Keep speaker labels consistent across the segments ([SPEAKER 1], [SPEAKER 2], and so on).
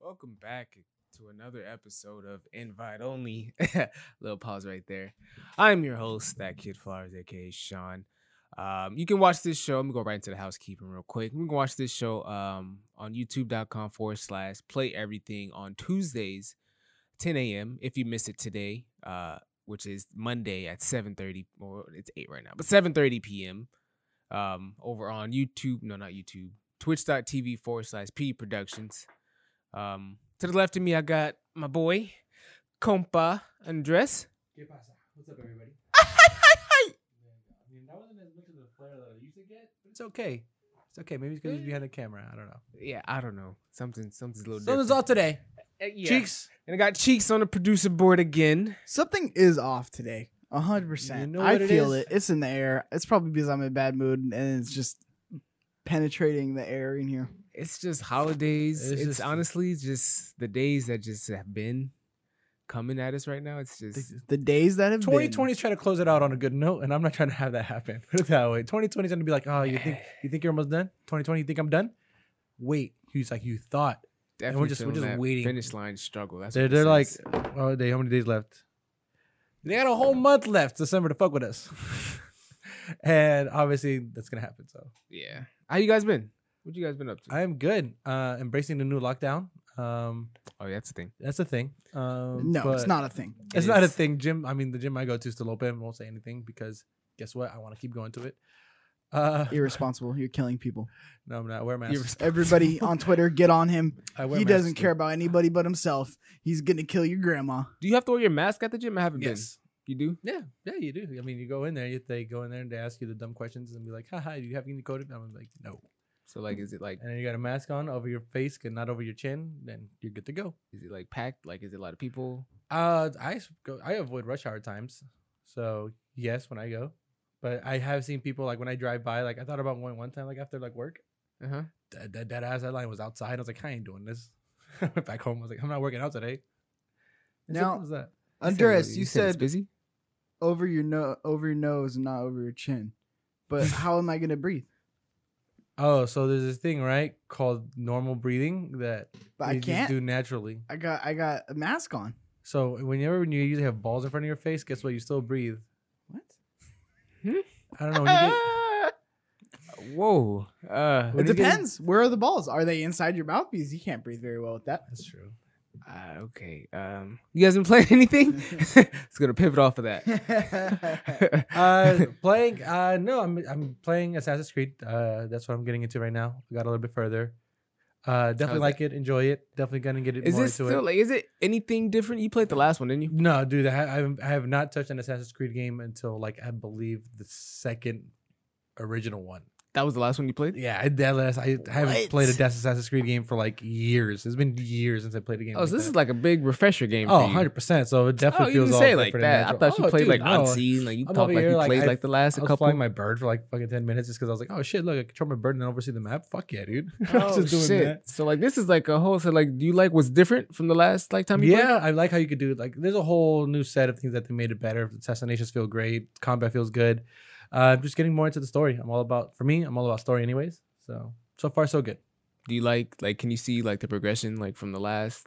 [SPEAKER 1] Welcome back to another episode of Invite Only. Little pause right there. I'm your host, that kid Flowers, aka Sean. Um, you can watch this show. Let me go right into the housekeeping real quick. You can watch this show um, on youtube.com forward slash play everything on Tuesdays, 10 a.m. If you miss it today, uh, which is Monday at 7:30, or it's 8 right now, but 7:30 p.m. Um, over on YouTube, no, not YouTube, twitch.tv forward slash P Productions. Um, to the left of me, I got my boy, compa Andres.
[SPEAKER 2] ¿Qué pasa? What's up, everybody? I mean, that wasn't as much of the flair that I used to get, but it's okay. It's okay. Maybe it's because he's behind the camera. I don't know.
[SPEAKER 1] Yeah, I don't know. Something, something's a little
[SPEAKER 2] Something's
[SPEAKER 1] different.
[SPEAKER 2] off today.
[SPEAKER 1] Uh, yeah.
[SPEAKER 2] Cheeks.
[SPEAKER 1] And I got cheeks on the producer board again.
[SPEAKER 3] Something is off today. A hundred percent.
[SPEAKER 2] know
[SPEAKER 3] I
[SPEAKER 2] what it
[SPEAKER 3] feel
[SPEAKER 2] is?
[SPEAKER 3] it. It's in the air. It's probably because I'm in a bad mood and it's just penetrating the air in here.
[SPEAKER 1] It's just holidays. It's,
[SPEAKER 2] It's just-
[SPEAKER 1] honestly just the days that just have been coming at us right now. It's just
[SPEAKER 3] The days that have
[SPEAKER 2] 2020 is trying to close it out on a good note, and I'm not trying to have that happen. Put it that way. 2020 is going to be like, oh, you think you think you're almost done? 2020, you think I'm done? Wait, he's like, you thought.
[SPEAKER 1] definitely
[SPEAKER 2] just- we're
[SPEAKER 1] feeling
[SPEAKER 2] just
[SPEAKER 1] that
[SPEAKER 2] waiting.
[SPEAKER 1] Finish line struggle. That's
[SPEAKER 2] They're,
[SPEAKER 1] what
[SPEAKER 2] they're
[SPEAKER 1] it
[SPEAKER 2] like,
[SPEAKER 1] says.
[SPEAKER 2] oh, they how many days left? They had a whole month left December to fuck with us, and obviously that's gonna happen. So
[SPEAKER 1] yeah. How you guys been? What you guys been up to?
[SPEAKER 2] I am good. Uh, embracing the new lockdown. Um,
[SPEAKER 1] oh, yeah, that's the thing.
[SPEAKER 2] that's a thing. Um,
[SPEAKER 3] No, it's
[SPEAKER 2] but-
[SPEAKER 3] not a thing.
[SPEAKER 1] It
[SPEAKER 2] It's not a
[SPEAKER 1] is.
[SPEAKER 2] thing. Gym. I mean, the gym I go to is still open. Won't say anything because guess what? I want to keep going to it. Uh,
[SPEAKER 3] Irresponsible. You're killing people.
[SPEAKER 2] no, I'm not. I wear a mask.
[SPEAKER 1] You're responsible.
[SPEAKER 3] Everybody on Twitter, get on him.
[SPEAKER 2] I wear
[SPEAKER 3] He
[SPEAKER 2] masks
[SPEAKER 3] doesn't
[SPEAKER 2] too.
[SPEAKER 3] care about anybody but himself. He's gonna kill your grandma.
[SPEAKER 1] Do you have to wear your mask at the gym? I haven't
[SPEAKER 2] Yes.
[SPEAKER 1] been. You do?
[SPEAKER 2] Yeah. Yeah, you do. I mean, you go in there. You, they go in there and they ask you the dumb questions and be like, "Ha ha, do you have any COVID?" I'm like, "No."
[SPEAKER 1] So like, is it like,
[SPEAKER 2] And then you got a mask on over your face, and not over your chin. Then you're good to go.
[SPEAKER 1] is it like packed? Like, is it a lot of people?
[SPEAKER 2] Uh, I s- go. I avoid rush hour times. So yes, when I go, but I have seen people like when I drive by. Like I thought about going one time, like after like work.
[SPEAKER 1] Uh huh.
[SPEAKER 2] that, that, that ass headline was outside. I was like, I ain't doing this. I went back home. I was like, I'm not working out today. As
[SPEAKER 3] Now-
[SPEAKER 2] simple as that.
[SPEAKER 3] Andres, you,
[SPEAKER 1] it's
[SPEAKER 3] said
[SPEAKER 1] busy.
[SPEAKER 3] over your no over your nose and not over your chin. But how am I gonna breathe?
[SPEAKER 2] Oh, so there's this thing, right, called normal breathing that
[SPEAKER 3] But
[SPEAKER 2] you
[SPEAKER 3] I
[SPEAKER 2] just
[SPEAKER 3] can't.
[SPEAKER 2] do naturally.
[SPEAKER 3] I got I got a mask on.
[SPEAKER 2] So whenever when you usually have balls in front of your face, guess what? You still breathe.
[SPEAKER 3] What?
[SPEAKER 2] I don't know. When you get,
[SPEAKER 1] Whoa. Uh,
[SPEAKER 2] When
[SPEAKER 3] it
[SPEAKER 2] you get-
[SPEAKER 3] depends. Where are the balls? Are they inside your mouth? Because you can't breathe very well with that.
[SPEAKER 2] that's true.
[SPEAKER 1] uh, okay. Um, you guys been playing anything? it's gonna pivot off of that.
[SPEAKER 2] Uh, playing? Uh, no, I'm I'm playing Assassin's Creed. Uh, that's what I'm getting into right now. I got a little bit further. Uh, definitely
[SPEAKER 1] How's
[SPEAKER 2] like it. Enjoy it. Definitely gonna get it
[SPEAKER 1] is
[SPEAKER 2] more
[SPEAKER 1] this
[SPEAKER 2] into
[SPEAKER 1] still
[SPEAKER 2] it.
[SPEAKER 1] like? Is it anything different? You played the last one, didn't you?
[SPEAKER 2] No, dude, I ha- I have, I have not touched an Assassin's Creed game until like I believe the second original one.
[SPEAKER 1] That was the last one you played.
[SPEAKER 2] Yeah, I, that last, I haven't played a
[SPEAKER 3] What?
[SPEAKER 2] Death Assassin's Creed game for like years. It's been years since I played a game.
[SPEAKER 1] Oh, so this is like a big refresher game.
[SPEAKER 2] oh,
[SPEAKER 1] for you.
[SPEAKER 2] 100 percent. So it
[SPEAKER 1] Oh,
[SPEAKER 2] definitely
[SPEAKER 1] you
[SPEAKER 2] feels
[SPEAKER 1] didn't
[SPEAKER 2] all
[SPEAKER 1] say it like
[SPEAKER 2] different and
[SPEAKER 1] that. I
[SPEAKER 2] natural.
[SPEAKER 1] thought you
[SPEAKER 2] Oh,
[SPEAKER 1] played
[SPEAKER 2] dude,
[SPEAKER 1] like
[SPEAKER 2] no.
[SPEAKER 1] on scene. Like you
[SPEAKER 2] I'm
[SPEAKER 1] talked
[SPEAKER 2] over
[SPEAKER 1] like
[SPEAKER 2] here,
[SPEAKER 1] you
[SPEAKER 2] like,
[SPEAKER 1] played
[SPEAKER 2] I-
[SPEAKER 1] like the last
[SPEAKER 2] I
[SPEAKER 1] a
[SPEAKER 2] was
[SPEAKER 1] couple.
[SPEAKER 2] flying my bird for like fucking 10 minutes just because I was like, oh shit, look, I control my bird and then oversee the map. Fuck yeah, dude. I was
[SPEAKER 1] Oh,
[SPEAKER 2] just doing
[SPEAKER 1] shit.
[SPEAKER 2] that.
[SPEAKER 1] So like this is like a whole. So like, do you like what's different from the last like time? You played?
[SPEAKER 2] yeah, I like how you could do it. Like, there's a whole new set of things that they made it better. Assassinations feel great. Combat feels good. Uh, just getting more into the story. I'm all about. For me, I'm all about story, anyways. So so far so good.
[SPEAKER 1] Do you like like? Can you see like the progression like from the last?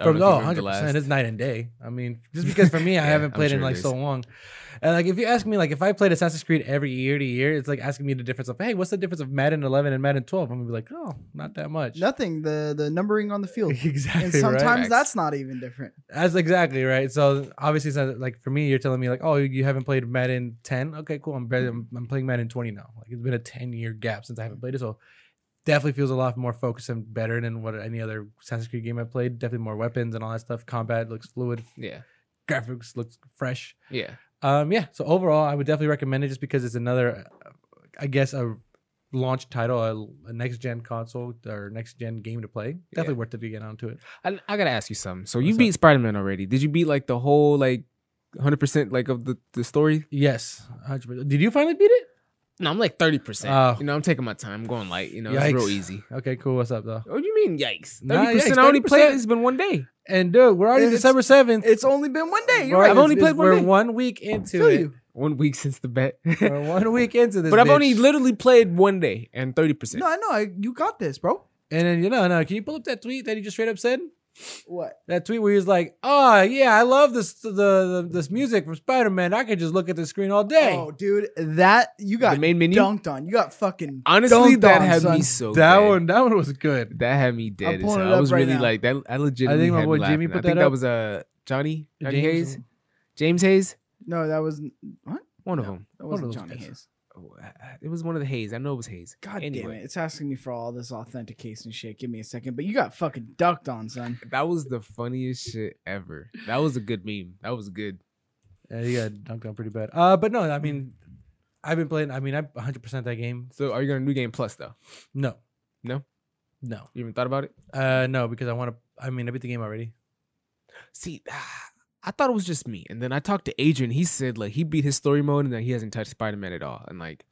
[SPEAKER 1] I don't
[SPEAKER 2] From
[SPEAKER 1] know
[SPEAKER 2] oh,
[SPEAKER 1] if you remember
[SPEAKER 2] 100
[SPEAKER 1] the last-
[SPEAKER 2] percent. It's night and day. I mean, just because for me, I
[SPEAKER 1] Yeah,
[SPEAKER 2] haven't
[SPEAKER 1] I'm
[SPEAKER 2] played
[SPEAKER 1] sure
[SPEAKER 2] in
[SPEAKER 1] it
[SPEAKER 2] like so
[SPEAKER 1] is.
[SPEAKER 2] long. And like, if you ask me, like, if I played Assassin's Creed every year to year, it's like asking me the difference of, hey, what's the difference of Madden 11 and Madden 12? I'm gonna be like, oh, not that much.
[SPEAKER 3] Nothing. The the numbering on the field.
[SPEAKER 2] exactly.
[SPEAKER 3] And
[SPEAKER 2] right?
[SPEAKER 3] sometimes
[SPEAKER 1] Facts.
[SPEAKER 3] that's not even different.
[SPEAKER 2] That's exactly right. So obviously, it's not, like for me, you're telling me like, oh, you haven't played Madden 10. Okay, cool. I'm better. I'm, I'm playing Madden 20 now. Like it's been a 10 year gap since I haven't played it. So definitely feels a lot more focused and better than what any other Assassin's Creed game I played. Definitely more weapons and all that stuff. Combat looks fluid.
[SPEAKER 1] Yeah,
[SPEAKER 2] Graphics looks fresh.
[SPEAKER 1] yeah.
[SPEAKER 2] Um, yeah. So overall, I would definitely recommend it just because it's another, uh, I guess a launch title, a, a next gen console or next gen game to play. Definitely worth it to get onto it.
[SPEAKER 1] I, I gotta ask you something. So you
[SPEAKER 2] What's
[SPEAKER 1] beat Spider Man already. Did you beat like the whole like hundred percent like of the, the story?
[SPEAKER 2] Yes. 100%. Did you finally beat it?
[SPEAKER 1] No, I'm like thirty percent.
[SPEAKER 2] Oh.
[SPEAKER 1] You know, I'm taking my time. I'm going light. You know, it's real
[SPEAKER 2] Yikes.
[SPEAKER 1] easy.
[SPEAKER 2] Okay, cool. What's up, though?
[SPEAKER 1] What do you mean, yikes? Thirty
[SPEAKER 2] Nah, yikes,
[SPEAKER 1] percent. I only played.
[SPEAKER 2] 30%.
[SPEAKER 1] It's been one day.
[SPEAKER 2] And dude, we're already
[SPEAKER 3] It's-
[SPEAKER 2] December seventh.
[SPEAKER 3] It's only been one day. You're
[SPEAKER 1] Bro,
[SPEAKER 3] right.
[SPEAKER 1] I've only played one
[SPEAKER 2] We're
[SPEAKER 1] day.
[SPEAKER 2] one week
[SPEAKER 3] I
[SPEAKER 2] into
[SPEAKER 3] feel
[SPEAKER 2] it.
[SPEAKER 3] you.
[SPEAKER 1] One week since the bet.
[SPEAKER 2] We're one week into this.
[SPEAKER 1] but I've only
[SPEAKER 2] bitch.
[SPEAKER 1] literally played one day and thirty percent.
[SPEAKER 3] No, I know. I, you got this, bro.
[SPEAKER 2] And then you know, no. Can you pull up that tweet that he just straight up said?
[SPEAKER 3] What?
[SPEAKER 2] That tweet where he was like, "Oh yeah, I love this the, the this music from Spider Man. I could just look at the screen all day."
[SPEAKER 3] Oh, dude, that you got
[SPEAKER 1] the main menu.
[SPEAKER 3] dunked on. You got fucking.
[SPEAKER 1] Honestly,
[SPEAKER 3] dunked
[SPEAKER 1] that
[SPEAKER 3] on,
[SPEAKER 1] had me
[SPEAKER 3] son.
[SPEAKER 1] so.
[SPEAKER 2] that
[SPEAKER 1] dead.
[SPEAKER 2] one, that one was good.
[SPEAKER 1] That had me dead. As
[SPEAKER 3] pulling
[SPEAKER 1] hell. I
[SPEAKER 3] it up
[SPEAKER 1] was
[SPEAKER 3] right
[SPEAKER 1] really
[SPEAKER 3] now.
[SPEAKER 1] like that. I legitimately.
[SPEAKER 2] my
[SPEAKER 1] had
[SPEAKER 2] boy
[SPEAKER 1] me
[SPEAKER 2] Jimmy
[SPEAKER 1] laughing.
[SPEAKER 2] put
[SPEAKER 1] I think
[SPEAKER 2] that
[SPEAKER 1] that
[SPEAKER 2] up.
[SPEAKER 1] was uh Johnny Johnny
[SPEAKER 2] James-
[SPEAKER 1] Hayes, James Hayes,
[SPEAKER 3] No, that was what?
[SPEAKER 1] one of
[SPEAKER 3] No.
[SPEAKER 1] them.
[SPEAKER 3] That
[SPEAKER 2] One of
[SPEAKER 3] wasn't
[SPEAKER 2] those
[SPEAKER 3] Johnny
[SPEAKER 2] guys.
[SPEAKER 3] Hayes.
[SPEAKER 1] Oh, I- I- It was one of the Hayes. I know it was Hayes.
[SPEAKER 3] God damn
[SPEAKER 1] Anyway.
[SPEAKER 3] it! It's asking me for all this authentication shit. Give me a second, but you got fucking dunked on, son.
[SPEAKER 1] That was the funniest shit ever. That was a good meme. That was good.
[SPEAKER 2] Yeah, he got dunked on pretty bad. Uh, but no, I mean, I've been playing. I mean, I 100 percent that game.
[SPEAKER 1] So are you gonna new game plus though?
[SPEAKER 2] No,
[SPEAKER 1] No?
[SPEAKER 2] no,
[SPEAKER 1] You even thought about it?
[SPEAKER 2] uh, no, because I want to. I mean, I beat the game already.
[SPEAKER 1] See, I thought it was just me, and then I talked to Adrian. He said like he beat his story mode, and that he hasn't touched Spider Man at all. And like,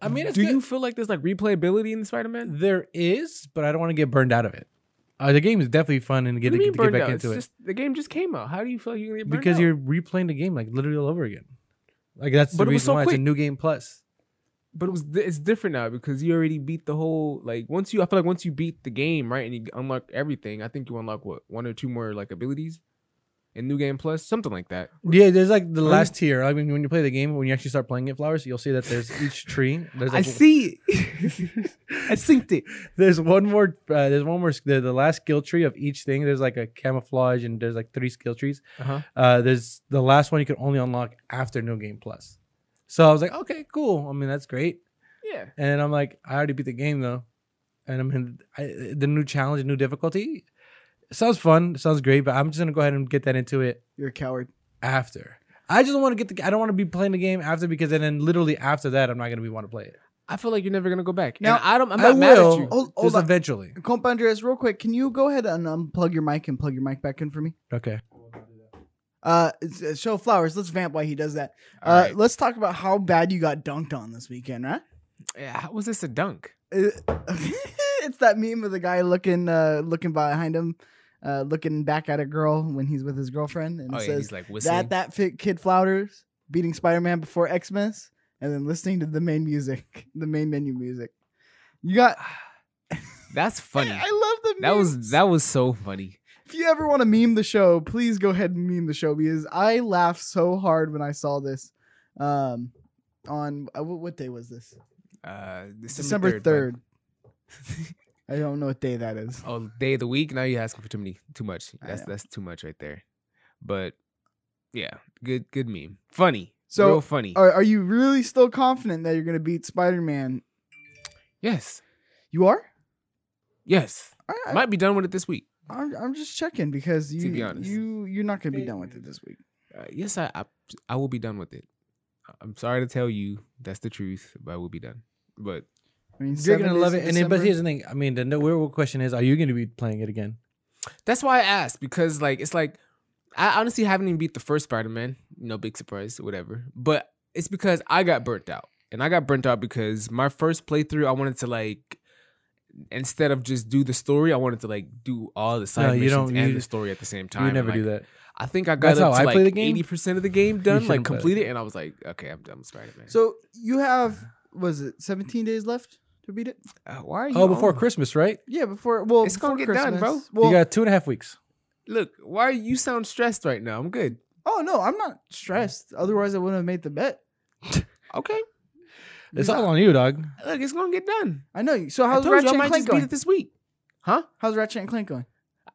[SPEAKER 2] I mean, it's
[SPEAKER 1] do
[SPEAKER 2] good.
[SPEAKER 1] you feel like there's like replayability in Spider Man?
[SPEAKER 2] There is, but I don't want to get burned out of it. Uh, the game is definitely fun and get,
[SPEAKER 1] What do you
[SPEAKER 2] to
[SPEAKER 1] mean
[SPEAKER 2] get
[SPEAKER 1] burned
[SPEAKER 2] back
[SPEAKER 1] out?
[SPEAKER 2] into
[SPEAKER 1] It's
[SPEAKER 2] it
[SPEAKER 1] just- the game just came out. How do you feel like you're gonna get burned
[SPEAKER 2] because
[SPEAKER 1] out?
[SPEAKER 2] you're replaying the game like literally all over again. Like that's
[SPEAKER 1] But
[SPEAKER 2] the
[SPEAKER 1] it was
[SPEAKER 2] reason
[SPEAKER 1] so
[SPEAKER 2] why
[SPEAKER 1] quick.
[SPEAKER 2] it's a new game plus.
[SPEAKER 1] but it was di- it's different now because you already beat the whole like once you I feel like once you beat the game right and you unlock everything I think you unlock what one or two more like abilities in new game plus something like that
[SPEAKER 2] Yeah, there's like the
[SPEAKER 1] Really?
[SPEAKER 2] last tier. I mean, when you play the game, when you actually start playing it, flowers, you'll see that there's each tree. There's
[SPEAKER 1] I
[SPEAKER 2] like,
[SPEAKER 1] see it. I synced it
[SPEAKER 2] There's one more. Uh, there's one more. The, the last skill tree of each thing. There's like a camouflage, and there's like three skill trees.
[SPEAKER 1] uh-huh.
[SPEAKER 2] Uh, there's the last one you can only unlock after New Game Plus. So I was like, okay, cool. I mean, that's great.
[SPEAKER 1] yeah
[SPEAKER 2] And I'm like, I already beat the game though, and I'm in I, the new challenge, new difficulty. Sounds fun. Sounds great. But I'm just gonna go ahead and get that into it
[SPEAKER 3] You're a coward.
[SPEAKER 2] after. I just want to get the. I don't want to be playing the game after because then, then literally after that, I'm not gonna be want to play it.
[SPEAKER 1] I feel like you're never gonna go back
[SPEAKER 3] Now,
[SPEAKER 1] now I don't I'm
[SPEAKER 2] I
[SPEAKER 1] not mad
[SPEAKER 2] will.
[SPEAKER 1] at you
[SPEAKER 3] Hold, hold
[SPEAKER 2] Just
[SPEAKER 3] on,
[SPEAKER 2] eventually.
[SPEAKER 3] Compa Andreas, real quick. Can you go ahead and unplug your mic and plug your mic back in for me?
[SPEAKER 2] Okay.
[SPEAKER 3] Uh, it's- uh, show flowers. Let's vamp while he does that.
[SPEAKER 1] All
[SPEAKER 3] Uh,
[SPEAKER 1] right.
[SPEAKER 3] let's talk about how bad you got dunked on this weekend, right?
[SPEAKER 1] yeah, how was this a dunk
[SPEAKER 3] Uh, it's that meme of the guy looking, uh, looking behind him, uh, looking back at a girl when he's with his girlfriend, and
[SPEAKER 1] oh
[SPEAKER 3] it
[SPEAKER 1] yeah
[SPEAKER 3] says
[SPEAKER 1] he's like whistling
[SPEAKER 3] that that fit kid flowers beating Spider-Man before Xmas, and then listening to the main music, the main menu music. You got
[SPEAKER 1] that's funny
[SPEAKER 3] I love the
[SPEAKER 1] that was
[SPEAKER 3] memes.
[SPEAKER 1] that was so funny
[SPEAKER 3] If you ever want to meme the show, please go ahead and meme the show because I laughed so hard when I saw this. Um, on uh, what, what day was this?
[SPEAKER 1] uh December
[SPEAKER 3] December third.
[SPEAKER 1] third
[SPEAKER 3] I don't know what day that is.
[SPEAKER 1] Oh, day of the week. Now you're asking for too many, too much.
[SPEAKER 3] I
[SPEAKER 1] That's
[SPEAKER 3] know.
[SPEAKER 1] that's too much right there. But yeah, good good meme. Funny.
[SPEAKER 3] So, uh,
[SPEAKER 1] real funny.
[SPEAKER 3] Are, are you really still confident that you're gonna beat Spider Man?
[SPEAKER 1] yes.
[SPEAKER 3] You are.
[SPEAKER 1] Yes.
[SPEAKER 3] I, I,
[SPEAKER 1] Might be done with it this week.
[SPEAKER 3] I'm, I'm just checking because you
[SPEAKER 1] be honest.
[SPEAKER 3] you you're not gonna be done with it this week.
[SPEAKER 1] Uh, yes, I, I I will be done with it. I- I'm sorry to tell you that's the truth, but I will be done. But
[SPEAKER 3] I mean,
[SPEAKER 2] You're
[SPEAKER 3] seven
[SPEAKER 2] gonna
[SPEAKER 3] days
[SPEAKER 2] love
[SPEAKER 3] of
[SPEAKER 2] it. And then, but
[SPEAKER 3] December?
[SPEAKER 2] here's the thing. I mean, the no- real question is, are you gonna be playing it again?
[SPEAKER 1] that's why I asked because like it's like I honestly haven't even beat the first Spider-Man. No big surprise, whatever. But it's because I got burnt out. And I got burnt out because my first playthrough I wanted to like instead of just do the story, I wanted to like do all the side
[SPEAKER 2] No, you
[SPEAKER 1] missions
[SPEAKER 2] don't-
[SPEAKER 1] and
[SPEAKER 2] you-
[SPEAKER 1] the story at the same time.
[SPEAKER 2] You
[SPEAKER 1] and,
[SPEAKER 2] never do
[SPEAKER 1] like,
[SPEAKER 2] that.
[SPEAKER 1] I think I got
[SPEAKER 2] That's
[SPEAKER 1] up
[SPEAKER 2] how
[SPEAKER 1] to
[SPEAKER 2] I play the
[SPEAKER 1] like
[SPEAKER 2] game?
[SPEAKER 1] eighty percent of the game done, like
[SPEAKER 2] shouldn't play it.
[SPEAKER 1] completed, and I was like, okay, I'm done with Spider-Man.
[SPEAKER 3] So you have was it 17 days left to beat it?
[SPEAKER 1] Uh, why are you
[SPEAKER 2] Oh, before
[SPEAKER 1] on-
[SPEAKER 2] Christmas, right?
[SPEAKER 3] Yeah, before well,
[SPEAKER 1] It's gonna
[SPEAKER 3] before
[SPEAKER 1] get done, bro.
[SPEAKER 3] Christmas. Well,
[SPEAKER 2] you got two and a half weeks.
[SPEAKER 1] Look, why are you sound stressed right now? I'm good.
[SPEAKER 3] Oh no, I'm not stressed. Otherwise, I wouldn't have made the bet.
[SPEAKER 1] Okay,
[SPEAKER 2] It's all on you, dog.
[SPEAKER 1] look, it's gonna get done.
[SPEAKER 3] I know. you. So
[SPEAKER 1] I
[SPEAKER 3] how's
[SPEAKER 1] told you
[SPEAKER 3] Ratchet
[SPEAKER 1] I
[SPEAKER 3] and
[SPEAKER 1] might
[SPEAKER 3] Clank
[SPEAKER 1] just beat
[SPEAKER 3] going?
[SPEAKER 1] it this week, huh?
[SPEAKER 3] How's Ratchet and Clank going?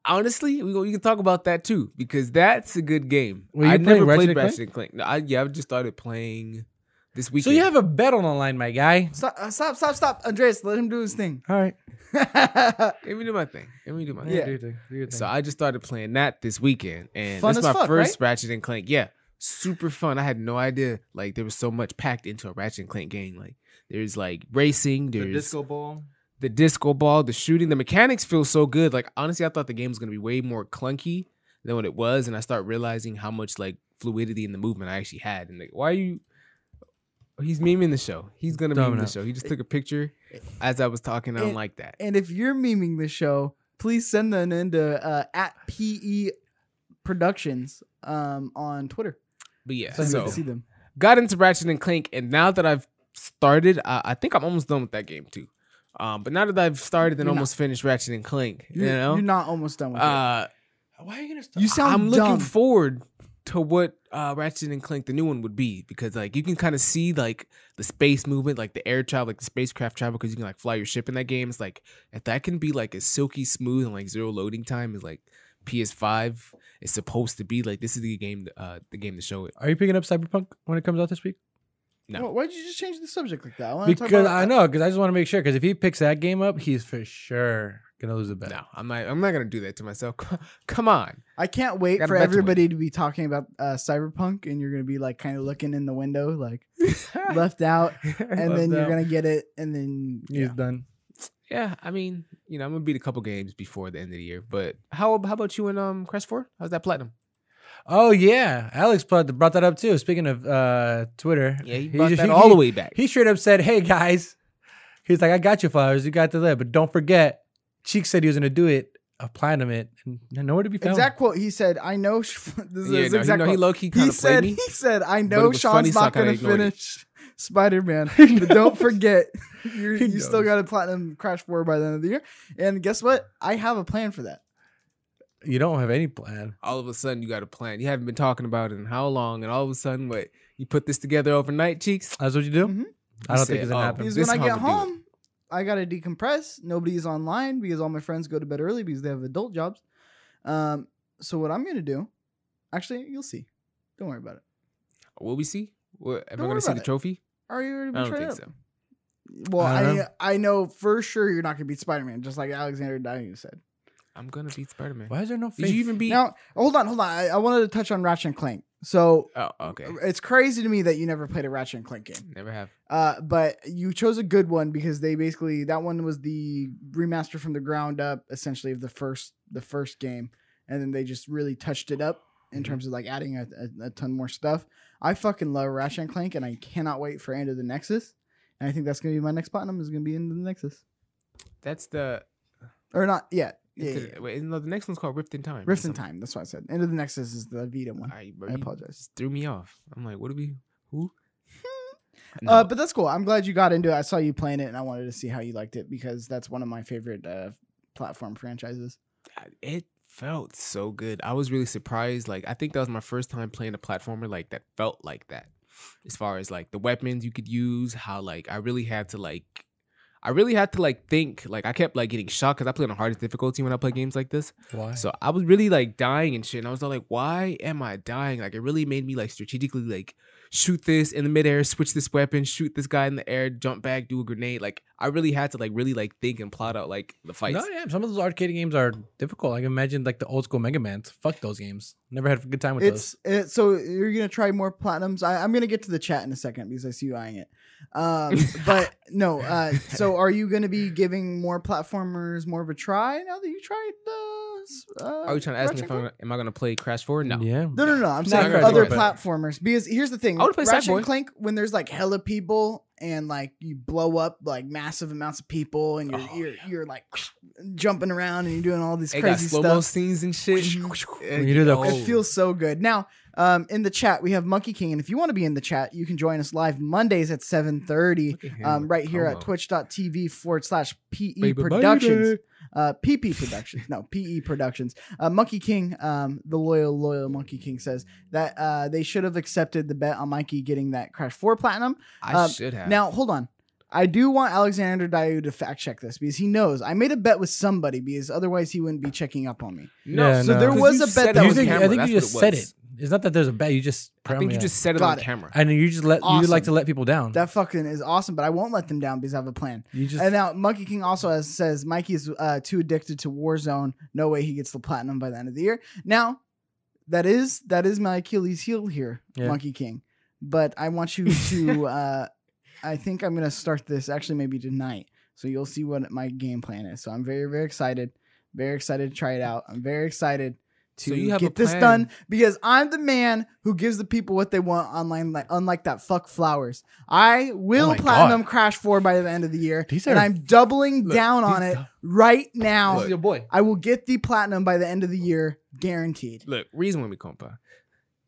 [SPEAKER 1] honestly, we go, we can talk about that too because that's a good game.
[SPEAKER 2] Were you
[SPEAKER 1] I never
[SPEAKER 2] playing Ratchet
[SPEAKER 1] played
[SPEAKER 2] and
[SPEAKER 1] Ratchet and Clank. No, I, yeah, I just started playing this weekend.
[SPEAKER 2] So you have a bet on the line, my guy.
[SPEAKER 3] Stop! uh, stop! Stop! Stop! Andreas, let him do his thing.
[SPEAKER 2] All right.
[SPEAKER 3] Funnest
[SPEAKER 1] let me do my thing. Let me do my
[SPEAKER 2] Yeah.
[SPEAKER 1] thing.
[SPEAKER 2] do your thing, do your thing.
[SPEAKER 1] So I just started playing that this weekend, and
[SPEAKER 3] Fun
[SPEAKER 1] that's
[SPEAKER 3] as
[SPEAKER 1] my
[SPEAKER 3] fuck,
[SPEAKER 1] first Ratchet and Clank. Yeah, super fun. I had no idea like there was so much packed into a Ratchet and Clank game. Like there's like racing, there's
[SPEAKER 2] ball.
[SPEAKER 1] the disco ball, the shooting, the mechanics feel so good. Like honestly, I thought the game was gonna be way more clunky than what it was, and I start realizing how much like fluidity in the movement I actually had. And like, why are you? He's memeing the show. He's gonna meme the
[SPEAKER 2] Domino.
[SPEAKER 1] show. He just took a picture as I was talking. I'm
[SPEAKER 3] And-
[SPEAKER 1] like that.
[SPEAKER 3] And if you're memeing the show, please send them into uh, at PE Productions um, on Twitter.
[SPEAKER 1] But yeah,
[SPEAKER 3] So, we
[SPEAKER 1] so
[SPEAKER 3] can see them.
[SPEAKER 1] got into Ratchet and Clank, and now that I've started, I, I think I'm almost done with that game too. Um, but now that I've started and
[SPEAKER 3] You're not.
[SPEAKER 1] almost finished Ratchet and Clank, you
[SPEAKER 3] You're,
[SPEAKER 1] know,
[SPEAKER 3] you're not almost done with it.
[SPEAKER 1] uh,
[SPEAKER 2] Why are you gonna stop?
[SPEAKER 3] You sound
[SPEAKER 1] I'm
[SPEAKER 3] dumb.
[SPEAKER 1] looking forward to what uh, Ratchet and Clank, the new one, would be because like you can kind of see like the space movement, like the air travel, like the spacecraft travel, because you can like fly your ship in that game. It's like if that can be like as silky smooth and like zero loading time is like PS5 is supposed to be like this is the game uh the game to show it.
[SPEAKER 2] Are you picking up Cyberpunk when it comes out this week?
[SPEAKER 1] no.
[SPEAKER 3] Why- Why'd you just change the subject like that? I wanna talk
[SPEAKER 2] Because
[SPEAKER 3] about-
[SPEAKER 2] I know, because I just want to make sure. Because if he picks that game up, he's for sure gonna lose the bet.
[SPEAKER 1] No, I'm not. I'm not gonna do that to myself. Come on.
[SPEAKER 3] I can't wait
[SPEAKER 1] Gotta
[SPEAKER 3] for
[SPEAKER 1] bet to win.
[SPEAKER 3] everybody to be talking about uh, Cyberpunk, and you're gonna be like kind of looking in the window, like left out, and
[SPEAKER 2] Left
[SPEAKER 3] then you're
[SPEAKER 2] out.
[SPEAKER 3] gonna get it, and then
[SPEAKER 2] He's
[SPEAKER 3] yeah.
[SPEAKER 2] done.
[SPEAKER 1] yeah, I mean, you know, I'm gonna beat a couple games before the end of the year. But how how about you and um Crash Four? How's that platinum?
[SPEAKER 2] Oh yeah, Alex brought brought that up too. Speaking of uh, Twitter,
[SPEAKER 1] Yeah, you
[SPEAKER 2] he
[SPEAKER 1] brought
[SPEAKER 2] just-
[SPEAKER 1] that
[SPEAKER 2] he-
[SPEAKER 1] all the way back.
[SPEAKER 2] He straight up said, "Hey guys," he's like, "I got you flowers. You got the lip, but don't forget." Cheek said he was gonna do it, a platinum it, and nowhere to be found.
[SPEAKER 3] Exact quote. He said, "I know." Sh- this
[SPEAKER 1] yeah,
[SPEAKER 3] is
[SPEAKER 1] no,
[SPEAKER 3] exact
[SPEAKER 1] he, no, he
[SPEAKER 3] quote.
[SPEAKER 1] low key
[SPEAKER 3] He
[SPEAKER 1] kind of
[SPEAKER 3] said,
[SPEAKER 1] played me.
[SPEAKER 3] "He said, I
[SPEAKER 1] it
[SPEAKER 3] know
[SPEAKER 1] was
[SPEAKER 3] Sean's
[SPEAKER 1] funny, so I
[SPEAKER 3] not
[SPEAKER 1] kinda
[SPEAKER 3] gonna
[SPEAKER 1] ignored it.
[SPEAKER 3] finish Spider-Man,
[SPEAKER 2] He
[SPEAKER 3] but don't forget, you're,
[SPEAKER 2] He
[SPEAKER 3] you still
[SPEAKER 2] knows.
[SPEAKER 3] got a platinum Crash Four by the end of the year." And guess what? I have a plan for that.
[SPEAKER 2] You don't have any plan.
[SPEAKER 1] All of a sudden, you got a plan. You haven't been talking about it in how long, and all of a sudden, what you put this together overnight, cheeks?
[SPEAKER 2] That's what you do.
[SPEAKER 3] Mhm.
[SPEAKER 2] I don't
[SPEAKER 1] said,
[SPEAKER 2] think it's gonna
[SPEAKER 1] "Oh,
[SPEAKER 2] happen.
[SPEAKER 3] Because
[SPEAKER 1] This
[SPEAKER 3] when I
[SPEAKER 1] how
[SPEAKER 3] get
[SPEAKER 1] I'm gonna do
[SPEAKER 3] home, I gotta decompress. Nobody's online because all my friends go to bed early because they have adult jobs. Um, so what I'm gonna do, actually, you'll see. Don't worry about it.
[SPEAKER 1] Will we see? What, am
[SPEAKER 3] Don't
[SPEAKER 1] I
[SPEAKER 3] worry
[SPEAKER 1] gonna see
[SPEAKER 3] about
[SPEAKER 1] the
[SPEAKER 3] it.
[SPEAKER 1] trophy?
[SPEAKER 3] Are you already
[SPEAKER 1] I
[SPEAKER 3] been
[SPEAKER 1] don't
[SPEAKER 3] tried
[SPEAKER 1] think
[SPEAKER 3] out?
[SPEAKER 1] so.
[SPEAKER 3] Well,
[SPEAKER 2] I
[SPEAKER 3] I
[SPEAKER 2] don't
[SPEAKER 3] I, know for sure you're not gonna beat Spider Man, just like Alexander Dying said.
[SPEAKER 1] I'm gonna beat Spider Man.
[SPEAKER 2] Why is there no? Faith?
[SPEAKER 1] Did you even beat?
[SPEAKER 3] Now, hold on, hold on. I, I wanted to touch on Ratchet and Clank. So
[SPEAKER 1] Oh, okay.
[SPEAKER 3] it's crazy to me that you never played a Ratchet and Clank game.
[SPEAKER 1] Never have.
[SPEAKER 3] Uh, but you chose a good one because they basically that one was the remaster from the ground up, essentially of the first the first game, and then they just really touched it up in
[SPEAKER 2] Mm-hmm.
[SPEAKER 1] Mhm.
[SPEAKER 3] terms of like adding a, a, a ton more stuff. I fucking love Ratchet and Clank, and I cannot wait for End of the Nexus. And I think that's gonna be my next platinum is gonna be End of the Nexus,
[SPEAKER 1] That's the.
[SPEAKER 3] or not yet. Yeah, yeah,
[SPEAKER 1] into the-
[SPEAKER 3] yeah.
[SPEAKER 1] Wait, no, the next one's called Rift in Time. or
[SPEAKER 3] Rift in
[SPEAKER 1] something.
[SPEAKER 3] Time. That's what I said. End of the Nexus is the Vita one.
[SPEAKER 1] I, bro,
[SPEAKER 3] I
[SPEAKER 1] you
[SPEAKER 3] apologize.
[SPEAKER 1] just threw me off. I'm like, what do we? Who? No,
[SPEAKER 3] Uh, but that's cool. I'm glad you got into it. I saw you playing it, and I wanted to see how you liked it because that's one of my favorite uh, platform franchises.
[SPEAKER 1] it felt so good. I was really surprised. Like, I think that was my first time playing a platformer like that felt like that. As far as like the weapons you could use, how like I really had to like, I really had to like think. Like, I kept like getting shocked because I play on the hardest difficulty when I play games like this.
[SPEAKER 2] Why?
[SPEAKER 1] So I was really like dying and shit. And I was all like, why am I dying? Like it really made me like strategically like shoot this in the midair, switch this weapon, shoot this guy in the air, jump back, do a grenade. Like I really had to like really like think and plot out like the fights.
[SPEAKER 2] No, yeah, some of those arcade games are difficult. I can imagine like the old school Mega Man. Fuck those games. Never had a good time with those.
[SPEAKER 3] It's it, so you're gonna try more platinums. I, I'm gonna get to the chat in a second because I see you eyeing it. Um, but no, uh, so are you gonna be giving more platformers more of a try now that you tried the? s- Uh,
[SPEAKER 1] Are you trying to ask me
[SPEAKER 3] Ratchet
[SPEAKER 1] if
[SPEAKER 3] and
[SPEAKER 1] I'm, am I gonna play Crash 4? No.
[SPEAKER 2] Yeah.
[SPEAKER 3] No, no, no. I'm
[SPEAKER 2] Not
[SPEAKER 3] saying
[SPEAKER 1] Crash
[SPEAKER 3] other
[SPEAKER 1] Bandicoot.
[SPEAKER 3] platformers because here's the thing:
[SPEAKER 1] I would've played
[SPEAKER 3] Ratchet
[SPEAKER 1] Sackboy.
[SPEAKER 3] and Clank when there's like hella people and like you blow up like massive amounts of people and you're
[SPEAKER 2] Oh,
[SPEAKER 3] you're, you're like jumping around and you're doing all these
[SPEAKER 1] It got
[SPEAKER 3] crazy
[SPEAKER 1] slow mo
[SPEAKER 3] stuff.
[SPEAKER 1] scenes and shit.
[SPEAKER 2] When you do the-
[SPEAKER 1] Oh.
[SPEAKER 3] It feels so good. Now, um, in the chat we have Monkey King, and if you want to be in the chat, you can join us live Mondays at 7:30,
[SPEAKER 1] Look at him
[SPEAKER 3] um,
[SPEAKER 1] with
[SPEAKER 3] right here
[SPEAKER 1] promo.
[SPEAKER 3] at Twitch.tv forward slash PE
[SPEAKER 2] Baby,
[SPEAKER 3] Productions
[SPEAKER 2] baby.
[SPEAKER 3] uh pp productions no pe productions uh monkey king um the loyal loyal monkey king says that uh they should have accepted the bet on mikey getting that crash 4 platinum
[SPEAKER 1] I
[SPEAKER 3] um,
[SPEAKER 1] should have.
[SPEAKER 3] now hold on i do want alexander Dayu to fact check this because he knows i made a bet with somebody because otherwise he wouldn't be checking up on me
[SPEAKER 1] no,
[SPEAKER 2] Yeah,
[SPEAKER 1] so there
[SPEAKER 2] no.
[SPEAKER 1] was a bet that
[SPEAKER 2] You
[SPEAKER 1] was
[SPEAKER 2] think-
[SPEAKER 1] camera.
[SPEAKER 2] I think
[SPEAKER 1] That's
[SPEAKER 2] you
[SPEAKER 1] what
[SPEAKER 2] just
[SPEAKER 1] it
[SPEAKER 2] said it.
[SPEAKER 1] was.
[SPEAKER 2] It's not that there's a bet. You just.
[SPEAKER 1] I think you just said it
[SPEAKER 3] Got
[SPEAKER 1] on
[SPEAKER 3] it.
[SPEAKER 1] camera.
[SPEAKER 2] And you just let you like to
[SPEAKER 3] Awesome.
[SPEAKER 2] let people down.
[SPEAKER 3] that fucking is awesome but i won't let them down because i have a plan
[SPEAKER 2] you just.
[SPEAKER 3] and now monkey king also has, says mikey's uh, too addicted to warzone no way he gets the platinum by the end of the year now that is that is my achilles heel here
[SPEAKER 2] Yeah.
[SPEAKER 3] monkey king but i want you to uh, i think i'm gonna start this actually maybe tonight so you'll see what my game plan is so i'm very very excited very excited to try it out i'm very excited to
[SPEAKER 1] So you have a
[SPEAKER 3] get this
[SPEAKER 1] plan.
[SPEAKER 3] done because I'm the man who gives the people what they want online. Like unlike that fuck flowers, I will
[SPEAKER 2] my
[SPEAKER 3] platinum
[SPEAKER 2] God.
[SPEAKER 3] Crash Four by the end of the year,
[SPEAKER 2] These
[SPEAKER 3] and
[SPEAKER 2] are-
[SPEAKER 3] I'm doubling
[SPEAKER 2] Look,
[SPEAKER 3] down on
[SPEAKER 2] these
[SPEAKER 3] it
[SPEAKER 2] are-
[SPEAKER 3] right now.
[SPEAKER 2] This is your boy.
[SPEAKER 3] I will get the platinum by the end of the year, guaranteed.
[SPEAKER 1] Look, reason why we compa.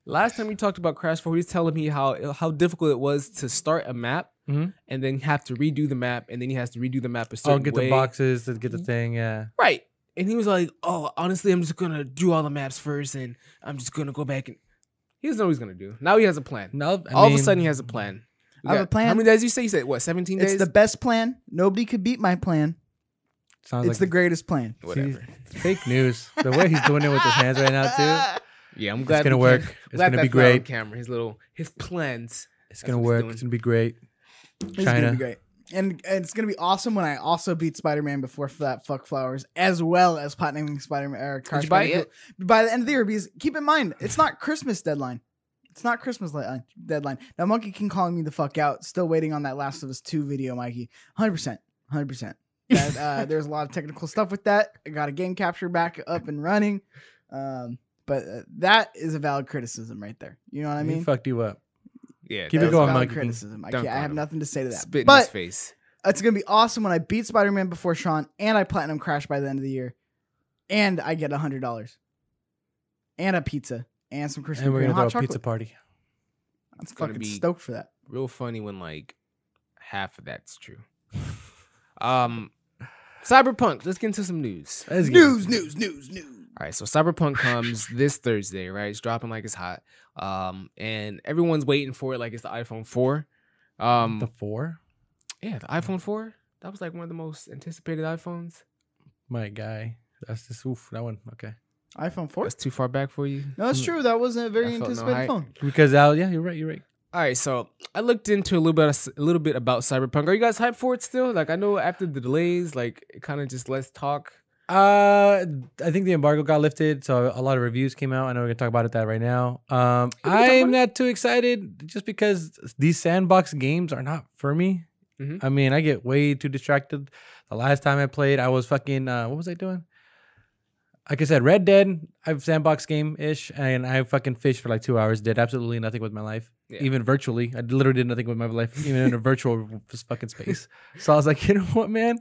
[SPEAKER 1] Last time we talked about Crash 4, he was telling me how how difficult it was to start a map
[SPEAKER 2] Mhm.
[SPEAKER 1] and then have to redo the map, and then he has to redo the map a certain
[SPEAKER 2] Oh, get
[SPEAKER 1] way.
[SPEAKER 2] the boxes to get the thing. Yeah.
[SPEAKER 1] Right. And he was like, Oh, honestly, I'm just gonna do all the maps first and I'm just gonna go back and he doesn't know what he's gonna do. Now he has a plan.
[SPEAKER 2] No, I
[SPEAKER 1] all of
[SPEAKER 2] mean-
[SPEAKER 1] a sudden he has a plan. We
[SPEAKER 3] I have a plan.
[SPEAKER 1] How many days you say you said what, 17
[SPEAKER 3] It's
[SPEAKER 1] days?
[SPEAKER 3] the best plan. Nobody could beat my plan.
[SPEAKER 2] Sounds
[SPEAKER 3] It's
[SPEAKER 2] like
[SPEAKER 3] the greatest plan.
[SPEAKER 1] whatever.
[SPEAKER 2] fake news. The way he's doing it with his hands right now too.
[SPEAKER 1] Yeah, I'm glad
[SPEAKER 2] gonna
[SPEAKER 1] we can-
[SPEAKER 2] work. It's
[SPEAKER 1] glad
[SPEAKER 2] gonna be
[SPEAKER 1] that's not on
[SPEAKER 2] great.
[SPEAKER 1] Camera, his little his plans.
[SPEAKER 2] It's
[SPEAKER 1] That's
[SPEAKER 2] gonna
[SPEAKER 1] what he's
[SPEAKER 2] work.
[SPEAKER 1] doing.
[SPEAKER 2] It's gonna be great.
[SPEAKER 3] It's
[SPEAKER 2] China.
[SPEAKER 3] gonna be great. And, and it's gonna be awesome when I also beat Spider Man before for that fuck flowers, as well as platinuming Spider Man or Crash
[SPEAKER 1] you buy
[SPEAKER 3] Bandicoot. by the end of the year. Because keep in mind, it's not Christmas deadline. It's not Christmas li- uh, deadline. Now Monkey King calling me the fuck out. Still waiting on that Last of Us Two video, Mikey. Hundred percent, hundred percent. That uh, there's a lot of technical stuff with that. I got a game capture back up and running. Um, but uh, that is a valid criticism right there. You know what I
[SPEAKER 2] he
[SPEAKER 3] mean?
[SPEAKER 2] fucked you up.
[SPEAKER 1] Yeah,
[SPEAKER 2] Keep it
[SPEAKER 1] that's
[SPEAKER 2] going,
[SPEAKER 3] That's valid
[SPEAKER 2] Monkey King.
[SPEAKER 3] Criticism. I,
[SPEAKER 1] Dunk
[SPEAKER 3] can't, I
[SPEAKER 1] on
[SPEAKER 3] have
[SPEAKER 1] him.
[SPEAKER 3] nothing to say to that.
[SPEAKER 1] spit in
[SPEAKER 3] but
[SPEAKER 1] his face.
[SPEAKER 3] it's gonna be awesome when I beat Spider Man before Sean and I platinum Crash by the end of the year, and I get a hundred dollars, and a pizza, and some Krispy
[SPEAKER 2] And we're
[SPEAKER 3] Kreme
[SPEAKER 2] gonna throw
[SPEAKER 3] hot
[SPEAKER 2] a
[SPEAKER 3] chocolate.
[SPEAKER 2] pizza party.
[SPEAKER 3] I'm
[SPEAKER 1] gonna
[SPEAKER 3] fucking
[SPEAKER 1] be-
[SPEAKER 3] stoked for that.
[SPEAKER 1] real funny when like half of that's true. Um Cyberpunk, let's get into some news.
[SPEAKER 2] That's good.
[SPEAKER 3] News, news, news, news.
[SPEAKER 1] All right, so Cyberpunk comes this Thursday, right? It's dropping like it's hot. Um and everyone's waiting for it like it's the iPhone 4. Um
[SPEAKER 2] The four,
[SPEAKER 1] yeah, the iPhone 4. That was like one of the most anticipated iPhones.
[SPEAKER 2] my guy. That's just oof. That one. Okay.
[SPEAKER 3] iPhone four.
[SPEAKER 1] That's too far back for you. Mm.
[SPEAKER 3] No, it's true. That wasn't a very
[SPEAKER 1] I felt no
[SPEAKER 3] anticipated
[SPEAKER 1] hype.
[SPEAKER 3] phone.
[SPEAKER 2] Because Al, yeah, you're right. You're right.
[SPEAKER 1] All right, so I looked into a little bit a little bit about Cyberpunk. Are you guys hyped for it still? Like I know after the delays, like it kind of just lets talk.
[SPEAKER 2] Uh, I think the embargo got lifted, so a lot of reviews came out. I know we're gonna talk about it that right now. Um,
[SPEAKER 1] we can talk
[SPEAKER 2] I'm
[SPEAKER 1] about
[SPEAKER 2] not too excited just because these sandbox games are not for me.
[SPEAKER 1] Mhm.
[SPEAKER 2] I mean, I get way too distracted. The last time I played, I was fucking. Uh, what was I doing? Like I said, Red Dead. I've sandbox game ish, and I fucking fished for like two hours. Did absolutely nothing with my life,
[SPEAKER 1] Yeah.
[SPEAKER 2] even virtually. I literally did nothing with my life, even in a virtual fucking space. So I was like, you know what, man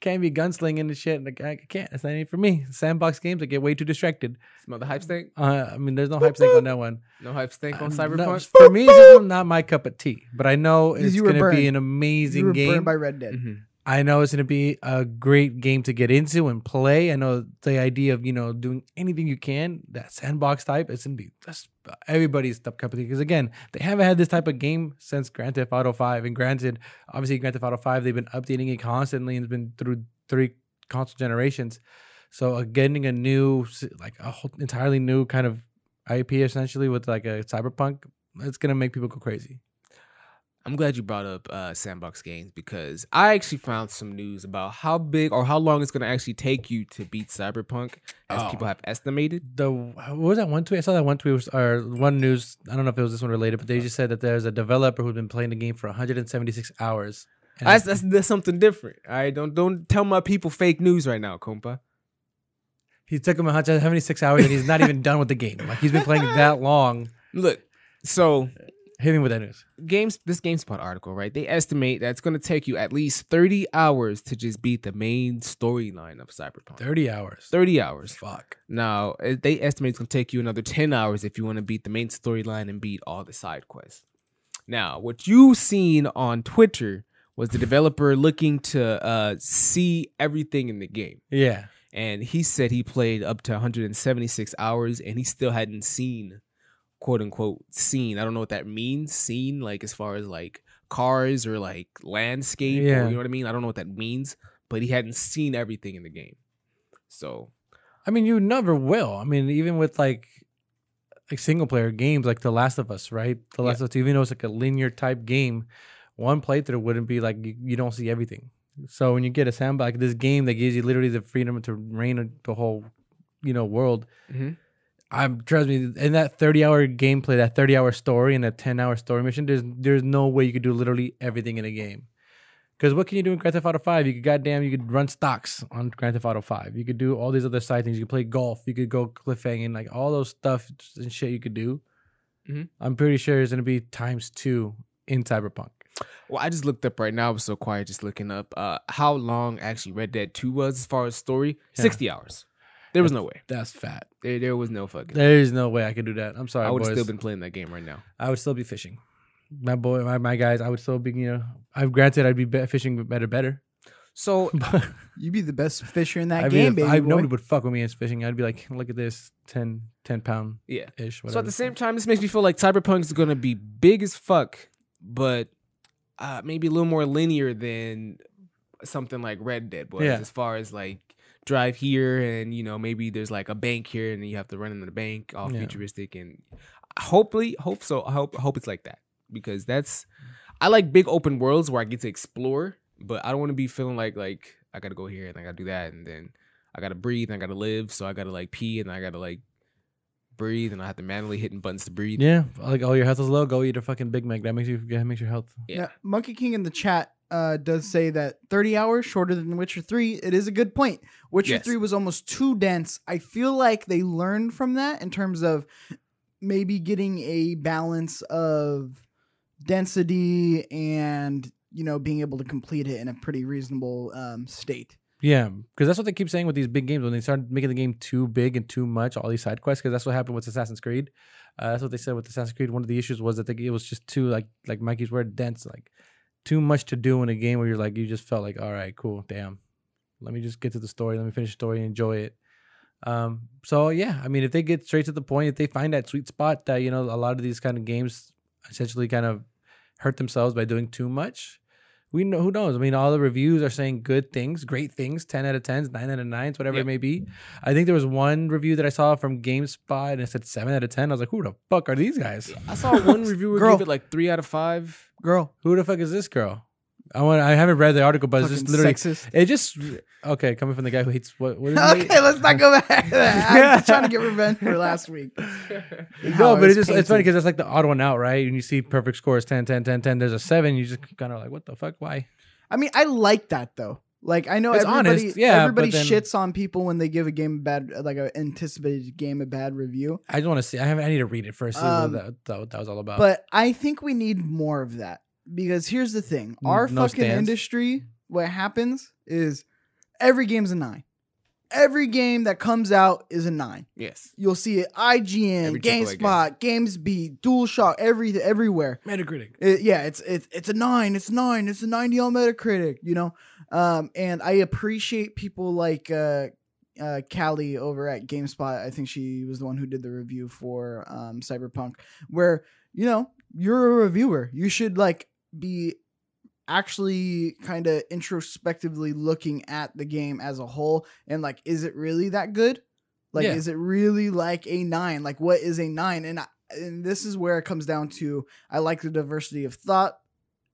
[SPEAKER 2] can't be gunslinging and shit. Like I can't. It's not even for me. Sandbox games, I get way too distracted.
[SPEAKER 1] Smell the hype stink?
[SPEAKER 2] Uh, I mean, there's no hype stake on that one.
[SPEAKER 1] No hype stink on
[SPEAKER 2] Um, no,
[SPEAKER 1] Cyberpunk?
[SPEAKER 2] for me, it's just not my cup of tea. But I know
[SPEAKER 3] Because
[SPEAKER 2] it's
[SPEAKER 3] you were
[SPEAKER 2] going to
[SPEAKER 3] burned.
[SPEAKER 2] be an
[SPEAKER 3] You
[SPEAKER 2] amazing
[SPEAKER 3] were
[SPEAKER 2] game.
[SPEAKER 3] burned by Red Dead.
[SPEAKER 1] Mm-hmm.
[SPEAKER 2] I know it's going to be a great game to get into and play. I know the idea of you know doing anything you can that sandbox type. It's going to be that's everybody's cup cup of tea because again, they haven't had this type of game since Grand Theft Auto Five. And granted, obviously Grand Theft Auto Five, they've been updating it constantly and it's been through three console generations. So uh, getting a new, s- like a whole entirely new kind of IP essentially with like a cyberpunk, it's going to make people go crazy.
[SPEAKER 1] I'm glad you brought up uh, sandbox games because I actually found some news about how big or how long it's going to actually take you to beat Cyberpunk, as
[SPEAKER 2] Oh.
[SPEAKER 1] people have estimated.
[SPEAKER 2] the what was that one tweet? I saw that one tweet was, or one news. I don't know if it was this one related, but they just said that there's a developer who's been playing the game for 176 hours. And
[SPEAKER 1] That's, that's that's something different. All right, don't don't tell my people fake news right now, compa.
[SPEAKER 2] he took him 176 hours, and he's not even done with the game. Like he's been playing that long.
[SPEAKER 1] Look, so
[SPEAKER 2] Hit me with that news.
[SPEAKER 1] games this GameSpot article, right? They estimate that it's going to take you at least 30 hours to just beat the main storyline of Cyberpunk. 30,
[SPEAKER 2] 30 hours.
[SPEAKER 1] hours.
[SPEAKER 2] Fuck.
[SPEAKER 1] Now it- they estimate it's going to take you another 10 hours if you want to beat the main storyline and beat all the side quests. Now, what you seen on Twitter was the developer looking to uh, see everything in the game.
[SPEAKER 2] Yeah.
[SPEAKER 1] And he said he played up to 176 hours and he still hadn't seen, quote unquote, seen. I don't know what that means, seen, like as far as like cars or like landscape. or-
[SPEAKER 2] Yeah.
[SPEAKER 1] you know what I mean? I don't know what that means, but he hadn't seen everything in the game. So
[SPEAKER 2] I mean, you never will. I mean, even with like like single player games, like The Last of Us, right? The
[SPEAKER 1] Yeah.
[SPEAKER 2] Last of Us, even though it's like a linear type game, one playthrough wouldn't be like you, you don't see everything. So when you get a sandbox, like this game that gives you literally the freedom to reign the whole, you know, world.
[SPEAKER 1] Mhm.
[SPEAKER 2] I'm trust me, in that 30 hour gameplay, that 30 hour story, and that 10 hour story mission, there's there's no way you could do literally everything in a game. Because what can you do in Grand Theft Auto Five? You could goddamn, you could run stocks on Grand Theft Auto Five. You could do all these other side things. You could play golf. You could go cliff hanging, like all those stuff and shit you could do.
[SPEAKER 1] Mhm.
[SPEAKER 2] I'm pretty sure it's gonna be times two in Cyberpunk.
[SPEAKER 1] Well, I just looked up right now. I was so quiet just looking up uh, how long actually Red Dead 2 was as far as story.
[SPEAKER 2] Yeah.
[SPEAKER 1] 60 hours. There was no way.
[SPEAKER 2] That's fat.
[SPEAKER 1] There, there was no fucking.
[SPEAKER 2] There is no way I could do that. I'm sorry,
[SPEAKER 1] I would
[SPEAKER 2] boys.
[SPEAKER 1] have still been playing that game right now.
[SPEAKER 2] I would still be fishing. My boy, my, my guys, I would still be, you know, I've granted I'd be, be fishing better, better.
[SPEAKER 1] So
[SPEAKER 2] But
[SPEAKER 3] You'd be the best fisher in that
[SPEAKER 2] Mm-hmm. I
[SPEAKER 3] game,
[SPEAKER 2] mean,
[SPEAKER 3] baby.
[SPEAKER 2] I,
[SPEAKER 3] boy.
[SPEAKER 2] nobody would fuck with me as fishing. I'd be like, look at this 10, 10 pound
[SPEAKER 1] yeah.
[SPEAKER 2] ish.
[SPEAKER 1] So at the same time, this makes me feel like Cyberpunk's gonna be big as fuck, but uh, maybe a little more linear than something like Red Dead was,
[SPEAKER 2] Yeah.
[SPEAKER 1] as far as like drive here and you know maybe there's like a bank here and you have to run into the bank, all
[SPEAKER 2] Yeah.
[SPEAKER 1] futuristic and hopefully, hope so. I hope I hope it's like that because that's I like big open worlds where I get to explore, but I don't want to be feeling like like I gotta go here and I gotta do that and then I gotta breathe and I gotta live, so I gotta like pee and I gotta like breathe and I have to manually hitting buttons to breathe.
[SPEAKER 2] Yeah, like all your health is low, go eat a fucking Big Mac. That makes you that makes your health.
[SPEAKER 1] Yeah.
[SPEAKER 3] Now, Monkey King in the chat uh, does say that 30 hours shorter than Witcher 3. It is a good point. Witcher
[SPEAKER 1] Yes.
[SPEAKER 3] 3 was almost too dense. I feel like they learned from that in terms of maybe getting a balance of density and you know being able to complete it in a pretty reasonable um, state.
[SPEAKER 2] Yeah, because that's what they keep saying with these big games when they start making the game too big and too much, all these side quests. Because that's what happened with Assassin's Creed. Uh, that's what they said with Assassin's Creed. One of the issues was that they, it was just too like like Mikey's word dense, like too much to do in a game where you're like you just felt like all right, cool, damn, let me just get to the story, let me finish the story, and enjoy it. Um, so yeah, I mean, if they get straight to the point, if they find that sweet spot that you know a lot of these kind of games essentially kind of hurt themselves by doing too much, we know who knows. I mean, all the reviews are saying good things, great things, ten out of tens, nine out of nines, whatever
[SPEAKER 1] Yep.
[SPEAKER 2] it may be. I think there was one review that I saw from GameSpot and it said seven out of ten. I was like, who the fuck are these guys?
[SPEAKER 1] I saw one reviewer
[SPEAKER 3] Girl.
[SPEAKER 1] give it like three out of five.
[SPEAKER 3] Girl,
[SPEAKER 2] Who the fuck is this girl? I want. I haven't read the article, but it's just
[SPEAKER 3] fucking
[SPEAKER 2] literally.
[SPEAKER 3] sexist.
[SPEAKER 2] It just okay coming from the guy who hates what. what is his name?
[SPEAKER 3] Okay, let's not go back to that. I'm just trying to get revenge for last week.
[SPEAKER 2] No, but it's just it's funny because that's like the odd one out, right? And you see perfect score is 10, 10, 10, 10. There's a seven. You just kind of like, what the fuck? Why?
[SPEAKER 3] I mean, I like that though. Like I know
[SPEAKER 2] It's
[SPEAKER 3] everybody,
[SPEAKER 2] honest, yeah,
[SPEAKER 3] everybody
[SPEAKER 2] but then-
[SPEAKER 3] shits on people when they give a game a bad, like an anticipated game a bad review.
[SPEAKER 2] I just want to see. I have. I need to read it first. see what
[SPEAKER 3] Um,
[SPEAKER 2] that, that, what that was all about.
[SPEAKER 3] But I think we need more of that because here's the thing:
[SPEAKER 2] Mm,
[SPEAKER 3] our
[SPEAKER 2] no
[SPEAKER 3] fucking
[SPEAKER 2] stands.
[SPEAKER 3] industry. What happens is every game's a nine. Every game that comes out is a nine.
[SPEAKER 1] Yes.
[SPEAKER 3] You'll see it IGN,
[SPEAKER 1] Every AAA
[SPEAKER 3] GameSpot, GamesBeat, DualShock, every everywhere.
[SPEAKER 2] Metacritic.
[SPEAKER 3] It- yeah, it's it's it's a nine, it's nine, it's a ninety on Metacritic, you know. Um, and I appreciate people like uh, uh, Callie over at GameSpot. I think she was the one who did the review for um, Cyberpunk, where you know you're a reviewer, you should like be actually kind of introspectively looking at the game as a whole and like is it really that good like
[SPEAKER 2] Yeah.
[SPEAKER 3] is it really like a nine like what is a nine and I, and this is where it comes down to I like the diversity of thought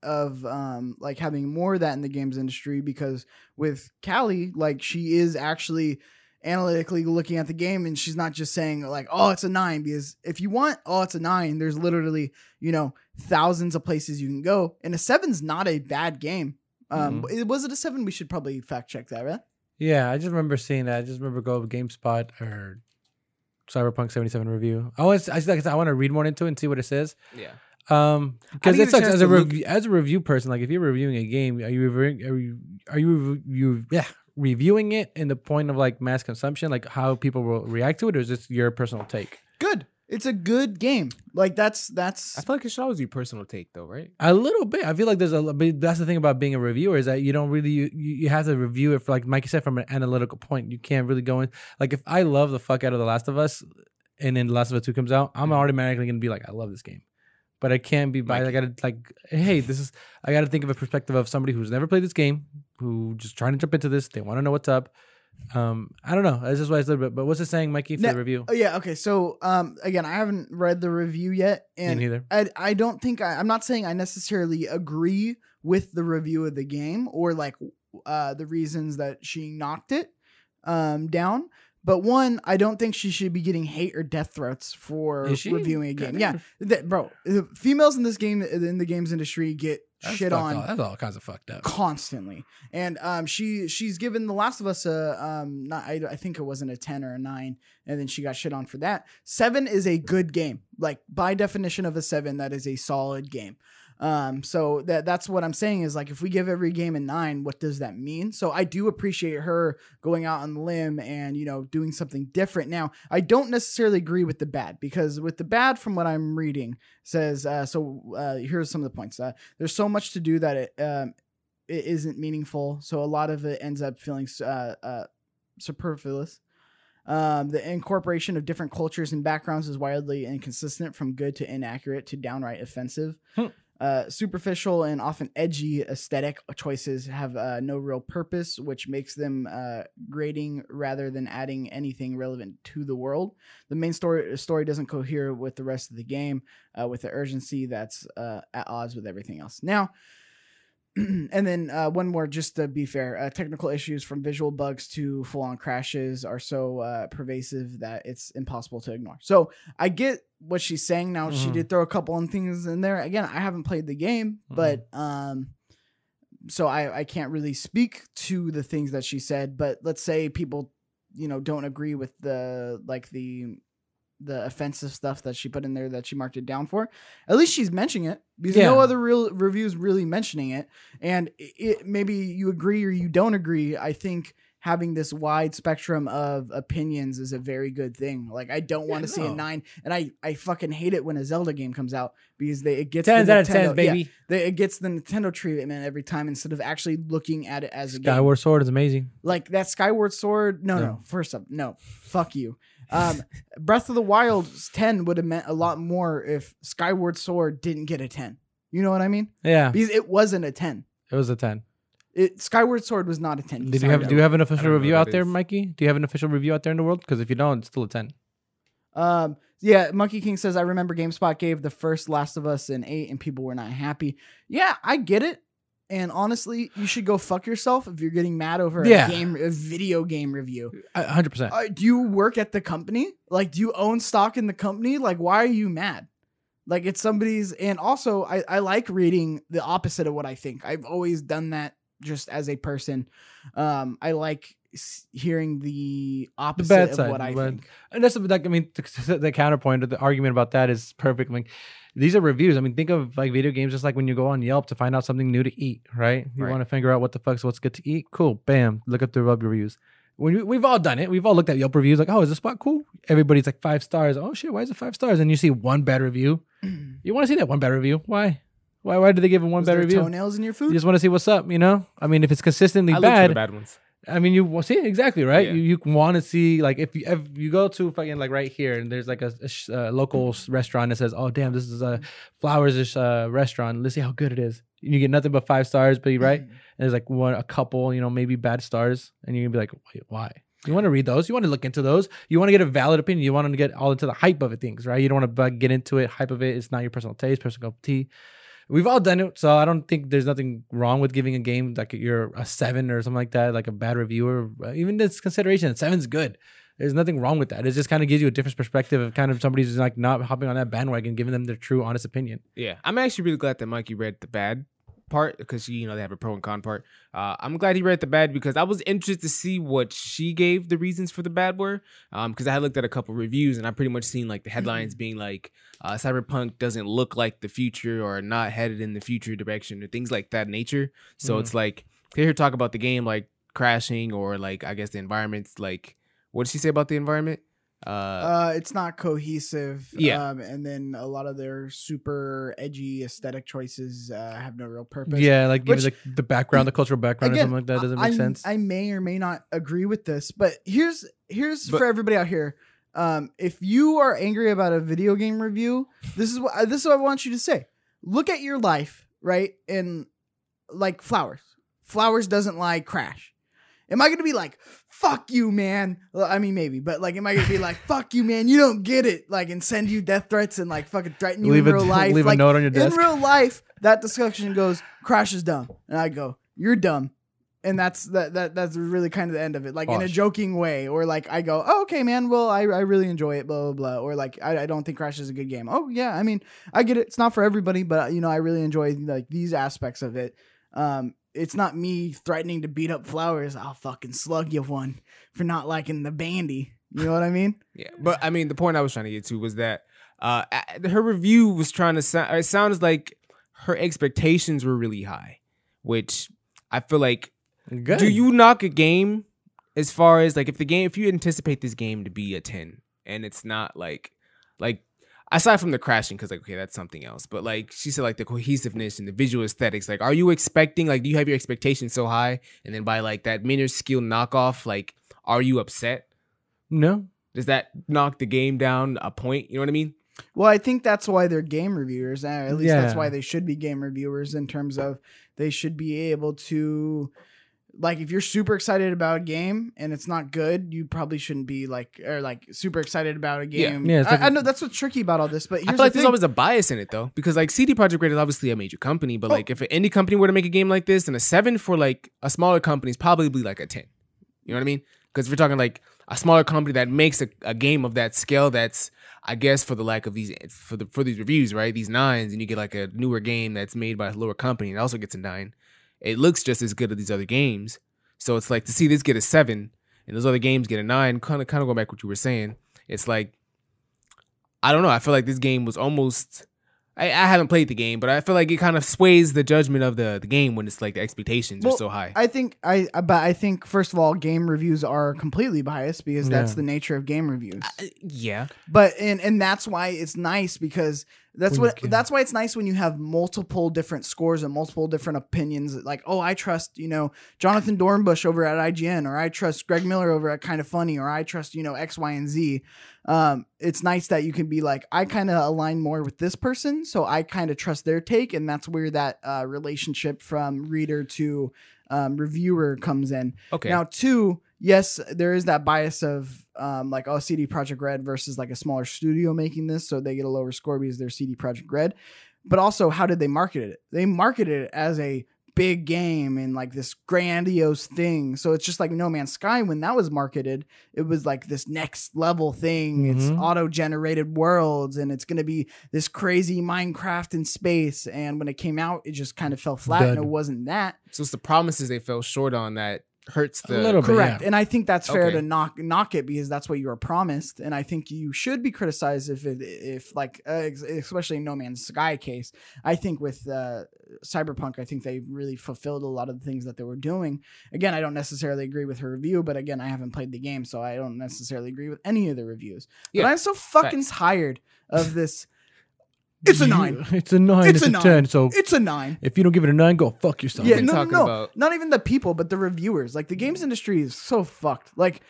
[SPEAKER 3] of um like having more of that in the games industry because with Callie, like she is actually analytically looking at the game and she's not just saying like, oh, it's a nine, because if you want, oh, it's a nine, there's literally, you know, thousands of places you can go. And a seven's not a bad game. Um it- was it a seven? We should probably fact check that, right?
[SPEAKER 2] Yeah, I just remember seeing that. I just remember go to GameSpot or Cyberpunk 77 review. I always, I just, like I, said, I want to read more into it and see what it says.
[SPEAKER 1] Yeah.
[SPEAKER 2] Um,
[SPEAKER 1] didn't
[SPEAKER 2] because
[SPEAKER 1] get
[SPEAKER 2] it
[SPEAKER 1] a
[SPEAKER 2] sucks
[SPEAKER 1] chance
[SPEAKER 2] as a
[SPEAKER 1] to look-
[SPEAKER 2] review, as a review person. Like if you're reviewing a game, are you reviewing, are you are you, rev- you yeah, reviewing it in the point of like mass consumption, like how people will react to it, or is this your personal take?
[SPEAKER 3] Good. It's a good game. Like that's that's
[SPEAKER 1] I feel like it should always be personal take though, right?
[SPEAKER 2] A little bit. I feel like there's a. li- But that's the thing about being a reviewer is that you don't really you, you you have to review it for like Mikey said from an analytical point. You can't really go in like if I love the fuck out of The Last of Us, and then The Last of Us Two comes out, I'm
[SPEAKER 3] Mm-hmm.
[SPEAKER 2] automatically gonna be like I love this game, but I can't be biased. I gotta like hey this is I gotta think of a perspective of somebody who's never played this game who just trying to jump into this. They want to know what's up. Um, I don't know. That's just why it's a little bit. But what's it saying, Mikey, for
[SPEAKER 3] No,
[SPEAKER 2] the review?
[SPEAKER 3] Oh yeah, okay. So um again, I haven't read the review yet
[SPEAKER 2] Me
[SPEAKER 3] and
[SPEAKER 2] neither.
[SPEAKER 3] I I don't think I, I'm not saying I necessarily agree with the review of the game or like uh the reasons that she knocked it um down. But one, I don't think she should be getting hate or death threats for
[SPEAKER 2] Is she?
[SPEAKER 3] reviewing a game.
[SPEAKER 2] Goddamn.
[SPEAKER 3] Yeah, that, bro, females in this game in the games industry get
[SPEAKER 2] That's
[SPEAKER 3] shit
[SPEAKER 2] fucked
[SPEAKER 3] on
[SPEAKER 2] all- that's all kinds of fucked up.
[SPEAKER 3] constantly. And um, she she's given The Last of Us a um, not I, I think it wasn't a ten or a nine, and then she got shit on for that. Seven is a good game, like by definition of a seven, that is a solid game. Um, so that that's what I'm saying is like if we give every game a nine, what does that mean? So I do appreciate her going out on the limb and you know doing something different. Now I don't necessarily agree with the bad because with the bad, from what I'm reading, says uh, so. Uh, here's some of the points. Uh, there's so much to do that it um, it isn't meaningful. So a lot of it ends up feeling uh, uh, superfluous. Um, the incorporation of different cultures and backgrounds is wildly inconsistent, from good to inaccurate to downright offensive.
[SPEAKER 2] Hmm.
[SPEAKER 3] Uh, superficial and often edgy aesthetic choices have uh, no real purpose, which makes them uh, grating rather than adding anything relevant to the world. The main story story doesn't cohere with the rest of the game, uh, with the urgency that's uh, at odds with everything else. Now, and then uh, one more, just to be fair, uh, technical issues from visual bugs to full on crashes are so uh, pervasive that it's impossible to ignore. So I get what she's saying now. She
[SPEAKER 2] Mhm.
[SPEAKER 3] did throw a couple on things in there. Again, I haven't played the game, but um, so I, I can't really speak to the things that she said. But let's say people, you know, don't agree with the like the the offensive stuff that she put in there that she marked it down for. At least she's mentioning it because
[SPEAKER 2] Yeah.
[SPEAKER 3] no other real reviews really mentioning it. And it, it maybe you agree or you don't agree. I think having this wide spectrum of opinions is a very good thing. Like I don't
[SPEAKER 2] Yeah,
[SPEAKER 3] want to see a
[SPEAKER 2] no.
[SPEAKER 3] nine, and I I fucking hate it when a Zelda game comes out because they it gets the
[SPEAKER 2] Tens out of tens,
[SPEAKER 3] Nintendo- yeah,
[SPEAKER 2] baby.
[SPEAKER 3] they, it gets the Nintendo treatment every time instead of actually looking at it as a game
[SPEAKER 2] Skyward Sword is amazing.
[SPEAKER 3] like that Skyward Sword. No, no,
[SPEAKER 2] No.
[SPEAKER 3] First up, no. Fuck you. Um, Breath of the Wild 10 would have meant a lot more if Skyward Sword didn't get a 10. You know what I mean?
[SPEAKER 2] Yeah,
[SPEAKER 3] Because it wasn't a 10.
[SPEAKER 2] it was a ten.
[SPEAKER 3] It Skyward Sword was not a 10.
[SPEAKER 2] Did you
[SPEAKER 3] Sorry.
[SPEAKER 2] have? Do you have an official
[SPEAKER 1] know
[SPEAKER 2] review
[SPEAKER 1] what
[SPEAKER 2] out
[SPEAKER 1] that
[SPEAKER 2] there,
[SPEAKER 1] is.
[SPEAKER 2] Mikey? Do you have an official review out there in the world? Because if you don't, it's still a ten.
[SPEAKER 3] Um, yeah, Monkey King says I remember GameSpot gave the first Last of Us an eight, and people were not happy. Yeah, I get it. And honestly, you should go fuck yourself if you're getting mad over
[SPEAKER 2] Yeah.
[SPEAKER 3] a game, a video game review.
[SPEAKER 2] A hundred percent.
[SPEAKER 3] Uh, do you work at the company? Like, do you own stock in the company? Like, why are you mad? Like, it's somebody's. And also, I, I like reading the opposite of what I think. I've always done that just as a person. Um, I like s- hearing the opposite
[SPEAKER 2] bad
[SPEAKER 3] of
[SPEAKER 2] side,
[SPEAKER 3] what I
[SPEAKER 2] but-
[SPEAKER 3] think.
[SPEAKER 2] And that's like I mean the, the counterpoint or the argument about that is perfect. Like these are reviews. I mean, think of like video games just like when you go on Yelp to find out something new to eat, right? You
[SPEAKER 1] Right.
[SPEAKER 2] want to figure out what the fuck's what's good to eat. Cool, bam, look up the Yelp reviews. When we, we've all done it, we've all looked at Yelp reviews. Like, oh, is this spot cool? Everybody's like five stars. Oh shit, why is it five stars? And you see one bad review. You want to see that one bad review? Why? Why? Why do they give it one
[SPEAKER 3] Was
[SPEAKER 2] bad
[SPEAKER 3] there
[SPEAKER 2] review?
[SPEAKER 3] toenails in your
[SPEAKER 2] You
[SPEAKER 3] food?
[SPEAKER 2] just want to see what's up, you know? I mean, if it's consistently
[SPEAKER 1] I looked for
[SPEAKER 2] bad,
[SPEAKER 1] the bad ones.
[SPEAKER 2] I mean, you wa- see exactly right.
[SPEAKER 1] Yeah.
[SPEAKER 2] You you want to see like if you if you go to fucking like right here and there's like a, a sh- uh, local s- restaurant that says, "Oh damn, this is a flowers uh, restaurant. Let's see how good it is." And you get nothing but five stars, but you right, and there's like one a couple, you know, maybe bad stars, and you're gonna be like, "Wait, why?" You want to read those. You want to look into those. You want to get a valid opinion. You want to get all into the hype of it, things, right? You don't want to like, get into it. Hype of it. It's not your personal taste, personal cup of tea. We've all done it, so I don't think there's nothing wrong with giving a game like you're a seven or something like that, like a bad reviewer. Uh, Even this consideration, seven's good. There's nothing wrong with that. It just kind of gives you a different perspective of kind of somebody's just like not hopping on that bandwagon, giving them their true, honest opinion.
[SPEAKER 1] Yeah, I'm actually really glad that Mikey read the bad part because you know they have a pro and con part. Uh, I'm glad he read the bad because I was interested to see what she gave the reasons for the bad were. Um, because I had looked at a couple reviews and I pretty much seen like the headlines being like, uh, "Cyberpunk doesn't look like the future" or "not headed in the future direction" or things like that nature. So
[SPEAKER 2] Mhm.
[SPEAKER 1] it's like they hear talk about the game like crashing or like I guess the environment's like what did she say about the environment? Uh,
[SPEAKER 3] Uh, it's not cohesive.
[SPEAKER 1] Yeah.
[SPEAKER 3] Um, and then a lot of their super edgy aesthetic choices uh, have no real purpose.
[SPEAKER 2] yeah, like give
[SPEAKER 3] which-
[SPEAKER 2] you the, the background, the cultural background, or
[SPEAKER 3] Again,
[SPEAKER 2] something like that. Doesn't
[SPEAKER 3] I,
[SPEAKER 2] make sense.
[SPEAKER 3] I may or may not agree with this, but here's here's
[SPEAKER 1] But-
[SPEAKER 3] for everybody out here. Um, if you are angry about a video game review, this is what I- this is what I want you to say. Look at your life, right? And like flowers. Flowers doesn't lie. Crash. Am I gonna be like, fuck you, man? Well, I mean, maybe, but like, am I gonna be like, fuck you, man? You don't get it, like, and send you death threats and like fucking threaten you
[SPEAKER 2] leave
[SPEAKER 3] in
[SPEAKER 2] a
[SPEAKER 3] real life?
[SPEAKER 2] leave
[SPEAKER 3] like,
[SPEAKER 2] a note on your
[SPEAKER 3] in
[SPEAKER 2] desk.
[SPEAKER 3] real life, that discussion goes, Crash is dumb. And I go, You're dumb. and that's that, that that's really kind of the end of it like in a
[SPEAKER 2] Pause.
[SPEAKER 3] joking way or like i go oh, okay man well I, I really enjoy it blah blah blah or like I, I don't think crash is a good game oh yeah i mean i get it it's not for everybody but you know i really enjoy like these aspects of it um it's not me threatening to beat up flowers i'll fucking slug you one for not liking the bandy you know what i mean
[SPEAKER 1] Yeah, but I mean, the point I was trying to get to was that uh, a- her review was trying to sound. It sounds like her expectations were really high, which I feel like.
[SPEAKER 2] Good.
[SPEAKER 1] Do you knock a game as far as like if the game if you anticipate this game to be a ten and it's not like like aside from the crashing because like okay that's something else but like she said like the cohesiveness and the visual aesthetics like are you expecting like do you have your expectations so high and then by like that minuscule knockoff like are you upset
[SPEAKER 2] No.
[SPEAKER 1] does that knock the game down a point? You know what I mean?
[SPEAKER 3] Well, I think that's why they're game reviewers. uh, At least that's
[SPEAKER 2] Yeah.
[SPEAKER 3] why they should be game reviewers in terms of they should be able to like if you're super excited about a game and it's not good, you probably shouldn't be like or like super excited about a
[SPEAKER 1] Yeah.
[SPEAKER 3] game.
[SPEAKER 2] Yeah, it's like-
[SPEAKER 3] I, I know that's what's tricky about all this, but
[SPEAKER 1] I
[SPEAKER 3] here's
[SPEAKER 1] feel like
[SPEAKER 3] the
[SPEAKER 1] there's
[SPEAKER 3] thing.
[SPEAKER 1] always a bias in it though, because like CD Projekt Red is obviously a major company, but
[SPEAKER 3] Oh.
[SPEAKER 1] like if an indie company were to make a game like this, then a seven for like a smaller company is probably like a ten. You know what I mean? Because we're talking like a smaller company that makes a, a game of that scale. That's I guess for the lack of these for the for these reviews, right? These nines, and you get like a newer game that's made by a lower company and also gets a nine. It looks just as good as these other games. So it's like to see this get a seven and those other games get a nine. Kind of kind of going back to what you were saying. It's like I don't know. I feel like this game was almost. I, I haven't played the game, but I feel like it kind of sways the judgment of the, the game when it's like the expectations are
[SPEAKER 3] Well,
[SPEAKER 1] so high.
[SPEAKER 3] I think I I- but I think first of all, game reviews are completely biased because that's
[SPEAKER 2] Yeah.
[SPEAKER 3] the nature of game reviews.
[SPEAKER 1] I- yeah,
[SPEAKER 3] but and and that's why it's nice because that's
[SPEAKER 2] When you
[SPEAKER 3] what
[SPEAKER 2] can-
[SPEAKER 3] that's why it's nice when you have multiple different scores and multiple different opinions like oh i trust you know jonathan dornbush over at ign or i trust greg miller over at kind of funny or i trust you know x y and z um, it's nice that you can be like i kind of align more with this person so i kind of trust their take and that's where that uh, relationship from reader to um, reviewer comes in
[SPEAKER 1] okay.
[SPEAKER 3] now, two, yes, there is that bias of um, like oh, CD Project Red versus like a smaller studio making this, so they get a lower score because they're CD Project Red. But also, how did they market it? They marketed it as a big game and like this grandiose thing. So it's just like No Man's Sky when that was marketed, it was like this next level thing. It's
[SPEAKER 2] Mhm.
[SPEAKER 3] auto-generated worlds and it's going to be this crazy Minecraft in space. And when it came out, it just kind of fell flat and
[SPEAKER 2] Dud.
[SPEAKER 3] it wasn't that.
[SPEAKER 1] so it's the promises they fell short on that hurts
[SPEAKER 2] A
[SPEAKER 1] the
[SPEAKER 2] little bit.
[SPEAKER 3] Correct.
[SPEAKER 2] yeah.
[SPEAKER 3] And I think that's fair
[SPEAKER 1] Okay.
[SPEAKER 3] to knock knock it because that's what you were promised. And I think you should be criticized if it, if like uh, ex- especially in No Man's Sky case. I think with uh, Cyberpunk, I think they really fulfilled a lot of the things that they were doing. Again, I don't necessarily agree with her review, but again, I haven't played the game, so I don't necessarily agree with any of the reviews.
[SPEAKER 1] Yeah.
[SPEAKER 3] But I'm so fucking
[SPEAKER 1] Facts.
[SPEAKER 3] tired of this. It's a
[SPEAKER 2] You-
[SPEAKER 3] nine.
[SPEAKER 2] It's a nine.
[SPEAKER 3] It's
[SPEAKER 2] It's,
[SPEAKER 3] a
[SPEAKER 2] a,
[SPEAKER 3] nine.
[SPEAKER 2] ten. So
[SPEAKER 3] It's a nine.
[SPEAKER 2] if you don't give it a nine, go fuck yourself.
[SPEAKER 3] Yeah,
[SPEAKER 1] been
[SPEAKER 3] no, no,
[SPEAKER 1] talking
[SPEAKER 3] no.
[SPEAKER 1] about-
[SPEAKER 3] Not even the people, but the reviewers. Like the games industry is so fucked. Like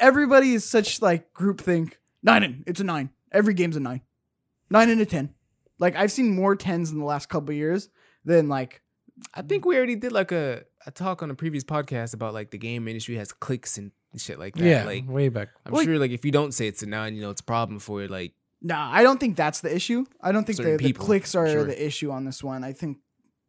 [SPEAKER 3] everybody is such like groupthink. Nine in, it's a nine. Every game's a nine. Nine and a ten. Like I've seen more tens in the last couple of years than like
[SPEAKER 1] I think we already did like a, a talk on a previous podcast about like the game industry has clicks and shit like that.
[SPEAKER 2] Yeah,
[SPEAKER 1] like
[SPEAKER 2] way back.
[SPEAKER 1] I'm
[SPEAKER 3] Well,
[SPEAKER 1] sure like if you don't say it's a nine, you know it's a problem for like
[SPEAKER 3] nah. I don't think that's the issue. I don't think
[SPEAKER 1] Certain
[SPEAKER 3] the, the
[SPEAKER 1] people,
[SPEAKER 3] clicks are
[SPEAKER 1] sure.
[SPEAKER 3] the issue on this one. I think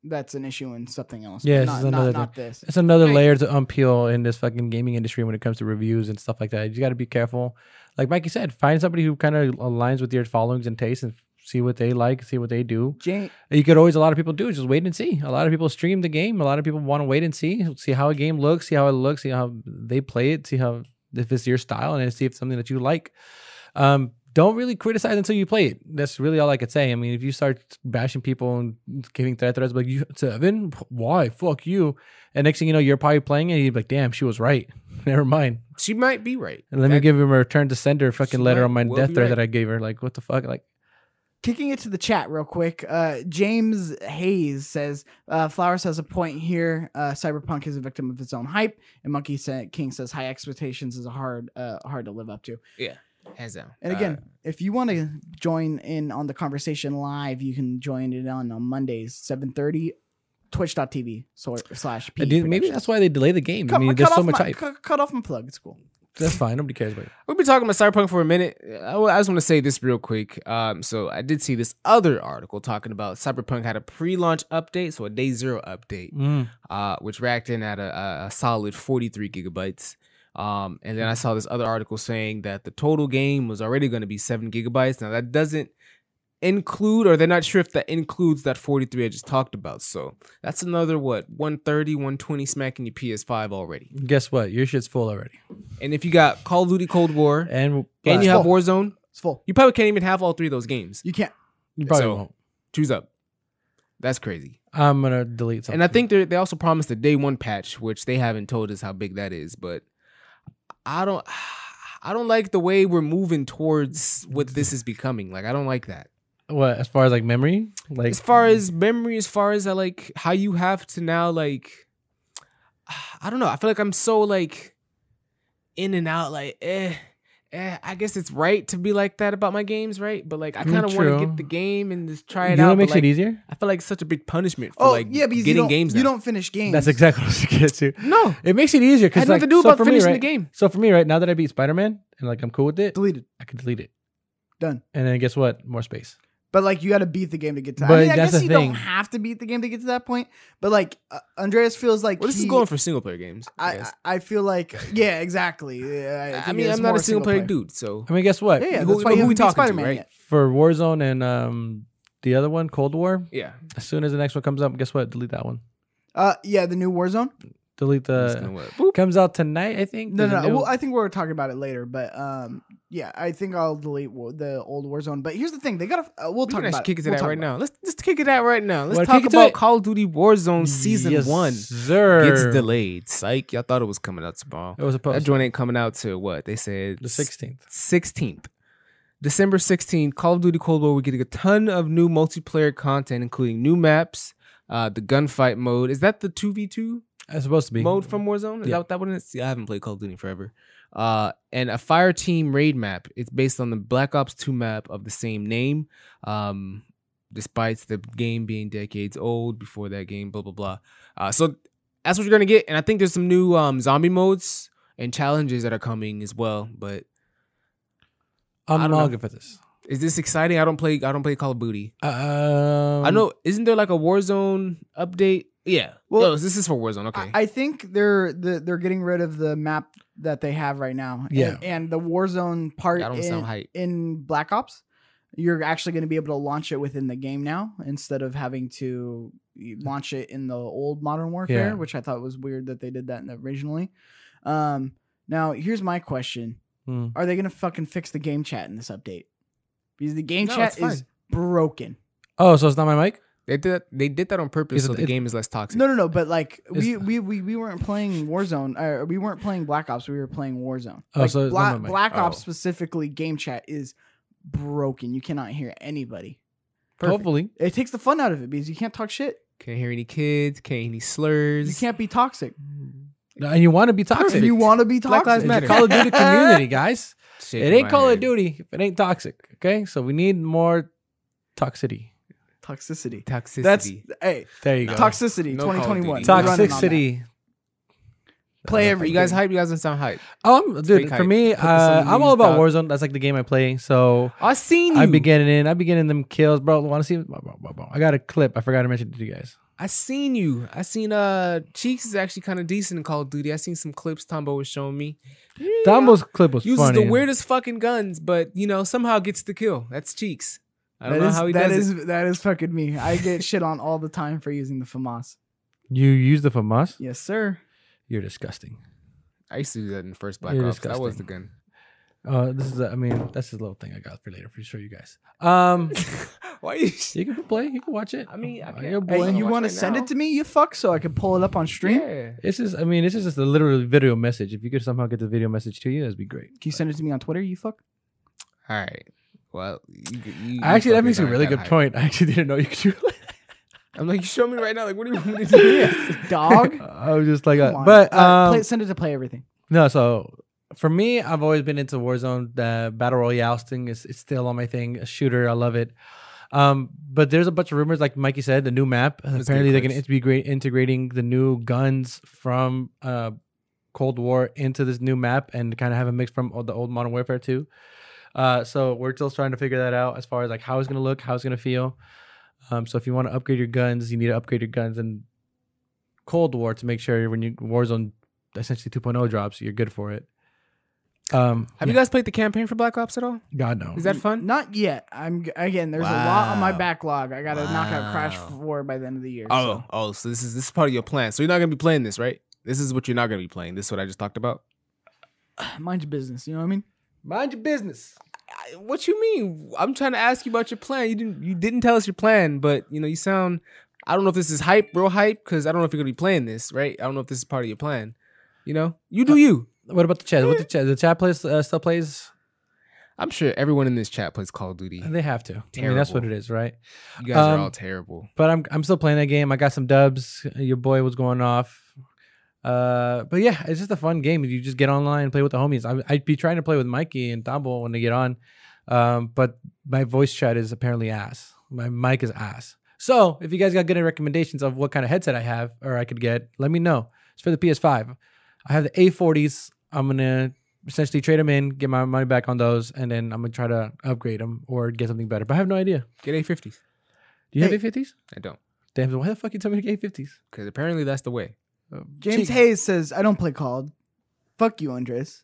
[SPEAKER 3] that's an issue in something else.
[SPEAKER 2] Yeah, this
[SPEAKER 3] not,
[SPEAKER 2] is another
[SPEAKER 3] not,
[SPEAKER 2] thing.
[SPEAKER 3] not this.
[SPEAKER 2] It's another
[SPEAKER 1] Right.
[SPEAKER 2] layer to unpeel in this fucking gaming industry when it comes to reviews and stuff like that. You got to be careful. Like Mikey said, find somebody who kind of aligns with your followings and tastes and see what they like, see what they do.
[SPEAKER 3] Jane,
[SPEAKER 2] You could always, a lot of people do, is just wait and see. A lot of people stream the game. A lot of people want to wait and see, see how a game looks, see how it looks, see how they play it, see how if it's your style and see if it's something that you like. Um, don't really criticize until you play it. That's really all I could say. I mean, if you start bashing people and giving threat threats, like you seven, why fuck you? And next thing you know, you're probably playing it. And you're like, damn, she was right. Never mind.
[SPEAKER 1] she might be right.
[SPEAKER 2] And let me
[SPEAKER 1] That-
[SPEAKER 2] give him a return to sender fucking
[SPEAKER 1] she
[SPEAKER 2] letter
[SPEAKER 1] might
[SPEAKER 2] on my
[SPEAKER 1] well be
[SPEAKER 2] death threat
[SPEAKER 1] right.
[SPEAKER 2] that I gave her. Like, what the fuck? Like,
[SPEAKER 3] kicking it to the chat real quick uh, james hayes says uh, flowers has a point here uh, cyberpunk is a victim of its own hype and monkey Sa- king says high expectations is a hard uh, hard to live up to
[SPEAKER 1] hands down.
[SPEAKER 3] and
[SPEAKER 1] Uh,
[SPEAKER 3] again if you want to join in on the conversation live you can join it on on mondays 7.30 twitch.tv sor- slash P
[SPEAKER 2] dude, maybe
[SPEAKER 3] Productions.
[SPEAKER 2] Uh, that's why they delay the game.
[SPEAKER 3] cut,
[SPEAKER 2] I mean,
[SPEAKER 3] cut
[SPEAKER 2] there's so
[SPEAKER 3] off
[SPEAKER 2] much
[SPEAKER 3] my,
[SPEAKER 2] hype.
[SPEAKER 3] cut, cut off my plug it's cool
[SPEAKER 2] That's fine. Nobody cares about it.
[SPEAKER 1] We've been talking about Cyberpunk for a minute. I w- I just want to say this real quick. Um, so I did see this other article talking about Cyberpunk had a pre-launch update, so a day zero update,
[SPEAKER 2] Mm.
[SPEAKER 1] uh, which racked in at a, a, a solid 43 gigabytes. Um, and then I saw this other article saying that the total game was already going to be seven gigabytes. Now that doesn't include, or they're not sure if that includes that 43 I just talked about. So that's another what 130, 120 smacking your PS5 already.
[SPEAKER 2] Guess what? Your shit's full already.
[SPEAKER 1] And if you got Call of Duty Cold War
[SPEAKER 2] And
[SPEAKER 1] and you
[SPEAKER 2] Blast.
[SPEAKER 1] have
[SPEAKER 3] Full.
[SPEAKER 1] Warzone.
[SPEAKER 3] It's full.
[SPEAKER 1] You probably can't even have all three of those games.
[SPEAKER 3] You can't.
[SPEAKER 2] you probably
[SPEAKER 1] so-
[SPEAKER 2] won't.
[SPEAKER 1] Choose up. That's crazy.
[SPEAKER 2] I'm gonna delete something.
[SPEAKER 1] And I think they they also promised a day one patch, which they haven't told us how big that is. But I don't, I don't like the way we're moving towards what this is becoming. Like I don't like that.
[SPEAKER 2] what as far as like memory, like mm.
[SPEAKER 1] As far as memory, as far as I like how you have to now like, I don't know. I feel like I'm so like in and out. Like eh. Eh, I guess it's right to be like that about my games, right? But like, I
[SPEAKER 2] Mm,
[SPEAKER 1] kind of want to
[SPEAKER 2] true.
[SPEAKER 1] get the game and just try it
[SPEAKER 2] you
[SPEAKER 1] out.
[SPEAKER 2] know what
[SPEAKER 1] but,
[SPEAKER 2] makes
[SPEAKER 1] like,
[SPEAKER 2] it easier?
[SPEAKER 1] I feel like it's such a big punishment for
[SPEAKER 3] Oh
[SPEAKER 1] like
[SPEAKER 3] yeah, because you
[SPEAKER 1] getting
[SPEAKER 3] don't,
[SPEAKER 1] games.
[SPEAKER 3] you
[SPEAKER 1] now.
[SPEAKER 3] don't finish games.
[SPEAKER 2] That's exactly what I was gonna get to.
[SPEAKER 1] No,
[SPEAKER 2] It makes it easier
[SPEAKER 1] it has
[SPEAKER 2] because like
[SPEAKER 1] nothing to do
[SPEAKER 2] so
[SPEAKER 1] about
[SPEAKER 2] for me,
[SPEAKER 1] finishing the
[SPEAKER 2] right?
[SPEAKER 1] game.
[SPEAKER 2] So for me, right now that I beat Spider Man and like I'm cool with it,
[SPEAKER 3] deleted.
[SPEAKER 2] I could delete it.
[SPEAKER 3] Done.
[SPEAKER 2] And then guess what? More space.
[SPEAKER 3] But like you got to beat the game to get to. That. I
[SPEAKER 2] But
[SPEAKER 3] mean, I
[SPEAKER 2] that's
[SPEAKER 3] guess
[SPEAKER 2] the
[SPEAKER 3] you
[SPEAKER 2] thing.
[SPEAKER 3] don't have to beat the game to get to that point. But like uh, Andreas feels like
[SPEAKER 1] Well, this is
[SPEAKER 3] he-
[SPEAKER 1] going for single player games. I,
[SPEAKER 3] I,
[SPEAKER 1] guess.
[SPEAKER 3] I I feel like yeah, exactly.
[SPEAKER 1] I,
[SPEAKER 3] Yeah,
[SPEAKER 1] mean, I'm not a single player, dude, so
[SPEAKER 2] I mean, guess what?
[SPEAKER 3] Yeah, yeah,
[SPEAKER 1] Who-
[SPEAKER 3] that's
[SPEAKER 1] who
[SPEAKER 3] why you
[SPEAKER 1] we
[SPEAKER 3] haven't beat
[SPEAKER 1] talking to,
[SPEAKER 3] Spider-Man
[SPEAKER 1] right?
[SPEAKER 3] yet.
[SPEAKER 2] For Warzone and um the other one, Cold War.
[SPEAKER 1] yeah.
[SPEAKER 2] As soon as the next one comes up, guess what? Delete that one.
[SPEAKER 3] Uh, yeah, the new Warzone.
[SPEAKER 2] Delete
[SPEAKER 1] I'm just gonna
[SPEAKER 2] the
[SPEAKER 1] what- boop.
[SPEAKER 2] comes out tonight. I think.
[SPEAKER 3] No,
[SPEAKER 2] There's
[SPEAKER 3] no,
[SPEAKER 2] a
[SPEAKER 3] no.
[SPEAKER 2] new-
[SPEAKER 3] Well, I think we're talking about it later, but um, yeah, I think I'll delete wa- the old Warzone. But here's the thing: they gotta. Uh, we'll
[SPEAKER 1] We
[SPEAKER 3] talk
[SPEAKER 1] can actually
[SPEAKER 3] about
[SPEAKER 1] kick it to
[SPEAKER 3] We'll
[SPEAKER 1] that
[SPEAKER 3] talk
[SPEAKER 1] right
[SPEAKER 3] about
[SPEAKER 1] now. Let's just kick it out right now. Let's
[SPEAKER 2] Wanna
[SPEAKER 1] talk
[SPEAKER 2] kick it to
[SPEAKER 1] about
[SPEAKER 2] it?
[SPEAKER 1] Call of Duty Warzone Season
[SPEAKER 2] Yes,
[SPEAKER 1] One.
[SPEAKER 2] sir.
[SPEAKER 1] Gets delayed. Psych. Y'all thought it was coming out tomorrow.
[SPEAKER 2] It was
[SPEAKER 1] That
[SPEAKER 2] supposed
[SPEAKER 1] joint ain't coming out till what? They said
[SPEAKER 2] the 16th.
[SPEAKER 1] 16th. December 16th, Call of Duty Cold War, we're getting a ton of new multiplayer content, including new maps, uh, the gunfight mode. Is that the 2v2
[SPEAKER 2] It's supposed to be
[SPEAKER 1] mode from Warzone? Is
[SPEAKER 2] Yeah.
[SPEAKER 1] that what that one is? See, I haven't played Call of Duty in forever. Uh, and a fire team raid map. It's based on the Black Ops 2 map of the same name. Um, despite the game being decades old before that game, blah blah blah. Uh, so that's what you're gonna get. And I think there's some new um, zombie modes and challenges that are coming as well. But I
[SPEAKER 2] I'm
[SPEAKER 1] don't
[SPEAKER 2] all
[SPEAKER 1] know.
[SPEAKER 2] good for this.
[SPEAKER 1] is this exciting? I don't play. I don't play Call of Duty.
[SPEAKER 2] Um,
[SPEAKER 1] I know. Isn't there like a Warzone update? Yeah.
[SPEAKER 3] Well-
[SPEAKER 1] Well, this is for Warzone. Okay.
[SPEAKER 3] I, I think they're the, they're getting rid of the map that they have right now.
[SPEAKER 2] Yeah.
[SPEAKER 3] and, and the Warzone part
[SPEAKER 1] That don't
[SPEAKER 3] in,
[SPEAKER 1] sound hype.
[SPEAKER 3] in Black Ops, you're actually going to be able to launch it within the game now instead of having to launch it in the old Modern Warfare,
[SPEAKER 2] Hmm. Yeah.
[SPEAKER 3] which I thought was weird that they did that originally. Um, now here's my question:
[SPEAKER 2] Hmm.
[SPEAKER 3] Are they going to fucking fix the game chat in this update? Because the game
[SPEAKER 1] No, it's
[SPEAKER 3] chat is
[SPEAKER 1] fine.
[SPEAKER 3] broken.
[SPEAKER 2] Oh, so it's not my mic.
[SPEAKER 1] They did. That, they did that on purpose,
[SPEAKER 2] Is it-
[SPEAKER 1] so the
[SPEAKER 2] it-
[SPEAKER 1] game is less toxic.
[SPEAKER 3] No, no, no. But like
[SPEAKER 2] It's-
[SPEAKER 3] we, we we we weren't playing Warzone. Or we weren't playing Black Ops. We were playing Warzone.
[SPEAKER 2] Oh,
[SPEAKER 3] like,
[SPEAKER 2] so it's
[SPEAKER 3] Bla-
[SPEAKER 2] not my mic.
[SPEAKER 3] Black Ops
[SPEAKER 2] Oh.
[SPEAKER 3] specifically, game chat is broken. You cannot hear anybody.
[SPEAKER 1] Perfect.
[SPEAKER 2] Hopefully,
[SPEAKER 3] It takes the fun out of it because you can't talk shit.
[SPEAKER 1] Can't hear any kids. Can't hear any
[SPEAKER 3] You
[SPEAKER 1] slurs.
[SPEAKER 3] can't be toxic.
[SPEAKER 2] and you want to be toxic.
[SPEAKER 3] If you want to be toxic,
[SPEAKER 1] Black Lives
[SPEAKER 2] It's
[SPEAKER 1] Matter.
[SPEAKER 2] a Call of Duty community, guys.
[SPEAKER 1] Shaking
[SPEAKER 2] It ain't
[SPEAKER 1] my
[SPEAKER 2] Call of
[SPEAKER 1] head.
[SPEAKER 2] Duty if it ain't toxic. Okay, so we need more toxicity.
[SPEAKER 3] toxicity.
[SPEAKER 1] Toxicity.
[SPEAKER 3] That's hey
[SPEAKER 2] There you go.
[SPEAKER 3] toxicity.
[SPEAKER 1] No Call of
[SPEAKER 3] Twenty twenty one.
[SPEAKER 1] Duty. We're
[SPEAKER 2] Toxicity.
[SPEAKER 3] Play
[SPEAKER 2] Uh,
[SPEAKER 1] Are
[SPEAKER 3] every-
[SPEAKER 1] you guys hype? You guys don't sound hype.
[SPEAKER 2] Um,
[SPEAKER 1] Fake
[SPEAKER 2] dude, for
[SPEAKER 1] hype.
[SPEAKER 2] me,
[SPEAKER 1] Put this
[SPEAKER 2] uh,
[SPEAKER 1] on
[SPEAKER 2] I'm all
[SPEAKER 1] these
[SPEAKER 2] about
[SPEAKER 1] top-
[SPEAKER 2] Warzone. That's like the game I play. So
[SPEAKER 1] I seen you.
[SPEAKER 2] I be getting in. I be getting them kills, bro. Want to see? I got a clip. I forgot to mention it to you guys.
[SPEAKER 1] I seen you. I seen uh Cheeks is actually kind of decent in Call of Duty. I seen some clips Tombo was showing me.
[SPEAKER 2] Dumbo's clip was
[SPEAKER 1] uses
[SPEAKER 2] funny.
[SPEAKER 1] the weirdest fucking guns, but you know somehow gets the kill. That's Cheeks. I don't
[SPEAKER 3] That
[SPEAKER 1] know
[SPEAKER 3] is-
[SPEAKER 1] how he
[SPEAKER 3] that
[SPEAKER 1] does it.
[SPEAKER 3] is that is fucking me. I get shit on all the time for using the FAMAS.
[SPEAKER 2] You used the FAMAS?
[SPEAKER 3] Yes, sir.
[SPEAKER 2] You're disgusting.
[SPEAKER 1] I used to do that in the first Black
[SPEAKER 2] You're
[SPEAKER 1] Ops. That was the gun.
[SPEAKER 2] Uh, this is. A, I mean, that's a little thing I got for later for sure. You guys. Um,
[SPEAKER 1] Why you?
[SPEAKER 2] you can play. You can watch it.
[SPEAKER 1] I mean, I
[SPEAKER 2] Uh,
[SPEAKER 1] can't-
[SPEAKER 2] your
[SPEAKER 3] Hey,
[SPEAKER 2] boy.
[SPEAKER 1] Wanna
[SPEAKER 3] you
[SPEAKER 1] watch
[SPEAKER 3] want
[SPEAKER 1] right
[SPEAKER 3] to send
[SPEAKER 1] now?
[SPEAKER 3] it to me, you fuck, so I can pull it up on stream? Can
[SPEAKER 1] Yeah.
[SPEAKER 2] This is. I mean, this is just a literal video message. If you could somehow get the video message to you, that'd be great.
[SPEAKER 3] you send it to me on Twitter, you fuck?
[SPEAKER 1] All right. Well, you, you, you
[SPEAKER 2] Actually, that
[SPEAKER 1] fuckers
[SPEAKER 2] makes a
[SPEAKER 1] aren't
[SPEAKER 2] really
[SPEAKER 1] that
[SPEAKER 2] good
[SPEAKER 1] hype.
[SPEAKER 2] point. I actually didn't know you could do it.
[SPEAKER 1] I'm like, you show me right now. Like, what do you want me to do?
[SPEAKER 3] Dog.
[SPEAKER 2] I was just like, uh,
[SPEAKER 3] Come on.
[SPEAKER 2] but
[SPEAKER 3] Uh,
[SPEAKER 2] um,
[SPEAKER 3] play, send it to play everything.
[SPEAKER 2] no. So for me, I've always been into Warzone. The battle royale thing is it's still on my thing. A shooter, I love it. Um, but there's a bunch of rumors, like Mikey said, the new map.
[SPEAKER 1] get
[SPEAKER 2] apparently, they're going
[SPEAKER 1] clips.
[SPEAKER 2] to integrate integrating the new guns from uh, Cold War into this new map and kind of have a mix from all the old Modern Warfare 2. Uh, so we're still trying to figure that out as far as like how it's gonna look, how it's gonna feel. Um, so if you want to upgrade your guns, you need to upgrade your guns in Cold War to make sure when you Warzone essentially 2.0 drops, you're good for it. Um,
[SPEAKER 1] Have you guys played the campaign for Black Ops at all?
[SPEAKER 2] you God no.
[SPEAKER 1] Is that fun?
[SPEAKER 3] Not yet. I'm g- again. There's a lot on my
[SPEAKER 1] Wow.
[SPEAKER 3] backlog. I gotta knock out Crash
[SPEAKER 1] Wow.
[SPEAKER 3] Four by the end of the year.
[SPEAKER 1] Oh, oh, so this is this is part of your plan. So you're not gonna be playing this, right? This is what you're not gonna be playing. This is what I just talked about.
[SPEAKER 3] so. mind your business. You know what I mean?
[SPEAKER 2] Mind your business.
[SPEAKER 1] I, what you mean? I'm trying to ask you about your plan. You didn't you didn't tell us your plan, but you know you sound. I don't know if this is hype, real hype, because I don't know if you're gonna be playing this, right? I don't know if this is part of your plan. You know, you do you.
[SPEAKER 2] What about the chat? What the chat? The chat plays uh, still plays.
[SPEAKER 1] I'm sure everyone in this chat plays Call of Duty.
[SPEAKER 2] They have to. I mean, that's what it
[SPEAKER 1] Terrible.
[SPEAKER 2] is, right?
[SPEAKER 1] You guys are
[SPEAKER 2] Um,
[SPEAKER 1] all terrible.
[SPEAKER 2] But I'm I'm still playing that game. I got some dubs. Your boy was going off. Uh, but yeah, it's just a fun game. You just get online and play with the homies. I, I'd be trying to play with Mikey and Tambo when they get on, um, but my voice chat is apparently ass. My mic is ass. So if you guys got good recommendations of what kind of headset I have or I could get, let me know. It's for the PS5. I have the A40s. I'm gonna essentially trade them in, get my money back on those, and then I'm gonna try to upgrade them or get something better. But I have no idea.
[SPEAKER 1] Get A50s.
[SPEAKER 2] Do you
[SPEAKER 3] Hey.
[SPEAKER 2] have A50s?
[SPEAKER 1] I don't,
[SPEAKER 2] Damn, so why the fuck you tell me to get 50s?
[SPEAKER 1] because apparently that's the way.
[SPEAKER 3] James Hayes says I don't play called. Fuck you, Andres.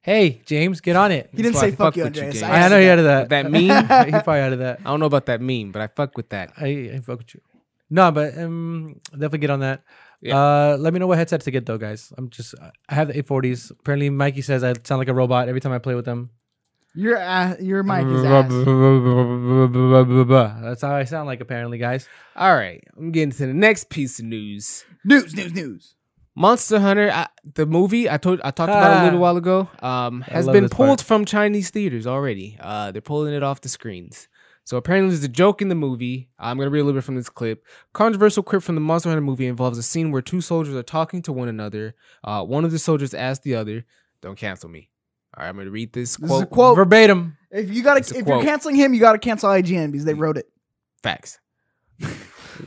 [SPEAKER 2] Hey, James, get on it.
[SPEAKER 3] He didn't
[SPEAKER 1] why
[SPEAKER 3] say
[SPEAKER 1] I
[SPEAKER 3] fuck
[SPEAKER 1] fuck
[SPEAKER 3] you,
[SPEAKER 1] with you,
[SPEAKER 3] Andres.
[SPEAKER 1] James.
[SPEAKER 2] I, know
[SPEAKER 3] asked
[SPEAKER 2] he
[SPEAKER 3] you
[SPEAKER 2] had that.
[SPEAKER 1] That
[SPEAKER 2] he
[SPEAKER 1] meme. I
[SPEAKER 2] probably had that.
[SPEAKER 1] don't know about that meme, but I fuck with that.
[SPEAKER 2] I, I fuck with you. No, but um, definitely get on that.
[SPEAKER 1] Yeah.
[SPEAKER 2] Uh, let me know what headsets to get though, guys. I'm just I have the A40s. Apparently, Mikey says I sound like a robot every time I play with them.
[SPEAKER 3] Your ass, your mic is ass.
[SPEAKER 2] That's how I sound like apparently, guys.
[SPEAKER 1] All right, I'm getting to the next piece of news.
[SPEAKER 3] News, news, news.
[SPEAKER 1] Monster Hunter, I, the movie I told I talked about it a little
[SPEAKER 2] Ah.
[SPEAKER 1] while ago, um,
[SPEAKER 2] I
[SPEAKER 1] has
[SPEAKER 2] love
[SPEAKER 1] been
[SPEAKER 2] this
[SPEAKER 1] pulled
[SPEAKER 2] part.
[SPEAKER 1] from Chinese theaters already. Uh, they're pulling it off the screens. So apparently there's a joke in the movie. I'm gonna read a little bit from this clip. Controversial clip from the Monster Hunter movie involves a scene where two soldiers are talking to one another. Uh, one of the soldiers asks the other, "Don't cancel me." All right, I'm gonna read this
[SPEAKER 3] This
[SPEAKER 1] quote.
[SPEAKER 3] is a quote.
[SPEAKER 2] Verbatim.
[SPEAKER 3] If you gotta,
[SPEAKER 1] It's a
[SPEAKER 3] if you're
[SPEAKER 1] quote.
[SPEAKER 3] canceling him, you gotta cancel IGN because they wrote it.
[SPEAKER 1] Facts.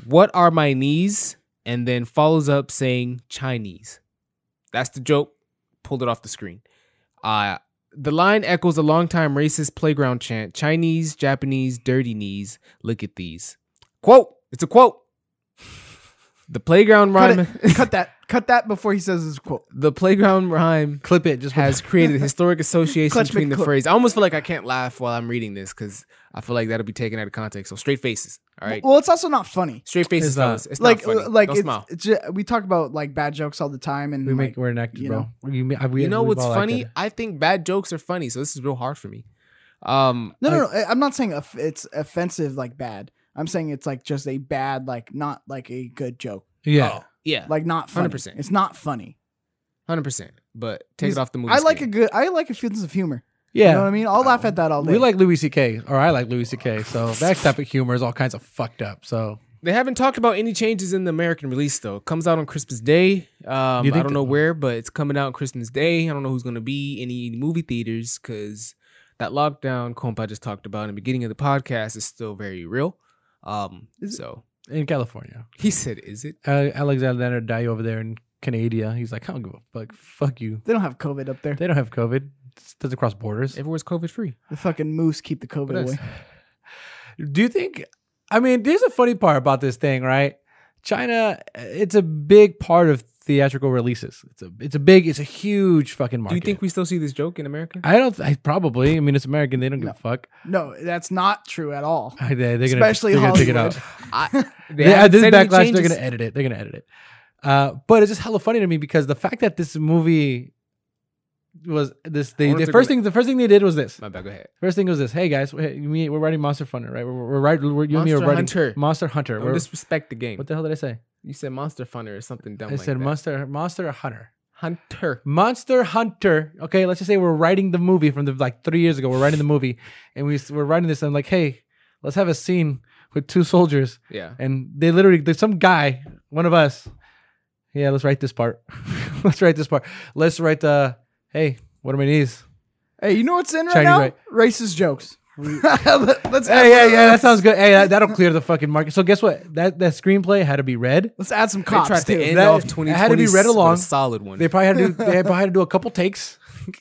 [SPEAKER 1] what are my knees? And then follows up saying Chinese. That's the joke. Pulled it off the screen. Uh, the line echoes a longtime racist playground chant Chinese, Japanese, dirty knees. Look at these. Quote. It's a quote. The playground
[SPEAKER 3] Cut,
[SPEAKER 1] rhyme.
[SPEAKER 3] it. cut that. Cut that before he says his quote.
[SPEAKER 1] The playground rhyme
[SPEAKER 2] Clip it. Just
[SPEAKER 1] has created a historic association
[SPEAKER 3] Clutch
[SPEAKER 1] between the
[SPEAKER 3] McClutch.
[SPEAKER 1] phrase. I almost feel like I can't laugh while I'm reading this because I feel like that'll be taken out of context. So straight faces. All right.
[SPEAKER 3] Well, it's also not funny.
[SPEAKER 1] Straight faces,
[SPEAKER 2] It's not.
[SPEAKER 1] fellas. It's
[SPEAKER 3] like, uh,
[SPEAKER 1] not funny.
[SPEAKER 3] like
[SPEAKER 1] Don't
[SPEAKER 3] it's,
[SPEAKER 1] smile.
[SPEAKER 3] it's ju- we talk about like bad jokes all the time, and
[SPEAKER 2] we make
[SPEAKER 3] like,
[SPEAKER 2] we're enacted,
[SPEAKER 3] you
[SPEAKER 2] bro. You, mean- we-
[SPEAKER 1] You know
[SPEAKER 2] we've
[SPEAKER 1] what's
[SPEAKER 2] all acted.
[SPEAKER 1] funny? I think bad jokes are funny, so this is real hard for me. Um,
[SPEAKER 3] no, no, no. I- I'm not saying off- it's offensive like bad. I'm saying it's like just a bad, like not like a good joke,
[SPEAKER 2] Yeah.
[SPEAKER 1] oh, yeah,
[SPEAKER 3] like not funny.
[SPEAKER 1] 100%.
[SPEAKER 3] It's not funny.
[SPEAKER 1] hundred percent. But take
[SPEAKER 3] He's-
[SPEAKER 1] it off the movie.
[SPEAKER 3] I like a
[SPEAKER 1] screen.
[SPEAKER 3] good. I like a sense of humor.
[SPEAKER 2] Yeah.
[SPEAKER 3] You know what I mean? I'll laugh at that all day.
[SPEAKER 2] We like Louis C.K. or I like Louis C.K. So that type of humor is all kinds of fucked up. So
[SPEAKER 1] They haven't talked about any changes in the American release though. It comes out on Christmas Day. Um,
[SPEAKER 2] You
[SPEAKER 1] I
[SPEAKER 2] think
[SPEAKER 1] don't
[SPEAKER 2] that-
[SPEAKER 1] know where, but it's coming out on Christmas Day. I don't know who's gonna be in any movie theaters because that lockdown comp I just talked about in the beginning of the podcast is still very real. Um,
[SPEAKER 2] Is it-
[SPEAKER 1] so
[SPEAKER 2] in California,
[SPEAKER 1] he said, "Is it?"
[SPEAKER 2] uh, Alexander Day over there in Canada, he's like, I don't give a fuck. Fuck you.
[SPEAKER 3] they don't have COVID up there.
[SPEAKER 2] They don't have COVID. It doesn't cross borders.
[SPEAKER 1] Everywhere's COVID free.
[SPEAKER 3] The fucking moose keep the COVID away.
[SPEAKER 2] Do you think? I mean, there's a funny part about this thing, right? China, it's a big part of theatrical releases. It's a, it's a big, it's a huge fucking market.
[SPEAKER 1] Do you think we still see this joke in America?
[SPEAKER 2] I don't. I probably. I mean, it's American. They don't give
[SPEAKER 3] No.
[SPEAKER 2] a fuck.
[SPEAKER 3] No, that's not true at all.
[SPEAKER 2] They, they're gonna,
[SPEAKER 3] Especially
[SPEAKER 2] they're gonna take it out.
[SPEAKER 3] Hollywood.
[SPEAKER 1] I, they
[SPEAKER 2] They, at
[SPEAKER 1] haven't
[SPEAKER 2] this
[SPEAKER 1] said any
[SPEAKER 2] backlash, they're
[SPEAKER 1] changes.
[SPEAKER 2] gonna edit it. They're gonna edit it. Uh, but it's just hella funny to me because the fact that this movie was this
[SPEAKER 1] I
[SPEAKER 2] they
[SPEAKER 1] wonder
[SPEAKER 2] the
[SPEAKER 1] if they're
[SPEAKER 2] first
[SPEAKER 1] gonna-
[SPEAKER 2] thing the first thing they did was this.
[SPEAKER 1] My bad. Go ahead.
[SPEAKER 2] First thing was this. Hey guys, we- we, we're writing Monster Hunter, right? We're, we're right. We're, you and me are
[SPEAKER 1] Monster
[SPEAKER 2] writing
[SPEAKER 1] Hunter.
[SPEAKER 2] Monster Hunter.
[SPEAKER 1] Don't
[SPEAKER 2] We're-
[SPEAKER 1] disrespect the game.
[SPEAKER 2] what the hell did I say?
[SPEAKER 1] you said Monster Funner or something dumb.
[SPEAKER 2] I
[SPEAKER 1] like
[SPEAKER 2] said
[SPEAKER 1] that.
[SPEAKER 2] Monster Monster Hunter.
[SPEAKER 1] Hunter.
[SPEAKER 2] Monster Hunter. Okay, let's just say we're writing the movie from the like three years ago. We're writing the movie, and we we're writing this. And I'm like, hey, let's have a scene with two soldiers
[SPEAKER 1] Yeah.
[SPEAKER 2] and they literally there's some guy one of us yeah let's write this part let's write this part let's write the hey what are my knees
[SPEAKER 3] Hey, you know what's in right
[SPEAKER 2] Chinese
[SPEAKER 3] now?
[SPEAKER 2] right.
[SPEAKER 3] Racist jokes. We, let's add
[SPEAKER 2] Hey, yeah,
[SPEAKER 3] one of
[SPEAKER 2] yeah, that
[SPEAKER 3] those.
[SPEAKER 2] sounds good. Hey, that, that'll clear the fucking market. So guess what? That that screenplay had to be read.
[SPEAKER 3] Let's add some
[SPEAKER 1] They
[SPEAKER 3] cops
[SPEAKER 1] tried to
[SPEAKER 3] too.
[SPEAKER 1] end
[SPEAKER 2] That-
[SPEAKER 1] off
[SPEAKER 2] it
[SPEAKER 1] 2020
[SPEAKER 2] had to be
[SPEAKER 1] with
[SPEAKER 2] read
[SPEAKER 1] a
[SPEAKER 2] along.
[SPEAKER 1] solid one.
[SPEAKER 2] They probably had to do, they probably had to do a couple takes.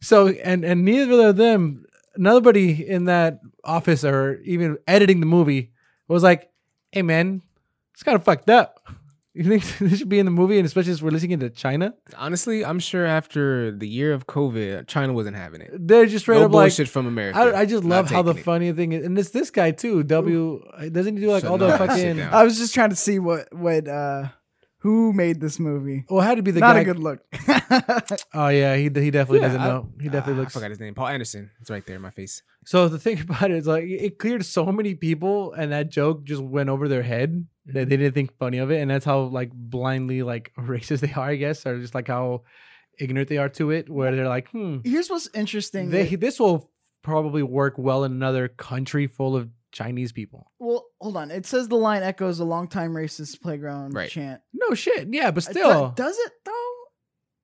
[SPEAKER 2] So and and neither of them, nobody in that office or even editing the movie was like, "Hey man, it's kind of fucked up. You think this should be in the movie, and especially since we're releasing it to China?
[SPEAKER 1] Honestly, I'm sure after the year of COVID, China wasn't having it.
[SPEAKER 2] They're just straight
[SPEAKER 1] no
[SPEAKER 2] up like."
[SPEAKER 1] bullshit from America.
[SPEAKER 2] I, I just
[SPEAKER 1] Not
[SPEAKER 2] love how the
[SPEAKER 1] taking it.
[SPEAKER 2] funny thing is, and it's this guy too. W doesn't he do like
[SPEAKER 1] Shut
[SPEAKER 2] all the
[SPEAKER 1] up, sit
[SPEAKER 2] fucking?
[SPEAKER 1] down.
[SPEAKER 3] I was just trying to see what what uh who made this movie.
[SPEAKER 2] Well, it had to be the
[SPEAKER 3] Not
[SPEAKER 2] guy.
[SPEAKER 3] a good look.
[SPEAKER 2] oh yeah, he he definitely
[SPEAKER 1] Yeah,
[SPEAKER 2] doesn't
[SPEAKER 1] I-
[SPEAKER 2] know. He definitely
[SPEAKER 1] Ah,
[SPEAKER 2] looks.
[SPEAKER 1] I forgot his name. Paul Anderson. It's right there in my face.
[SPEAKER 2] So the thing about it is like it cleared so many people and that joke just went over their head
[SPEAKER 1] Mm-hmm.
[SPEAKER 2] that they didn't think funny of it. And that's how like blindly like racist they are, I guess, or just like how ignorant they are to it, where they're like, hmm,
[SPEAKER 3] Here's what's interesting.
[SPEAKER 2] they, this will probably work well in another country full of Chinese people.
[SPEAKER 3] well, hold on. It says the line echoes a long time racist playground
[SPEAKER 1] Right.
[SPEAKER 3] chant.
[SPEAKER 2] No shit. Yeah, but
[SPEAKER 3] Uh,
[SPEAKER 2] still.
[SPEAKER 3] do- does it though?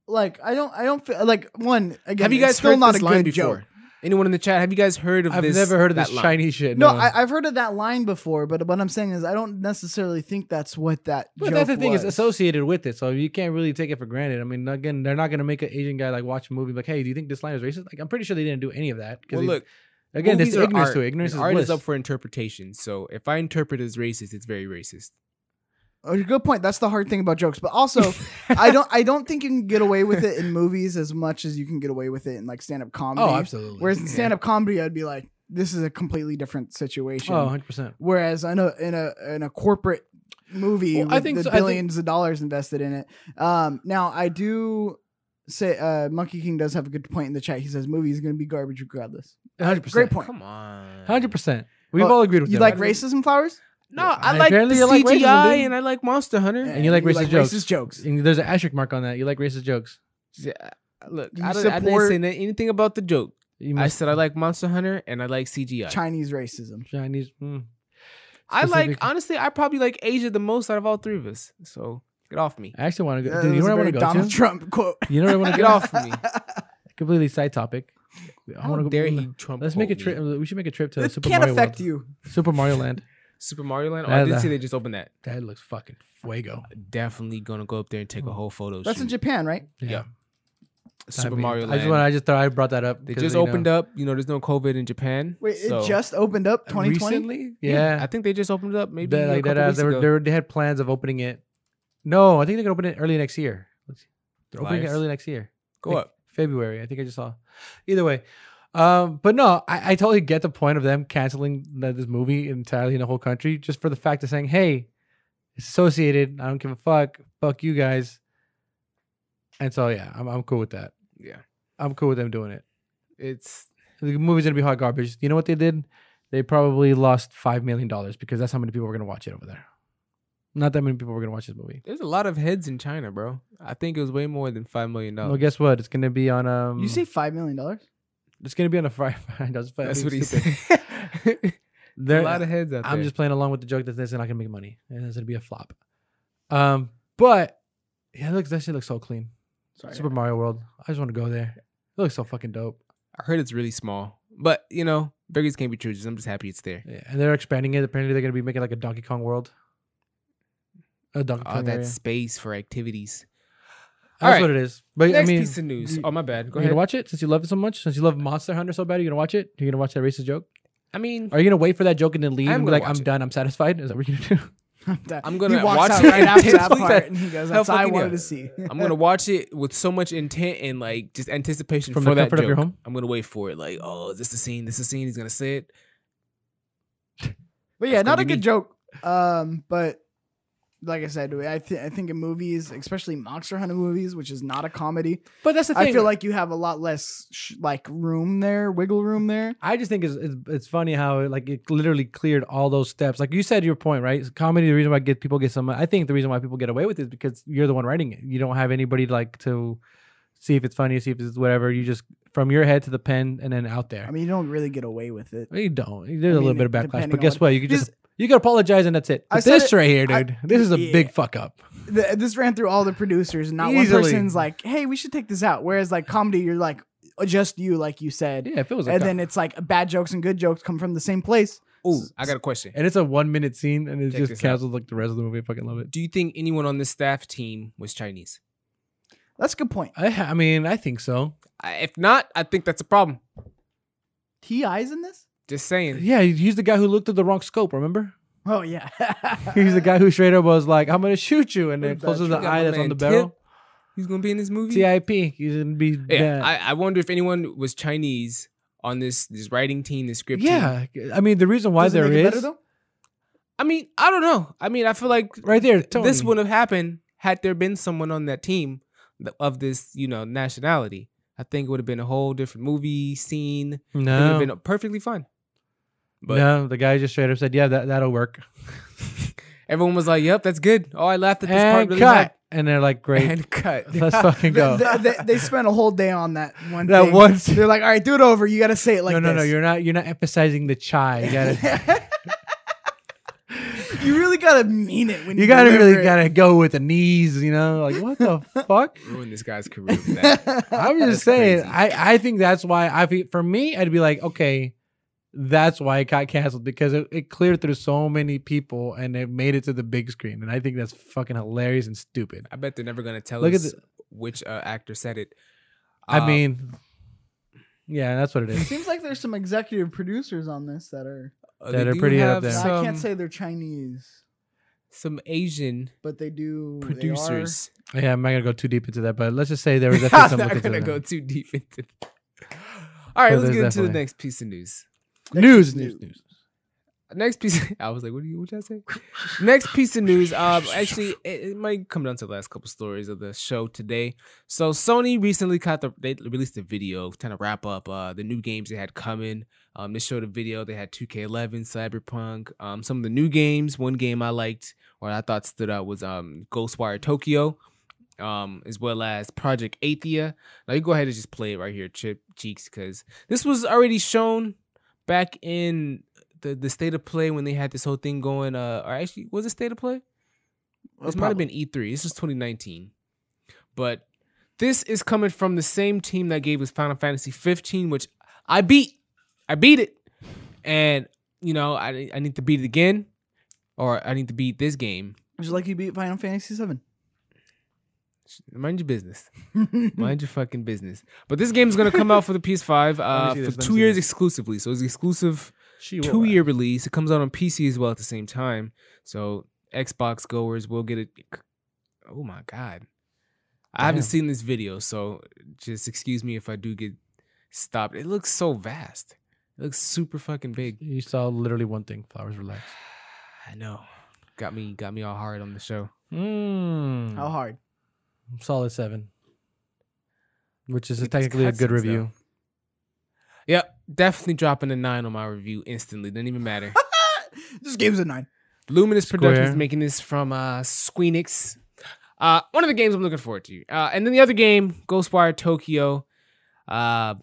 [SPEAKER 3] Like I don't, I don't feel like one again.
[SPEAKER 1] have you
[SPEAKER 3] it's
[SPEAKER 1] guys
[SPEAKER 3] still
[SPEAKER 1] heard
[SPEAKER 3] not
[SPEAKER 1] this
[SPEAKER 3] a
[SPEAKER 1] line
[SPEAKER 3] good
[SPEAKER 1] before?
[SPEAKER 3] joke?
[SPEAKER 1] Anyone in the chat? Have you guys heard of
[SPEAKER 2] I've
[SPEAKER 1] this?
[SPEAKER 2] never heard of this
[SPEAKER 1] that line?
[SPEAKER 2] Chinese shit.
[SPEAKER 3] No,
[SPEAKER 2] No,
[SPEAKER 3] I, I've heard of that line before, but what I'm saying is I don't necessarily think that's what that.
[SPEAKER 2] But
[SPEAKER 3] joke
[SPEAKER 2] that's the thing; it's
[SPEAKER 3] was.
[SPEAKER 2] associated with it, so you can't really take it for granted. I mean, again, they're not going to make an Asian guy like watch a movie like, "Hey, do you think this line is racist?" Like, I'm pretty sure they didn't do any of that. 'cause
[SPEAKER 1] Well,
[SPEAKER 2] they-
[SPEAKER 1] look,
[SPEAKER 2] again, this
[SPEAKER 1] movies are
[SPEAKER 2] ignorance
[SPEAKER 1] art,
[SPEAKER 2] to it. ignorance
[SPEAKER 1] and
[SPEAKER 2] is
[SPEAKER 1] art
[SPEAKER 2] bliss.
[SPEAKER 1] is up for interpretation. So if I interpret as racist, it's very racist.
[SPEAKER 3] Oh, good point. That's the hard thing about jokes, but also I don't, I don't think you can get away with it in movies as much as you can get away with it in like stand up comedy.
[SPEAKER 2] oh, absolutely.
[SPEAKER 3] Whereas in stand up comedy, I'd be like, this is a completely different situation.
[SPEAKER 2] Oh, 100 percent.
[SPEAKER 3] Whereas in a in a in a corporate movie
[SPEAKER 2] Well,
[SPEAKER 3] with
[SPEAKER 2] I think
[SPEAKER 3] the
[SPEAKER 2] so- I think-
[SPEAKER 3] billions of dollars invested in it. Um, now I do say uh, Monkey King does have a good point in the chat. He says movie is going to be garbage regardless.
[SPEAKER 2] 100 percent.
[SPEAKER 3] Great point.
[SPEAKER 1] Come on,
[SPEAKER 2] 100 percent. We've
[SPEAKER 3] Well,
[SPEAKER 2] all agreed with
[SPEAKER 3] You
[SPEAKER 2] that.
[SPEAKER 3] like
[SPEAKER 2] right?
[SPEAKER 3] racism flowers?
[SPEAKER 1] No,
[SPEAKER 2] Yeah,
[SPEAKER 1] I
[SPEAKER 2] I-
[SPEAKER 1] like the
[SPEAKER 2] apparently I like racism,
[SPEAKER 1] CGI
[SPEAKER 2] dude.
[SPEAKER 1] and I like Monster Hunter.
[SPEAKER 2] And you like racist jokes.
[SPEAKER 3] Racist jokes.
[SPEAKER 2] And there's an asterisk mark on that. You like racist jokes.
[SPEAKER 1] Yeah, Look,
[SPEAKER 3] You
[SPEAKER 1] I, don't, I didn't
[SPEAKER 3] support-
[SPEAKER 1] say na- anything about the joke.
[SPEAKER 2] You
[SPEAKER 1] I
[SPEAKER 2] must
[SPEAKER 1] said I like Monster Hunter and I like CGI.
[SPEAKER 3] Chinese racism.
[SPEAKER 2] Chinese. mm.
[SPEAKER 1] I like
[SPEAKER 2] specific-
[SPEAKER 1] honestly, I probably like Asia the most out of all three of us. So get off me.
[SPEAKER 2] I actually want to go.
[SPEAKER 3] That
[SPEAKER 2] Dude, you
[SPEAKER 3] was
[SPEAKER 2] know
[SPEAKER 3] a
[SPEAKER 2] where I want
[SPEAKER 3] very
[SPEAKER 2] to go
[SPEAKER 3] Donald
[SPEAKER 2] to?
[SPEAKER 3] Trump quote.
[SPEAKER 2] You know where I want to
[SPEAKER 1] Get off me.
[SPEAKER 2] Completely side topic. I
[SPEAKER 1] How
[SPEAKER 2] want to go. mm,
[SPEAKER 1] dare you, Trump?
[SPEAKER 2] Let's make a
[SPEAKER 1] quote
[SPEAKER 2] trip.
[SPEAKER 1] me.
[SPEAKER 2] We should make a trip to
[SPEAKER 3] It
[SPEAKER 2] Super
[SPEAKER 3] can't
[SPEAKER 2] Mario
[SPEAKER 3] affect
[SPEAKER 2] World.
[SPEAKER 3] you.
[SPEAKER 2] Super Mario Land.
[SPEAKER 1] Super Mario Land. Oh, I
[SPEAKER 2] That-
[SPEAKER 1] did
[SPEAKER 2] that-
[SPEAKER 1] see they just opened that.
[SPEAKER 2] That looks fucking fuego.
[SPEAKER 1] Definitely gonna go up there and take
[SPEAKER 2] Mm.
[SPEAKER 1] a whole photo.
[SPEAKER 3] That's in
[SPEAKER 1] shoot.
[SPEAKER 3] Japan, right?
[SPEAKER 1] Yeah.
[SPEAKER 2] I
[SPEAKER 1] Super
[SPEAKER 2] mean,
[SPEAKER 1] Mario
[SPEAKER 2] I
[SPEAKER 1] Land.
[SPEAKER 2] just want. I just thought I brought that up.
[SPEAKER 1] they just opened up. You know, there's no COVID in Japan.
[SPEAKER 3] Wait,
[SPEAKER 1] so-
[SPEAKER 3] it just opened up 2020.
[SPEAKER 2] recently. Yeah.
[SPEAKER 1] I think they just opened it up. Maybe
[SPEAKER 2] that, like
[SPEAKER 1] a
[SPEAKER 2] that
[SPEAKER 1] couple
[SPEAKER 2] uh,
[SPEAKER 1] weeks
[SPEAKER 2] they, were,
[SPEAKER 1] ago.
[SPEAKER 2] they, were, they had plans of opening it. No, I think they could open it early next year. Let's see. They're opening it
[SPEAKER 1] Liars.
[SPEAKER 2] early next year.
[SPEAKER 1] Go
[SPEAKER 2] Like,
[SPEAKER 1] up.
[SPEAKER 2] February. I think I just saw. Either way, um, but no, I, I totally get the point of them canceling the, this movie entirely in the whole country just for the fact of saying, "Hey, it's associated. I don't give a fuck. Fuck you guys." And so yeah, I'm I'm cool with that.
[SPEAKER 1] Yeah,
[SPEAKER 2] I'm cool with them doing it.
[SPEAKER 1] it's
[SPEAKER 2] The movie's gonna be hot garbage. You know what they did? They probably lost five million dollars because that's how many people were gonna watch it over there. Not that many people were gonna watch this movie.
[SPEAKER 1] there's a lot of heads in China, bro. I think it was way more than five million
[SPEAKER 2] Well,
[SPEAKER 1] dollars.
[SPEAKER 2] guess what? It's gonna be on um.
[SPEAKER 3] You say five million dollars?
[SPEAKER 2] it's gonna be on a Friday. That's
[SPEAKER 1] That's what he
[SPEAKER 2] he's
[SPEAKER 1] said. a
[SPEAKER 2] There,
[SPEAKER 1] lot of heads out there.
[SPEAKER 2] I'm just playing along with the joke that this is not gonna make money and it's gonna be a flop. Um, but yeah, it looks that shit looks so clean.
[SPEAKER 3] Sorry.
[SPEAKER 2] Super Mario World. I just want to go there. It looks so fucking dope.
[SPEAKER 1] I heard it's really small, but you know, beggars can't be choosers. I'm just happy it's there.
[SPEAKER 2] Yeah, and they're expanding it. Apparently, they're gonna be making like a Donkey Kong World. A Donkey Kong.
[SPEAKER 1] All that
[SPEAKER 2] area. That's
[SPEAKER 1] space for activities.
[SPEAKER 2] what
[SPEAKER 1] Alright.
[SPEAKER 2] it is. But
[SPEAKER 1] Next
[SPEAKER 2] I mean,
[SPEAKER 1] piece of news.
[SPEAKER 2] you-
[SPEAKER 1] Oh my bad. Go
[SPEAKER 2] you
[SPEAKER 1] ahead.
[SPEAKER 2] gonna watch it since you love it so much? Since you love Monster Hunter so bad, you gonna watch it? You're gonna watch that racist joke?
[SPEAKER 1] I mean,
[SPEAKER 2] Are you gonna wait for that joke and then leave
[SPEAKER 1] am
[SPEAKER 2] and be
[SPEAKER 1] gonna
[SPEAKER 2] like,
[SPEAKER 1] watch
[SPEAKER 2] I'm
[SPEAKER 1] it.
[SPEAKER 2] done, I'm satisfied? Is that what you're gonna do?
[SPEAKER 1] I'm gonna
[SPEAKER 3] he walks
[SPEAKER 1] watch
[SPEAKER 3] out
[SPEAKER 1] it
[SPEAKER 3] right after that
[SPEAKER 1] intensely.
[SPEAKER 3] part, and he goes,
[SPEAKER 1] Hell
[SPEAKER 3] "That's what I
[SPEAKER 1] fucking
[SPEAKER 3] wanted
[SPEAKER 1] yeah.
[SPEAKER 3] to see."
[SPEAKER 1] I'm gonna watch it with so much intent and like just anticipation
[SPEAKER 2] From
[SPEAKER 1] for
[SPEAKER 2] the
[SPEAKER 1] that
[SPEAKER 2] comfort of your
[SPEAKER 1] joke.
[SPEAKER 2] home?
[SPEAKER 1] I'm gonna wait for it. Like, oh, is this the scene? This is the scene. He's gonna say it.
[SPEAKER 3] But yeah,
[SPEAKER 1] That's gonna
[SPEAKER 3] not
[SPEAKER 1] be
[SPEAKER 3] a good
[SPEAKER 1] me.
[SPEAKER 3] joke. Um, but like I said, I, th- I think in movies, especially monster hunter movies, which is not a comedy,
[SPEAKER 2] But that's the thing.
[SPEAKER 3] I feel like you have a lot less sh- like room there, wiggle room there.
[SPEAKER 2] I just think it's, it's it's funny how it, like it literally cleared all those steps. Like you said, your point, right? Comedy. The reason why get people get some. I think the reason why people get away with it is because you're the one writing it. You don't have anybody like to see if it's funny, see if it's whatever. You just from your head to the pen and then out there.
[SPEAKER 3] I mean, you don't really get away with it.
[SPEAKER 2] you don't. There's
[SPEAKER 3] I
[SPEAKER 2] a little
[SPEAKER 3] mean,
[SPEAKER 2] bit of backlash,
[SPEAKER 3] depending
[SPEAKER 2] but
[SPEAKER 3] on
[SPEAKER 2] guess
[SPEAKER 3] what-
[SPEAKER 2] what? You could
[SPEAKER 3] This-
[SPEAKER 2] just you could apologize and that's it.
[SPEAKER 3] I
[SPEAKER 2] But
[SPEAKER 3] said
[SPEAKER 2] this
[SPEAKER 3] it-
[SPEAKER 2] right here,
[SPEAKER 3] I-
[SPEAKER 2] dude. this is a big
[SPEAKER 3] Yeah.
[SPEAKER 2] fuck up.
[SPEAKER 3] Th- this ran through all the producers, and not
[SPEAKER 2] Easily.
[SPEAKER 3] one person's like, "Hey, we should take this out." Whereas like comedy, you're like, just you, like you said.
[SPEAKER 2] Yeah, if it was a
[SPEAKER 3] and
[SPEAKER 2] cop-
[SPEAKER 3] then it's like bad jokes and good jokes come from the same place.
[SPEAKER 1] Ooh, I got a question.
[SPEAKER 2] and it's a one minute scene and it's
[SPEAKER 1] Check
[SPEAKER 2] just
[SPEAKER 1] this out.
[SPEAKER 2] canceled like the rest of the movie. I fucking love it.
[SPEAKER 1] Do you think anyone on the staff team was Chinese?
[SPEAKER 3] That's a good point.
[SPEAKER 2] I, ha- I mean, I think so.
[SPEAKER 1] I- If not, I think that's a problem.
[SPEAKER 3] Ti's in this?
[SPEAKER 1] Just saying.
[SPEAKER 2] Yeah, he's the guy who looked at the wrong scope. Remember?
[SPEAKER 3] Oh yeah,
[SPEAKER 2] He's the guy who straight up was like, "I'm gonna shoot you," and then
[SPEAKER 3] That's
[SPEAKER 2] closes
[SPEAKER 3] true.
[SPEAKER 2] the
[SPEAKER 1] You got
[SPEAKER 2] eye
[SPEAKER 1] my
[SPEAKER 2] that's on
[SPEAKER 1] man
[SPEAKER 2] the barrel.
[SPEAKER 1] Tip. He's gonna be in this movie.
[SPEAKER 2] TIP. He's gonna be
[SPEAKER 1] Yeah,
[SPEAKER 2] dead.
[SPEAKER 1] I, I wonder if anyone was Chinese on this this writing team, this script team.
[SPEAKER 2] yeah. I mean, the reason why
[SPEAKER 3] Doesn't
[SPEAKER 2] there
[SPEAKER 3] make it
[SPEAKER 2] is
[SPEAKER 3] better, though?
[SPEAKER 1] I mean, I don't know. I mean, I feel like
[SPEAKER 2] right there. Tony.
[SPEAKER 1] this wouldn't have happened had there been someone on that team th- of this, you know, nationality. I think it would have been a whole different movie scene. It would have
[SPEAKER 2] no,
[SPEAKER 1] been perfectly fine. But
[SPEAKER 2] no. The guy just straight up said, "Yeah, that that'll work."
[SPEAKER 1] everyone was like, "Yep, that's good." Oh, I laughed at this part
[SPEAKER 2] And
[SPEAKER 1] really
[SPEAKER 2] cut. And they're like,
[SPEAKER 1] hard.
[SPEAKER 2] "Great,
[SPEAKER 1] And cut.
[SPEAKER 2] let's fucking
[SPEAKER 3] They,
[SPEAKER 2] go."
[SPEAKER 3] they, they- they spent a whole day on that one.
[SPEAKER 2] That
[SPEAKER 3] thing.
[SPEAKER 2] one-
[SPEAKER 3] They're like, all right, do it over. You got to say it like
[SPEAKER 2] no, no, no.
[SPEAKER 3] this."
[SPEAKER 2] You're not. You're not emphasizing the chai. You gotta.
[SPEAKER 3] you really gotta mean it when you,
[SPEAKER 2] You gotta
[SPEAKER 3] deliver
[SPEAKER 2] really
[SPEAKER 3] it.
[SPEAKER 2] gotta go with the knees, you know? Like what the fuck?
[SPEAKER 1] Ruined this guy's career. With that.
[SPEAKER 2] I'm
[SPEAKER 1] That's
[SPEAKER 2] just saying.
[SPEAKER 1] crazy.
[SPEAKER 2] I I think that's why I feel- for me I'd be like, okay, that's why it got canceled because it, it cleared through so many people and it made it to the big screen, and I think that's fucking hilarious and stupid.
[SPEAKER 1] I bet they're never gonna tell
[SPEAKER 2] Look at
[SPEAKER 1] us which uh, actor said it.
[SPEAKER 2] I
[SPEAKER 1] Uh,
[SPEAKER 2] mean, yeah, that's what it
[SPEAKER 3] It
[SPEAKER 2] is.
[SPEAKER 3] seems like there's some executive producers on this that are.
[SPEAKER 1] uh,
[SPEAKER 2] that
[SPEAKER 1] they
[SPEAKER 2] are
[SPEAKER 1] do
[SPEAKER 2] pretty
[SPEAKER 1] have
[SPEAKER 2] up there.
[SPEAKER 3] I
[SPEAKER 1] some-
[SPEAKER 3] can't say they're Chinese,
[SPEAKER 1] some Asian
[SPEAKER 3] but they do. they are-
[SPEAKER 1] producers.
[SPEAKER 2] Yeah, I'm not gonna go too deep into that, but let's just say there was definitely
[SPEAKER 1] I'm
[SPEAKER 2] some.
[SPEAKER 1] not
[SPEAKER 2] look
[SPEAKER 1] gonna
[SPEAKER 2] into
[SPEAKER 1] go
[SPEAKER 2] that.
[SPEAKER 1] too deep into. That. All right,
[SPEAKER 2] So
[SPEAKER 1] let's
[SPEAKER 2] there's
[SPEAKER 1] get into the
[SPEAKER 2] definitely-
[SPEAKER 1] next piece of news.
[SPEAKER 2] news, news, news.
[SPEAKER 1] Next piece. I was like, "What do you? What did I say?" Next piece of news. Um, actually, it, it might come down to the last couple stories of the show today. So Sony recently caught the. They released a video trying to wrap up uh the new games they had coming. Um, they showed a video. They had 2K11, Cyberpunk. Um, some of the new games. One game I liked or I thought stood out was um Ghostwire Tokyo. Um, as well as Project Athia. Now you go ahead and just play it right here, Chip Cheeks, because this was already shown back in the, the state of play when they had this whole thing going. Uh, or actually, was it state of play? This might have been E3. This was 2019, but this is coming from the same team that gave us Final Fantasy 15, which I beat. I beat it, and you know I I need to beat it again, or I need to beat this game.
[SPEAKER 3] It was like you beat Final Fantasy Seven.
[SPEAKER 1] Mind your business.
[SPEAKER 2] Hmm.
[SPEAKER 1] Mind your fucking business. But this game's gonna come out for the PS5 uh,
[SPEAKER 2] see this,
[SPEAKER 1] for
[SPEAKER 2] let me
[SPEAKER 1] two
[SPEAKER 2] see
[SPEAKER 1] years
[SPEAKER 2] this.
[SPEAKER 1] exclusively. So it's exclusive
[SPEAKER 2] She
[SPEAKER 1] two year release. It comes out on PC as well at the same time. So Xbox goers will get it. Oh my god, I haven't
[SPEAKER 2] Damn.
[SPEAKER 1] seen this video, so just excuse me if I do get stopped. It looks so vast. It looks super fucking big.
[SPEAKER 2] You saw literally one thing. Flowers relax.
[SPEAKER 1] I know. Got me, got me all hard on the show.
[SPEAKER 2] Mm.
[SPEAKER 1] Oh.
[SPEAKER 3] How hard?
[SPEAKER 2] Solid seven, which is
[SPEAKER 1] Look at these
[SPEAKER 2] technically a good
[SPEAKER 1] cutscenes,
[SPEAKER 2] review.
[SPEAKER 1] Yep, definitely dropping a nine on my review instantly. Didn't even matter.
[SPEAKER 3] this game's a nine.
[SPEAKER 1] Luminous Productions
[SPEAKER 2] Square.
[SPEAKER 1] making this from uh, Squeenix. Uh, one of the games I'm looking forward to. Uh, and then the other game, Ghostwire Tokyo. Uh,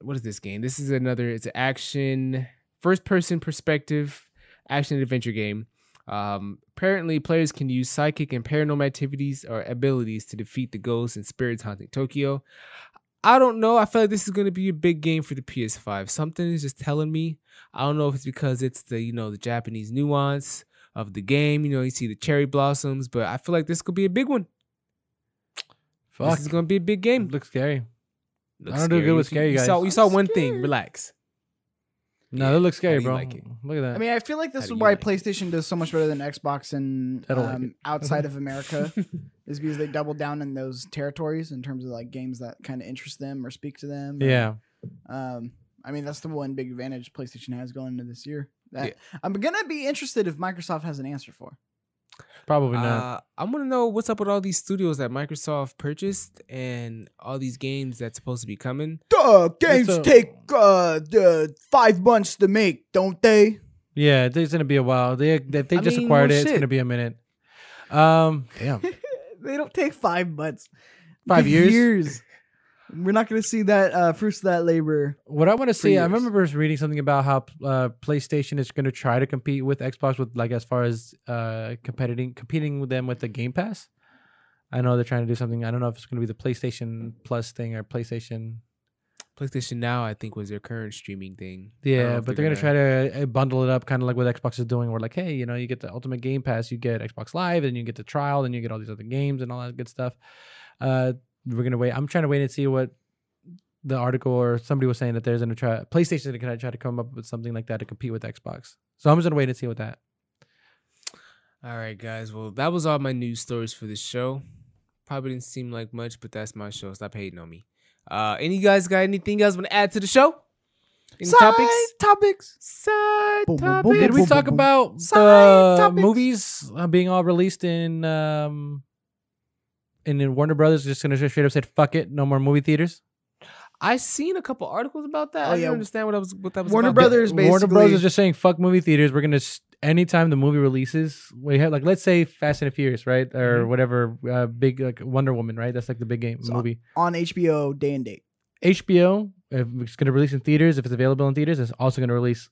[SPEAKER 1] what is this game? This is another. It's an action, first-person perspective, action and adventure game. Um, apparently, players can use psychic and paranormal activities or abilities to defeat the ghosts and spirits haunting Tokyo. I don't know. I feel like this is going to be a big game for the PS5. Something is just telling me I don't know if it's because it's the you know the Japanese nuance of the game. You know, you see the cherry blossoms, but I feel like this could be a big one.
[SPEAKER 2] Fuck,
[SPEAKER 1] This is gonna be a big
[SPEAKER 2] It
[SPEAKER 1] game.
[SPEAKER 2] looks scary.
[SPEAKER 1] Looks
[SPEAKER 2] I don't do good with
[SPEAKER 1] You-
[SPEAKER 2] scary
[SPEAKER 1] you,
[SPEAKER 2] guys.
[SPEAKER 1] Saw, you saw
[SPEAKER 3] I'm
[SPEAKER 1] one
[SPEAKER 3] scared.
[SPEAKER 1] thing. Relax.
[SPEAKER 2] No,
[SPEAKER 1] Yeah,
[SPEAKER 2] that looks
[SPEAKER 1] how
[SPEAKER 2] scary,
[SPEAKER 1] do you
[SPEAKER 2] bro.
[SPEAKER 1] like it?
[SPEAKER 2] Look at that.
[SPEAKER 3] I mean, I feel like this
[SPEAKER 1] How
[SPEAKER 3] is
[SPEAKER 1] do you
[SPEAKER 3] why
[SPEAKER 1] like it?
[SPEAKER 3] PlayStation does so much better than Xbox and
[SPEAKER 2] I don't like
[SPEAKER 3] um,
[SPEAKER 2] it.
[SPEAKER 3] outside of America, is because they double down in those territories in terms of like games that kind of interest them or speak to them. or-
[SPEAKER 2] yeah,
[SPEAKER 3] Um, I mean, that's the one big advantage PlayStation has going into this year. That
[SPEAKER 1] Yeah.
[SPEAKER 3] I'm gonna be interested if Microsoft has an answer for.
[SPEAKER 2] probably not.
[SPEAKER 1] Uh, I want to know what's up with all these studios that Microsoft purchased and all these games that's supposed to be coming.
[SPEAKER 3] Duh,
[SPEAKER 2] games a-
[SPEAKER 3] take uh the five months to make, don't they?
[SPEAKER 2] Yeah, it's gonna be a while. They they, they
[SPEAKER 1] I
[SPEAKER 2] just
[SPEAKER 1] mean,
[SPEAKER 2] acquired
[SPEAKER 1] no
[SPEAKER 2] it. It's gonna
[SPEAKER 1] shit.
[SPEAKER 2] be a minute. Um, damn,
[SPEAKER 3] they don't take five months.
[SPEAKER 2] Five
[SPEAKER 3] Take
[SPEAKER 2] years?
[SPEAKER 3] years. We're not gonna see that uh, fruits of that labor.
[SPEAKER 2] what I want to see. I
[SPEAKER 1] years.
[SPEAKER 2] remember reading something about how uh, PlayStation is gonna try to compete with Xbox with like as far as uh competing competing with them with the Game Pass. I know they're trying to do something. I don't know if it's going to be the PlayStation Plus thing or PlayStation.
[SPEAKER 1] PlayStation Now, I think, was their current streaming thing. I don't know
[SPEAKER 2] Yeah,
[SPEAKER 1] if
[SPEAKER 2] but they're going to try to uh, bundle it up, kind of like what Xbox is doing. We're like, hey, you know, you get the Ultimate Game Pass, you get Xbox Live, and you get the trial, and you get all these other games and all that good stuff. Uh, we're going to wait. I'm trying to wait and see what the article or somebody was saying that there's going to try PlayStation is going to try to come up with something like that to compete with Xbox. So I'm just going to wait and see what that.
[SPEAKER 1] All right, guys. Well, that was all my news stories for the show. Probably didn't seem like much, but that's my show. Stop hating on me. Uh, any guys got anything else want to add to the show? Any
[SPEAKER 3] Side
[SPEAKER 1] topics?
[SPEAKER 3] Topics.
[SPEAKER 1] Side
[SPEAKER 3] Boom, boom, boom,
[SPEAKER 1] topics.
[SPEAKER 2] Did we talk
[SPEAKER 3] boom.
[SPEAKER 2] about
[SPEAKER 3] Side
[SPEAKER 2] the
[SPEAKER 3] topics.
[SPEAKER 2] movies uh, being all released in um and then Warner Brothers just going to straight up said fuck it, no more movie theaters?
[SPEAKER 1] I seen a couple articles about that.
[SPEAKER 3] Oh,
[SPEAKER 1] I didn't
[SPEAKER 3] yeah.
[SPEAKER 1] understand what I was what that was.
[SPEAKER 3] Warner
[SPEAKER 1] about.
[SPEAKER 3] Brothers-
[SPEAKER 2] Warner
[SPEAKER 3] basically-
[SPEAKER 2] Brothers is just saying fuck movie theaters. We're gonna s- anytime the movie releases, we have like let's say Fast and the Furious, right, or
[SPEAKER 3] Mm-hmm.
[SPEAKER 1] Mhm.
[SPEAKER 2] whatever uh, big like Wonder Woman, right? That's like the big game
[SPEAKER 3] So-
[SPEAKER 2] movie.
[SPEAKER 3] On HBO, day and date.
[SPEAKER 2] HBO if it's gonna release in theaters if it's available in theaters. It's also gonna release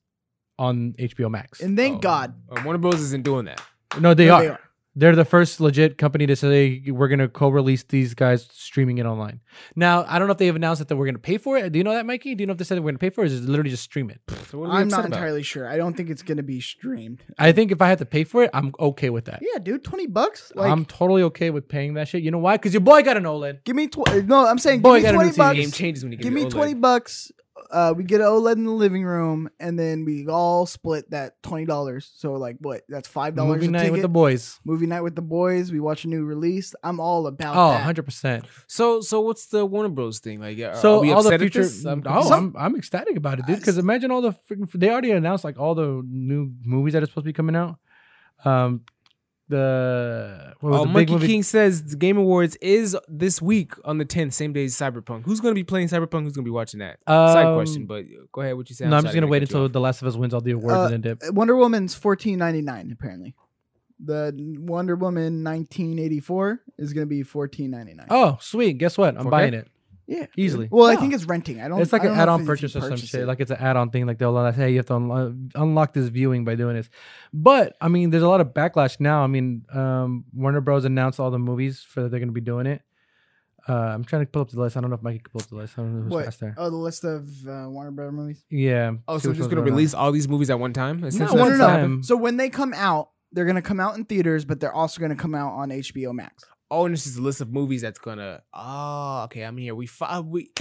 [SPEAKER 2] on HBO Max.
[SPEAKER 3] And thank
[SPEAKER 1] Oh.
[SPEAKER 3] God.
[SPEAKER 1] Uh, Warner Bros. isn't doing that.
[SPEAKER 2] no, they,
[SPEAKER 3] No,
[SPEAKER 2] are.
[SPEAKER 3] they
[SPEAKER 2] they
[SPEAKER 3] are.
[SPEAKER 2] are the first legit company to say we're gonna co-release these guys streaming it online. Now I don't know if they have announced that we're gonna pay for it. Do you know that, Mikey? Do you know if they said that we're gonna pay for it? Or is it literally just stream it?
[SPEAKER 1] So what are we
[SPEAKER 3] I'm
[SPEAKER 1] upset
[SPEAKER 3] not
[SPEAKER 1] about?
[SPEAKER 3] entirely sure. I don't think it's going to be streamed.
[SPEAKER 2] I think if I had to pay for it, I'm okay with that.
[SPEAKER 3] Yeah, dude, 20 bucks? Like,
[SPEAKER 2] I'm totally okay with paying that shit. You know why? Because your boy got an OLED.
[SPEAKER 3] give me tw- uh, No, I'm saying
[SPEAKER 2] Boy,
[SPEAKER 3] give
[SPEAKER 2] I
[SPEAKER 3] me
[SPEAKER 2] gotta
[SPEAKER 3] 20
[SPEAKER 2] do some
[SPEAKER 1] Game
[SPEAKER 3] bucks.
[SPEAKER 1] changes when you
[SPEAKER 3] Give me
[SPEAKER 1] OLED.
[SPEAKER 3] 20 bucks. Uh, we get an OLED in the living room, and then we all split that $20. So, like, what? That's $5 a
[SPEAKER 2] Movie
[SPEAKER 3] ticket.
[SPEAKER 2] night with the boys.
[SPEAKER 3] movie night with the boys. We watch a new release. I'm all about
[SPEAKER 2] Oh,
[SPEAKER 3] that.
[SPEAKER 2] 100 percent.
[SPEAKER 1] So so what's the Warner Bros. thing like? Are,
[SPEAKER 2] So
[SPEAKER 1] are we
[SPEAKER 2] all the
[SPEAKER 1] upset at
[SPEAKER 2] future.
[SPEAKER 1] this? I'm
[SPEAKER 2] oh,
[SPEAKER 1] confused.
[SPEAKER 2] I'm, I'm ecstatic about it, dude. Because imagine all the freaking. They already announced like all the new movies that are supposed to be coming out. Um, the what was
[SPEAKER 1] Oh,
[SPEAKER 2] the big
[SPEAKER 1] Monkey
[SPEAKER 2] movie?
[SPEAKER 1] King says the Game Awards is this week on the 10th, same day as Cyberpunk. Who's going to be playing Cyberpunk? Who's going to be watching that? Side question,
[SPEAKER 2] Um,
[SPEAKER 1] but go ahead. What you said?
[SPEAKER 2] no, I'm
[SPEAKER 1] sorry,
[SPEAKER 2] just gonna
[SPEAKER 1] I
[SPEAKER 2] wait
[SPEAKER 1] cut you
[SPEAKER 2] until
[SPEAKER 1] off.
[SPEAKER 2] The Last of Us wins all the awards
[SPEAKER 3] Uh,
[SPEAKER 2] and then dip.
[SPEAKER 3] Wonder Woman's fourteen ninety nine apparently. The Wonder Woman nineteen eighty four is going to be fourteen ninety nine.
[SPEAKER 2] Oh, sweet! Guess what? I'm
[SPEAKER 1] 4K?
[SPEAKER 2] buying it.
[SPEAKER 3] yeah,
[SPEAKER 2] easily.
[SPEAKER 3] Well, I
[SPEAKER 2] Yeah.
[SPEAKER 3] think it's renting. I don't.
[SPEAKER 2] It's like
[SPEAKER 3] I
[SPEAKER 2] an
[SPEAKER 3] don't know if
[SPEAKER 2] add-on
[SPEAKER 3] you
[SPEAKER 2] purchase or some
[SPEAKER 3] purchase
[SPEAKER 2] shit.
[SPEAKER 3] it.
[SPEAKER 2] Like it's an add-on thing. Like they'll like, hey, you have to unlo- unlock this viewing by doing this. But I mean, there's a lot of backlash now. I mean, um, Warner Bros. announced all the movies for that they're going to be doing it. Uh, I'm trying to pull up the list. I don't know if Mikey can pull up the list. I don't know who's
[SPEAKER 3] What?
[SPEAKER 2] last there.
[SPEAKER 3] oh, the list of uh, Warner Brothers movies.
[SPEAKER 2] Yeah.
[SPEAKER 1] Oh,
[SPEAKER 2] see
[SPEAKER 1] so
[SPEAKER 2] which
[SPEAKER 1] they're just
[SPEAKER 2] one's
[SPEAKER 1] going to
[SPEAKER 2] on.
[SPEAKER 1] release all these movies at one time?
[SPEAKER 2] No,
[SPEAKER 1] essentially?
[SPEAKER 3] no,
[SPEAKER 2] one
[SPEAKER 3] no, no.
[SPEAKER 2] time.
[SPEAKER 3] So when they come out, they're going to come out in theaters, but they're also going to come out on HBO Max.
[SPEAKER 1] Oh, and this is a list of movies that's going to. Oh, okay. I'm here. We fi- we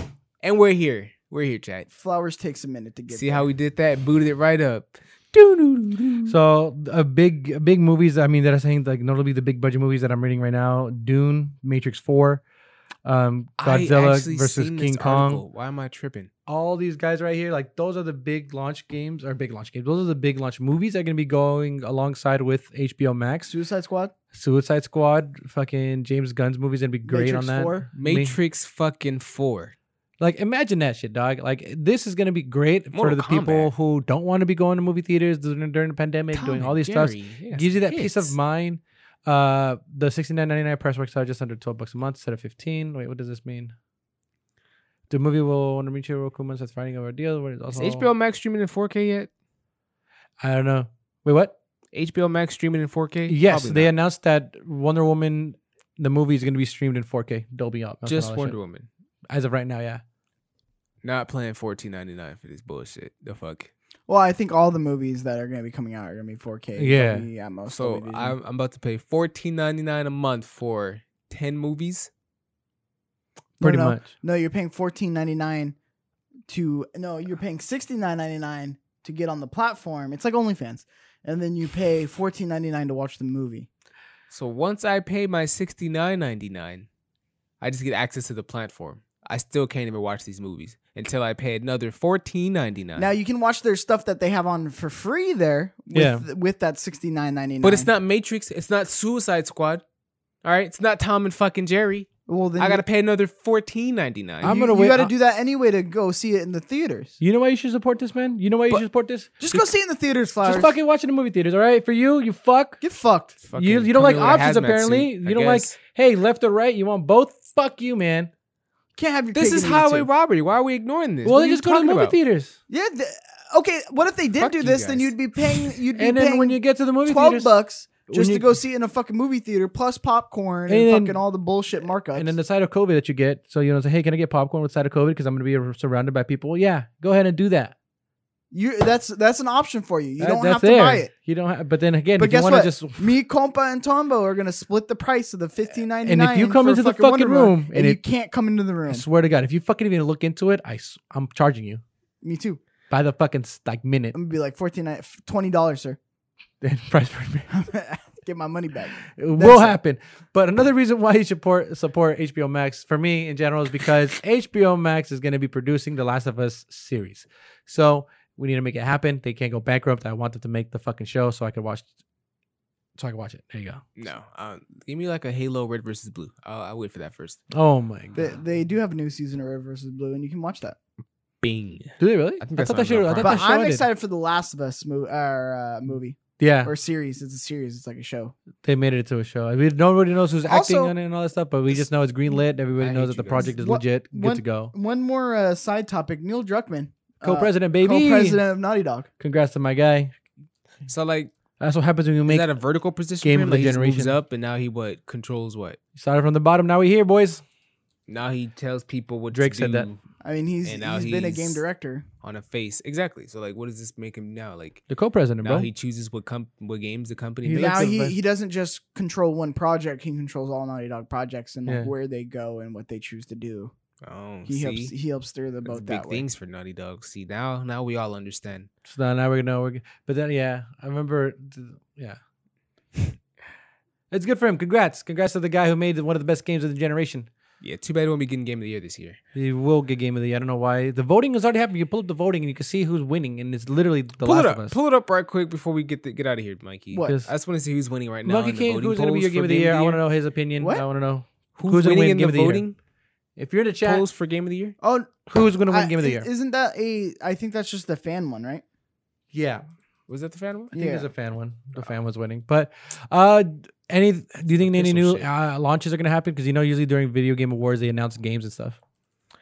[SPEAKER 1] and we're here. We're here, chat.
[SPEAKER 3] Flowers takes a minute to get.
[SPEAKER 1] See
[SPEAKER 3] there.
[SPEAKER 1] how we did that? Booted it right up. Doo-doo-doo-doo.
[SPEAKER 2] So a big, a big movies. I mean, that are saying like notably the big budget movies that I'm reading right now: Dune, Matrix Four, um,
[SPEAKER 1] I actually
[SPEAKER 2] Godzilla versus
[SPEAKER 1] seen this
[SPEAKER 2] King Kong.
[SPEAKER 1] article. Why am I tripping?
[SPEAKER 2] all these guys right here, like those are the big launch games or big launch games. Those are the big launch movies that are gonna be going alongside with HBO Max.
[SPEAKER 3] Suicide Squad.
[SPEAKER 2] Suicide Squad, fucking James Gunn's movies gonna be great
[SPEAKER 3] Matrix
[SPEAKER 2] on that.
[SPEAKER 3] 4?
[SPEAKER 2] Ma-
[SPEAKER 1] Matrix fucking 4.
[SPEAKER 2] like imagine that shit, dog. Like this is gonna be great for
[SPEAKER 1] Mortal
[SPEAKER 2] the people
[SPEAKER 1] Kombat.
[SPEAKER 2] who don't want to be going to movie theaters during, during the pandemic,
[SPEAKER 1] Tom
[SPEAKER 2] doing all
[SPEAKER 1] and
[SPEAKER 2] these stuff.
[SPEAKER 1] Jerry, yeah,
[SPEAKER 2] Gives you that peace of
[SPEAKER 1] hits.
[SPEAKER 2] mind. Uh, the sixty nine ninety nine price works out just under twelve bucks a month instead of fifteen. Wait, what does this mean? The movie will want to reach your Kumans that's finding our deal. where it's
[SPEAKER 1] Is
[SPEAKER 2] Also,
[SPEAKER 1] HBO Max streaming in 4K yet?
[SPEAKER 2] I don't know. Wait, what?
[SPEAKER 1] HBO Max streaming in 4K?
[SPEAKER 2] Yes,
[SPEAKER 1] Probably
[SPEAKER 2] they
[SPEAKER 1] not.
[SPEAKER 2] announced that Wonder Woman, the movie is going to be streamed in 4K Dolby Atmos.
[SPEAKER 1] just Wonder
[SPEAKER 2] Wonder Woman.
[SPEAKER 1] Woman.
[SPEAKER 2] As of right now, yeah.
[SPEAKER 1] Not playing fourteen ninety nine for this bullshit. The fuck.
[SPEAKER 3] Well, I think all the movies that are going to be coming out are going to be 4K.
[SPEAKER 2] Yeah.
[SPEAKER 3] Yeah. Most.
[SPEAKER 1] So I'm, I'm about to pay fourteen ninety nine a month for ten movies.
[SPEAKER 2] Pretty
[SPEAKER 3] no,
[SPEAKER 2] much.
[SPEAKER 3] No, you're paying fourteen ninety nine to no, you're paying sixty nine ninety nine to get on the platform. It's like OnlyFans, and then you pay fourteen ninety nine to watch the movie.
[SPEAKER 1] So once I pay my sixty nine ninety nine, I just get access to the platform. I still can't even watch these movies until I pay another fourteen ninety nine.
[SPEAKER 3] Now you can watch their stuff that they have on for free there. With,
[SPEAKER 2] Yeah.
[SPEAKER 3] with that sixty nine ninety nine.
[SPEAKER 1] but it's not Matrix. It's not Suicide Squad. All right, it's not Tom and fucking Jerry.
[SPEAKER 3] Well, then
[SPEAKER 1] I gotta pay another fourteen ninety nine.
[SPEAKER 2] I'm
[SPEAKER 3] I'm
[SPEAKER 2] gonna
[SPEAKER 3] gonna you
[SPEAKER 2] wait-
[SPEAKER 3] got to
[SPEAKER 2] I-
[SPEAKER 3] do that anyway to go see it in the theaters.
[SPEAKER 2] You know why you should support this, man? You know why you
[SPEAKER 1] But-
[SPEAKER 2] should support this?
[SPEAKER 3] Just go see it in the theaters, flowers.
[SPEAKER 2] Just fucking watch it in movie theaters, all right? For you, you fuck.
[SPEAKER 3] get fucked.
[SPEAKER 2] You, you don't like options, apparently. you don't like, hey, left or right, you want both? Fuck you, man.
[SPEAKER 3] Can't have your.
[SPEAKER 1] This
[SPEAKER 3] cake
[SPEAKER 1] is
[SPEAKER 3] and eat it
[SPEAKER 1] highway
[SPEAKER 3] too.
[SPEAKER 1] robbery. Why are we ignoring this?
[SPEAKER 2] Well,
[SPEAKER 1] What are
[SPEAKER 2] then
[SPEAKER 1] you
[SPEAKER 2] just go to the
[SPEAKER 1] talking
[SPEAKER 2] movie
[SPEAKER 1] about?
[SPEAKER 2] theaters.
[SPEAKER 3] Yeah. th- okay. What if they did
[SPEAKER 1] Fuck
[SPEAKER 3] do
[SPEAKER 1] you
[SPEAKER 3] this? Then
[SPEAKER 1] guys.
[SPEAKER 3] you'd be paying. You'd be
[SPEAKER 2] And then
[SPEAKER 3] paying
[SPEAKER 2] when you get to the movie
[SPEAKER 3] twelve
[SPEAKER 2] theaters,
[SPEAKER 3] bucks just
[SPEAKER 2] you-
[SPEAKER 3] to go see it in a fucking movie theater, plus popcorn and,
[SPEAKER 2] And then-
[SPEAKER 3] fucking all the bullshit markups.
[SPEAKER 2] And then the side of COVID that you get, so you know, say, hey, can I get popcorn with side of COVID because I'm going to be surrounded by people? Yeah, go ahead and do that.
[SPEAKER 3] you that's that's an option for you. You
[SPEAKER 2] That-
[SPEAKER 3] don't
[SPEAKER 2] that's
[SPEAKER 3] have to
[SPEAKER 2] there.
[SPEAKER 3] buy it.
[SPEAKER 2] You don't. Have, but then again,
[SPEAKER 3] But
[SPEAKER 2] if you
[SPEAKER 3] guess
[SPEAKER 2] want to
[SPEAKER 3] what?
[SPEAKER 2] just
[SPEAKER 3] Me, compa, and Tombo are gonna split the price of the fifteen ninety
[SPEAKER 2] and
[SPEAKER 3] nine.
[SPEAKER 2] if you come into the fucking room
[SPEAKER 3] and,
[SPEAKER 2] and
[SPEAKER 3] you
[SPEAKER 2] it-
[SPEAKER 3] can't come into the room,
[SPEAKER 2] I swear to God, if you fucking even look into it, I s- I'm charging you
[SPEAKER 3] me too.
[SPEAKER 2] by the fucking s- like minute.
[SPEAKER 1] Um,
[SPEAKER 3] I'm gonna be like fourteen nine- twenty dollars, sir.
[SPEAKER 2] Then price per minute.
[SPEAKER 3] Get my money back.
[SPEAKER 2] It will
[SPEAKER 3] it.
[SPEAKER 2] happen. But another reason why you support support HBO Max for me in general is because HBO Max is going to be producing the Last of Us series. So we need to make it happen. They can't go bankrupt. I want them to make the fucking show so I can watch. So I can watch it. There you go.
[SPEAKER 1] No, uh, give me like a Halo Red versus Blue. I'll, I'll wait for that first.
[SPEAKER 2] Oh my
[SPEAKER 3] They,
[SPEAKER 2] god.
[SPEAKER 3] they do have a new season of Red versus Blue, and you can watch that.
[SPEAKER 1] Bing.
[SPEAKER 2] Do they really?
[SPEAKER 1] I think that's
[SPEAKER 2] thought
[SPEAKER 1] on
[SPEAKER 2] that show. I
[SPEAKER 1] Amazon
[SPEAKER 2] thought
[SPEAKER 1] Prime.
[SPEAKER 2] that
[SPEAKER 3] But
[SPEAKER 2] show
[SPEAKER 3] I'm
[SPEAKER 2] ended.
[SPEAKER 3] excited for the Last of Us movie or uh, movie
[SPEAKER 2] Yeah,
[SPEAKER 3] or series. It's a series. It's like a show.
[SPEAKER 2] they made it to a show. I mean, nobody knows who's acting
[SPEAKER 3] Also-
[SPEAKER 2] on it and all that stuff, but we just know it's green lit. Everybody
[SPEAKER 1] I
[SPEAKER 2] knows
[SPEAKER 1] hate
[SPEAKER 2] that
[SPEAKER 1] you
[SPEAKER 2] the
[SPEAKER 1] guys.
[SPEAKER 2] project is
[SPEAKER 3] What-
[SPEAKER 2] legit, good
[SPEAKER 3] what-
[SPEAKER 2] to go.
[SPEAKER 3] One more uh, side topic: Neil Druckmann, uh,
[SPEAKER 2] Co-president, baby.
[SPEAKER 3] co-president of Naughty Dog.
[SPEAKER 2] Congrats to my guy.
[SPEAKER 1] So like,
[SPEAKER 2] That's what happens when you
[SPEAKER 1] is
[SPEAKER 2] make
[SPEAKER 1] that a vertical position?
[SPEAKER 2] Game
[SPEAKER 1] for him?
[SPEAKER 2] of the
[SPEAKER 1] Like, he just moves
[SPEAKER 2] generation.
[SPEAKER 1] up, and now he what controls what?
[SPEAKER 2] started from the bottom. Now we here, boys.
[SPEAKER 1] Now he tells people what
[SPEAKER 2] Drake
[SPEAKER 1] to
[SPEAKER 2] said that.
[SPEAKER 1] do
[SPEAKER 3] I mean, he's
[SPEAKER 1] And now
[SPEAKER 3] he's been a game
[SPEAKER 1] he's-
[SPEAKER 3] director.
[SPEAKER 1] on a face. Exactly. So like, what does this make him now? Like
[SPEAKER 2] The co-president,
[SPEAKER 1] now
[SPEAKER 2] bro.
[SPEAKER 1] he chooses what com- what games the company
[SPEAKER 2] He
[SPEAKER 1] makes.
[SPEAKER 3] now
[SPEAKER 2] likes
[SPEAKER 3] he,
[SPEAKER 2] advice.
[SPEAKER 3] he doesn't just control one project; he controls all Naughty Dog projects and like
[SPEAKER 2] Yeah.
[SPEAKER 3] where they go and what they choose to do.
[SPEAKER 1] oh,
[SPEAKER 3] He
[SPEAKER 1] see?
[SPEAKER 3] helps he helps steer the
[SPEAKER 1] That's
[SPEAKER 3] boat
[SPEAKER 1] big
[SPEAKER 3] that way.
[SPEAKER 1] things for Naughty Dog. See now, now we all understand.
[SPEAKER 2] So now, now we know. We're, g- but then, yeah, I remember. th- Yeah, it's good for him. Congrats, congrats to the guy who made one of the best games of the generation.
[SPEAKER 1] Yeah, too bad we won't be getting Game of the Year this year.
[SPEAKER 2] He will get game of the. Year. I don't know why. The voting has already happened. You pull up the voting and you can see who's winning, and it's literally the
[SPEAKER 1] pull
[SPEAKER 2] last
[SPEAKER 1] it up,
[SPEAKER 2] of us.
[SPEAKER 1] pull it up right quick before we get the, get out of here, Mikey.
[SPEAKER 3] What?
[SPEAKER 1] I just want to see who's winning right now.
[SPEAKER 2] Monkey
[SPEAKER 1] in the
[SPEAKER 2] King,
[SPEAKER 1] voting
[SPEAKER 2] who's going to be
[SPEAKER 1] polls
[SPEAKER 2] your
[SPEAKER 1] for
[SPEAKER 2] game of the year? I want to
[SPEAKER 1] Year.
[SPEAKER 2] know his opinion.
[SPEAKER 3] What?
[SPEAKER 2] I want to know
[SPEAKER 1] Who's,
[SPEAKER 2] who's gonna
[SPEAKER 1] winning
[SPEAKER 2] win
[SPEAKER 1] in
[SPEAKER 2] Game
[SPEAKER 1] the
[SPEAKER 2] of the Year?
[SPEAKER 1] voting
[SPEAKER 2] if you're in the chat.
[SPEAKER 1] polls for Game of the Year?
[SPEAKER 3] Oh,
[SPEAKER 2] who's going to win
[SPEAKER 3] I-
[SPEAKER 2] game of the
[SPEAKER 3] i-
[SPEAKER 2] year?
[SPEAKER 3] Isn't that a? I think that's just the fan one, right?
[SPEAKER 2] yeah,
[SPEAKER 1] Was that the fan one?
[SPEAKER 2] I think
[SPEAKER 3] Yeah.
[SPEAKER 2] there's a fan one. The fan was winning, but uh, any do you think any
[SPEAKER 1] Official
[SPEAKER 2] new
[SPEAKER 1] shit.
[SPEAKER 2] uh, launches are gonna happen? Because you know usually during video game awards they announce games and stuff.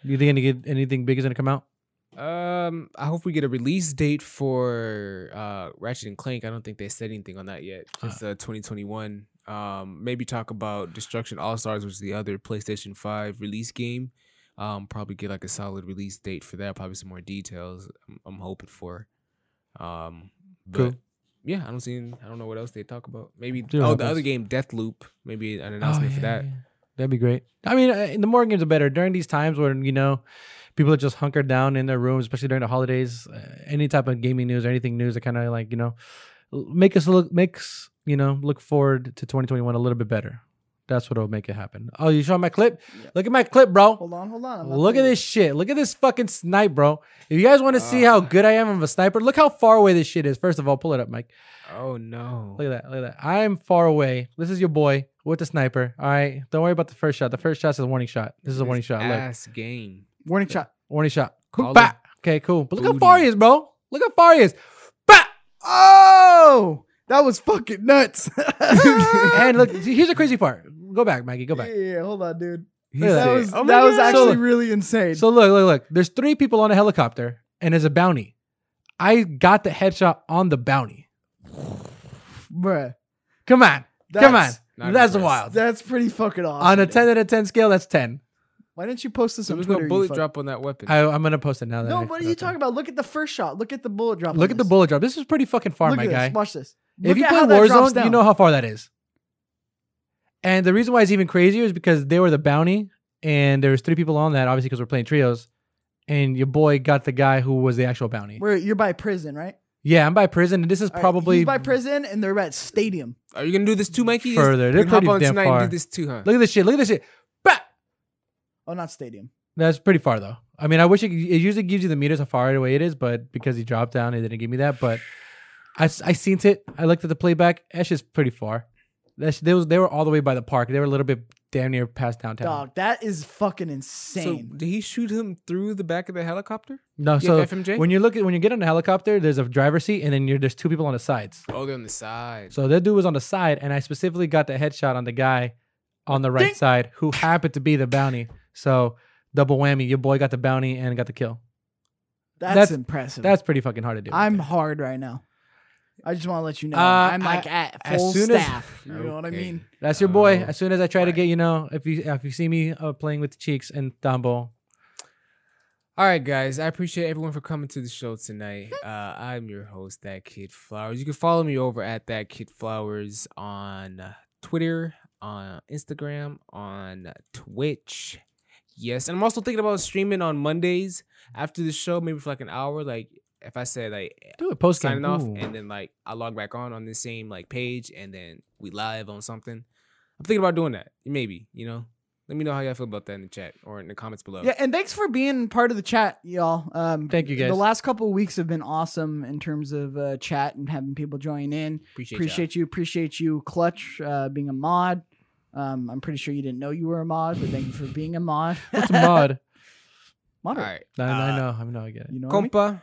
[SPEAKER 2] Do you think any good- anything big is gonna come out?
[SPEAKER 1] Um, I hope we get a release date for uh Ratchet and Clank. I don't think they said anything on that yet. It's uh 2021. Um, maybe talk about Destruction All Stars, which is the other PlayStation 5 release game. Um, probably get like a solid release date for that. Probably some more details. I'm, I'm hoping for. Um, but
[SPEAKER 2] Cool.
[SPEAKER 1] Yeah, I don't see. any- I don't know what else they talk about. Maybe
[SPEAKER 2] Dude,
[SPEAKER 1] oh,
[SPEAKER 2] what
[SPEAKER 1] the other
[SPEAKER 2] else?
[SPEAKER 1] game, Death Loop. Maybe
[SPEAKER 2] Oh,
[SPEAKER 1] an announcement for that.
[SPEAKER 2] That'd be great. I mean, uh, the more games the better. During these times where you know people are just hunkered down in their rooms, especially during the holidays, uh, any type of gaming news or anything news that kind of like you know l- make us look makes you know look forward to 2021 a little bit better. That's what'll make it happen. Oh, you showing my clip?
[SPEAKER 3] Yeah.
[SPEAKER 2] Look at my clip, bro.
[SPEAKER 3] Hold on, hold on. I'm not
[SPEAKER 2] Look at
[SPEAKER 3] done yet.
[SPEAKER 2] this shit. Look at this fucking snipe, bro. If you guys want to see
[SPEAKER 1] Ah.
[SPEAKER 2] how good I am of a sniper, look how far away this shit is. First of all, pull it up, Mike.
[SPEAKER 1] Oh no!
[SPEAKER 2] Look at that. Look at that. I'm far away. This is your boy with the sniper. All right. Don't worry about the first shot. The first shot is a warning shot. This is a warning shot. Look.
[SPEAKER 1] Ass game.
[SPEAKER 3] Warning shot.
[SPEAKER 2] Warning shot.
[SPEAKER 1] Call of
[SPEAKER 2] Bah! Okay, cool. But look how
[SPEAKER 1] Booty.
[SPEAKER 2] far he is, bro. Look how far he is. Bah!
[SPEAKER 3] Oh, that was fucking nuts.
[SPEAKER 2] and look, see, here's the crazy part. Go back, Maggie. Go back.
[SPEAKER 3] Yeah, hold on, dude.
[SPEAKER 2] Look at
[SPEAKER 3] That
[SPEAKER 2] that.
[SPEAKER 3] was
[SPEAKER 1] Oh my
[SPEAKER 3] that was
[SPEAKER 1] God.
[SPEAKER 3] actually
[SPEAKER 2] So-
[SPEAKER 3] really insane.
[SPEAKER 2] So look, look, look. There's three people on a helicopter, and there's a bounty. I got the headshot on the bounty.
[SPEAKER 3] Bruh.
[SPEAKER 2] Come on. Come on.
[SPEAKER 3] That's-
[SPEAKER 1] Not
[SPEAKER 2] that's
[SPEAKER 1] impressed.
[SPEAKER 2] wild.
[SPEAKER 3] That's pretty fucking awesome.
[SPEAKER 2] on a
[SPEAKER 3] dude.
[SPEAKER 2] 10 out of 10 scale, that's 10.
[SPEAKER 3] Why didn't you post this
[SPEAKER 1] There
[SPEAKER 3] on
[SPEAKER 1] was
[SPEAKER 3] Twitter?
[SPEAKER 1] no
[SPEAKER 3] you
[SPEAKER 1] bullet
[SPEAKER 3] fuck-
[SPEAKER 1] drop on that weapon.
[SPEAKER 2] I, I'm going to post it now. That
[SPEAKER 3] No,
[SPEAKER 2] I
[SPEAKER 3] what are
[SPEAKER 2] forgot
[SPEAKER 3] you
[SPEAKER 2] to.
[SPEAKER 3] talking about? Look at the first shot. Look at the bullet drop.
[SPEAKER 2] Look
[SPEAKER 3] on
[SPEAKER 2] at the
[SPEAKER 3] this.
[SPEAKER 2] bullet drop. This is pretty fucking far,
[SPEAKER 3] Look
[SPEAKER 2] my
[SPEAKER 3] at
[SPEAKER 2] guy.
[SPEAKER 3] This. Watch this.
[SPEAKER 2] if
[SPEAKER 3] Look
[SPEAKER 2] you
[SPEAKER 3] at
[SPEAKER 2] play
[SPEAKER 3] how that drops
[SPEAKER 2] Warzone, you
[SPEAKER 3] down.
[SPEAKER 2] know how far that is. And the reason why it's even crazier is because they were the bounty, and there was three people on that, obviously, because we're playing trios. And your boy got the guy who was the actual bounty.
[SPEAKER 3] Where you're by prison, right?
[SPEAKER 2] yeah, I'm by prison, and this is
[SPEAKER 3] All right,
[SPEAKER 2] probably
[SPEAKER 3] he's by prison, and they're at stadium.
[SPEAKER 1] Are you gonna do this too, Mikey?
[SPEAKER 2] further.
[SPEAKER 1] You
[SPEAKER 2] They're
[SPEAKER 1] can hop
[SPEAKER 2] pretty
[SPEAKER 1] on
[SPEAKER 2] damn
[SPEAKER 1] tonight
[SPEAKER 2] far.
[SPEAKER 1] and do this too, huh?
[SPEAKER 2] Look at this shit. Look at this shit. Bah!
[SPEAKER 3] Oh, not stadium.
[SPEAKER 2] That's pretty far though. I mean, I wish it, it usually gives you the meters how far away it is, but because he dropped down, it didn't give me that. But I, s- I seen it. I looked at the playback. That's just pretty far. That's they was they were all the way by the park. They were a little bit damn near past downtown.
[SPEAKER 3] Dog, that is fucking
[SPEAKER 1] so
[SPEAKER 3] insane.
[SPEAKER 1] did he shoot him through the back of the helicopter?
[SPEAKER 2] No,
[SPEAKER 1] You have
[SPEAKER 2] Uh, so
[SPEAKER 1] FMJ?
[SPEAKER 2] when you look at when you get on the helicopter, there's a driver's seat, and then you're there's two people on the sides.
[SPEAKER 1] oh, they're on the side.
[SPEAKER 2] So that dude was on the side, and I specifically got the headshot on the guy on the right
[SPEAKER 3] Ding.
[SPEAKER 2] side who happened to be the bounty. So double whammy. Your boy got the bounty and got the kill.
[SPEAKER 3] that's,
[SPEAKER 2] that's-
[SPEAKER 3] impressive.
[SPEAKER 2] That's pretty fucking hard to do.
[SPEAKER 3] I'm hard right now. I just want to let you know.
[SPEAKER 2] Uh,
[SPEAKER 3] I'm
[SPEAKER 2] I-
[SPEAKER 3] like at
[SPEAKER 2] as
[SPEAKER 3] full
[SPEAKER 2] soon as-
[SPEAKER 3] staff. you know what I
[SPEAKER 1] Okay.
[SPEAKER 3] mean?
[SPEAKER 2] That's your boy.
[SPEAKER 1] Oh,
[SPEAKER 2] As soon as I try to
[SPEAKER 1] right.
[SPEAKER 2] get, you know, if you if you see me uh, playing with the cheeks and Dumbo,
[SPEAKER 1] All right, guys. I appreciate everyone for coming to the show tonight. Uh, I'm your host, That Kid Flowers. You can follow me over at That Kid Flowers on uh, Twitter, on Instagram, on Twitch. Yes, and I'm also thinking about streaming on Mondays after the show, maybe for like an hour. Like if I said like
[SPEAKER 2] do it post
[SPEAKER 1] signing
[SPEAKER 2] game.
[SPEAKER 1] off,
[SPEAKER 2] Ooh.
[SPEAKER 1] and then like I log back on on the same like page, and then we live on something. I'm thinking about doing that. Maybe you know. Let me know how y'all feel about that in the chat or in the comments below.
[SPEAKER 3] Yeah, and thanks for being part of the chat, y'all. Um,
[SPEAKER 2] Thank you, guys.
[SPEAKER 3] The last couple of weeks have been awesome in terms of uh, chat and having people join in.
[SPEAKER 1] appreciate, y'all.
[SPEAKER 3] Appreciate you, appreciate you, Clutch, uh, being a mod. Um, I'm pretty sure you didn't know you were a mod, but thank you for being a mod.
[SPEAKER 2] What's a mod?
[SPEAKER 3] Moderate.
[SPEAKER 1] All right.
[SPEAKER 2] I, I
[SPEAKER 1] Uh,
[SPEAKER 2] know. I know. I get it.
[SPEAKER 3] You know, what I mean?
[SPEAKER 1] Compa,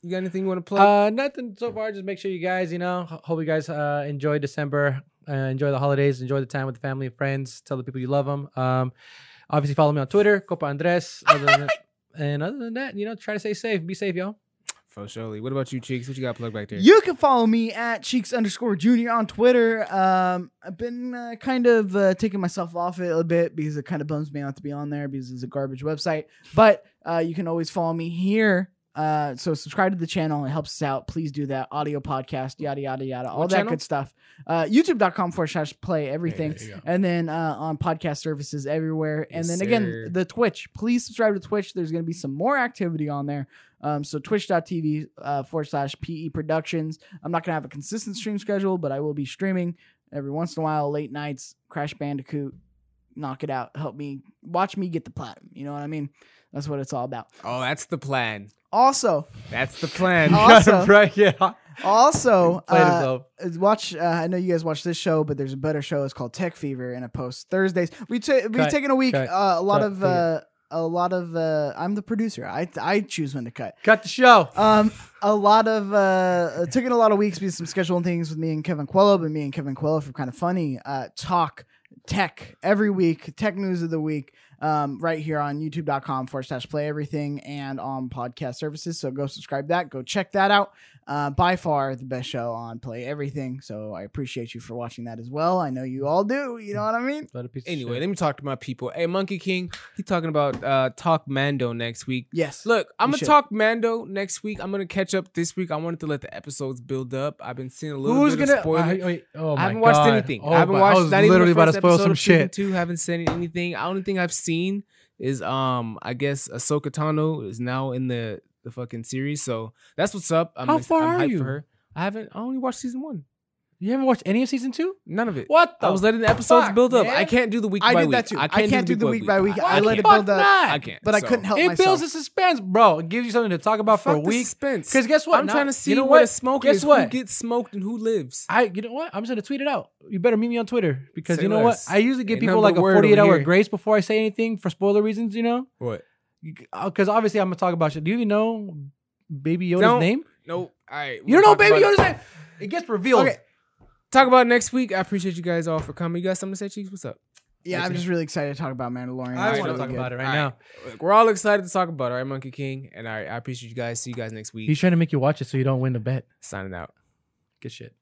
[SPEAKER 1] you got anything you want to plug?
[SPEAKER 2] Uh, nothing so far. Just make sure you guys, you know, ho- hope you guys uh, enjoy December, uh, enjoy the holidays, enjoy the time with the family and friends. Tell the people you love them. Um, obviously, follow me on Twitter, Copa Andres. Other than that, and other than that, you know, try to stay safe. Be safe, y'all.
[SPEAKER 1] For surely. What about you, Cheeks? What you got plugged back there?
[SPEAKER 3] You can follow me at cheeks underscore junior on Twitter. Um, I've been uh, kind of uh, taking myself off it a bit because it kind of bums me out to be on there because it's a garbage website. But uh, you can always follow me here. Uh, so subscribe to the channel. It helps us out. Please do that. Audio podcast, yada yada yada, all
[SPEAKER 1] What
[SPEAKER 3] that
[SPEAKER 1] channel?
[SPEAKER 3] good stuff. Uh, YouTube.com forward slash play everything.
[SPEAKER 2] There you go.
[SPEAKER 3] and then uh, on podcast services everywhere. And
[SPEAKER 1] Yes,
[SPEAKER 3] then
[SPEAKER 1] sir.
[SPEAKER 3] again, the Twitch. Please subscribe to Twitch. There's going to be some more activity on there. Um, so twitch.tv uh, forward slash PE Productions. I'm not going to have a consistent stream schedule, but I will be streaming every once in a while, late nights, Crash Bandicoot, knock it out. Help me, watch me get the platinum. You know what I mean? That's what it's all about.
[SPEAKER 1] Oh, that's the plan.
[SPEAKER 3] Also,
[SPEAKER 1] That's the plan.
[SPEAKER 3] Oh. Also-
[SPEAKER 2] right? Yeah. Played
[SPEAKER 3] also, uh,
[SPEAKER 2] himself.
[SPEAKER 3] watch. Uh, I know you guys watch this show, but there's a better show. It's called Tech Fever, and it posts Thursdays. We ta- we've
[SPEAKER 2] Cut,
[SPEAKER 3] taken a week.
[SPEAKER 2] cut,
[SPEAKER 3] uh, a lot
[SPEAKER 2] cut,
[SPEAKER 3] of
[SPEAKER 2] take it.
[SPEAKER 3] uh, a lot of. Uh, I'm the producer. I I choose when to cut.
[SPEAKER 2] Cut the show.
[SPEAKER 3] Um, a lot of uh, it took it a lot of weeks because some scheduling things with me and Kevin Quello, but me and Kevin Quello from kind of funny uh, talk tech every week, tech news of the week, um, right here on youtube.com forward slash play everything and on podcast services. So go subscribe that, go check that out. Uh, by far the best show on play everything. So I appreciate you for watching that as well. I know you all do. You know what I mean?
[SPEAKER 2] What a piece of
[SPEAKER 1] anyway,
[SPEAKER 2] shit.
[SPEAKER 1] let me talk to my people. Hey, Monkey King, he talking about uh Talk Mando next week.
[SPEAKER 3] Yes.
[SPEAKER 1] Look, I'm
[SPEAKER 3] You
[SPEAKER 1] gonna
[SPEAKER 3] should.
[SPEAKER 1] talk Mando next week. I'm gonna catch up this week. I wanted to let the episodes build up. I've been seeing a little
[SPEAKER 2] Who's
[SPEAKER 1] bit
[SPEAKER 2] gonna?
[SPEAKER 1] of spoiler.
[SPEAKER 2] I, wait, oh my
[SPEAKER 1] I haven't watched
[SPEAKER 2] God.
[SPEAKER 1] anything.
[SPEAKER 2] Oh,
[SPEAKER 1] I haven't
[SPEAKER 2] but
[SPEAKER 1] watched.
[SPEAKER 2] I was
[SPEAKER 1] not even
[SPEAKER 2] literally
[SPEAKER 1] the
[SPEAKER 2] about to
[SPEAKER 1] first
[SPEAKER 2] spoil
[SPEAKER 1] episode
[SPEAKER 2] some
[SPEAKER 1] of season
[SPEAKER 2] shit.
[SPEAKER 1] Two haven't seen anything. I only thing I've seen is um I guess Ahsoka Tano is now in the the fucking series, so that's what's up. I'm
[SPEAKER 2] How
[SPEAKER 1] ex-
[SPEAKER 2] far
[SPEAKER 1] I'm
[SPEAKER 2] are
[SPEAKER 1] hyped
[SPEAKER 2] you?
[SPEAKER 1] For her. I haven't. I only watched season one.
[SPEAKER 2] You haven't watched any of season two?
[SPEAKER 1] None of it.
[SPEAKER 2] What the?
[SPEAKER 1] I was letting the episodes
[SPEAKER 2] fuck,
[SPEAKER 1] build up.
[SPEAKER 2] man?
[SPEAKER 1] I can't do the week
[SPEAKER 3] I
[SPEAKER 1] by
[SPEAKER 3] did
[SPEAKER 1] week.
[SPEAKER 3] that too.
[SPEAKER 1] I can't do, the week, by week.
[SPEAKER 3] I let it
[SPEAKER 1] can't.
[SPEAKER 3] build up.
[SPEAKER 1] I can't.
[SPEAKER 3] But I
[SPEAKER 1] so.
[SPEAKER 3] couldn't help
[SPEAKER 2] it
[SPEAKER 3] myself.
[SPEAKER 2] builds the suspense, bro. It gives you something to talk about for a
[SPEAKER 1] Fuck the
[SPEAKER 2] week.
[SPEAKER 1] Suspense.
[SPEAKER 2] 'Cause guess what?
[SPEAKER 1] I'm
[SPEAKER 2] Now-
[SPEAKER 1] trying to see
[SPEAKER 2] you know
[SPEAKER 1] what?
[SPEAKER 2] what?
[SPEAKER 1] a smoke
[SPEAKER 2] Guess
[SPEAKER 1] is. Who
[SPEAKER 2] what?
[SPEAKER 1] gets smoked and who lives?
[SPEAKER 2] I, you know what? I'm just gonna tweet it out. You better meet me on Twitter because
[SPEAKER 1] Say
[SPEAKER 2] you know
[SPEAKER 1] less.
[SPEAKER 2] what? I usually give
[SPEAKER 1] Ain't
[SPEAKER 2] people
[SPEAKER 1] nothing but
[SPEAKER 2] like a
[SPEAKER 1] word
[SPEAKER 2] 48
[SPEAKER 1] over
[SPEAKER 2] hour
[SPEAKER 1] here.
[SPEAKER 2] grace before I say anything for spoiler reasons. You know,
[SPEAKER 1] What?
[SPEAKER 2] because obviously I'm gonna talk about shit. Do you even know Baby Yoda's
[SPEAKER 1] Don't-
[SPEAKER 2] name?
[SPEAKER 1] Nope. All right.
[SPEAKER 2] You
[SPEAKER 1] we'll
[SPEAKER 2] don't know
[SPEAKER 1] talk
[SPEAKER 2] Baby
[SPEAKER 1] about
[SPEAKER 2] Yoda's
[SPEAKER 1] it.
[SPEAKER 2] name. It gets revealed.
[SPEAKER 3] Okay.
[SPEAKER 1] Talk about it next week. I appreciate you guys all for coming. You got something to say, Cheeks? What's up?
[SPEAKER 3] Yeah, I'm
[SPEAKER 1] Okay.
[SPEAKER 3] just really excited to talk about Mandalorian.
[SPEAKER 2] I
[SPEAKER 1] Alright,
[SPEAKER 2] want
[SPEAKER 1] so
[SPEAKER 2] to talk
[SPEAKER 1] good.
[SPEAKER 2] about it right
[SPEAKER 1] Alright.
[SPEAKER 2] now.
[SPEAKER 1] Look, we're all excited to talk about it, all right, Monkey King? And I, I appreciate you guys. See you guys next week.
[SPEAKER 2] He's trying to make you watch it so you don't win the bet.
[SPEAKER 1] Signing out.
[SPEAKER 2] Good shit.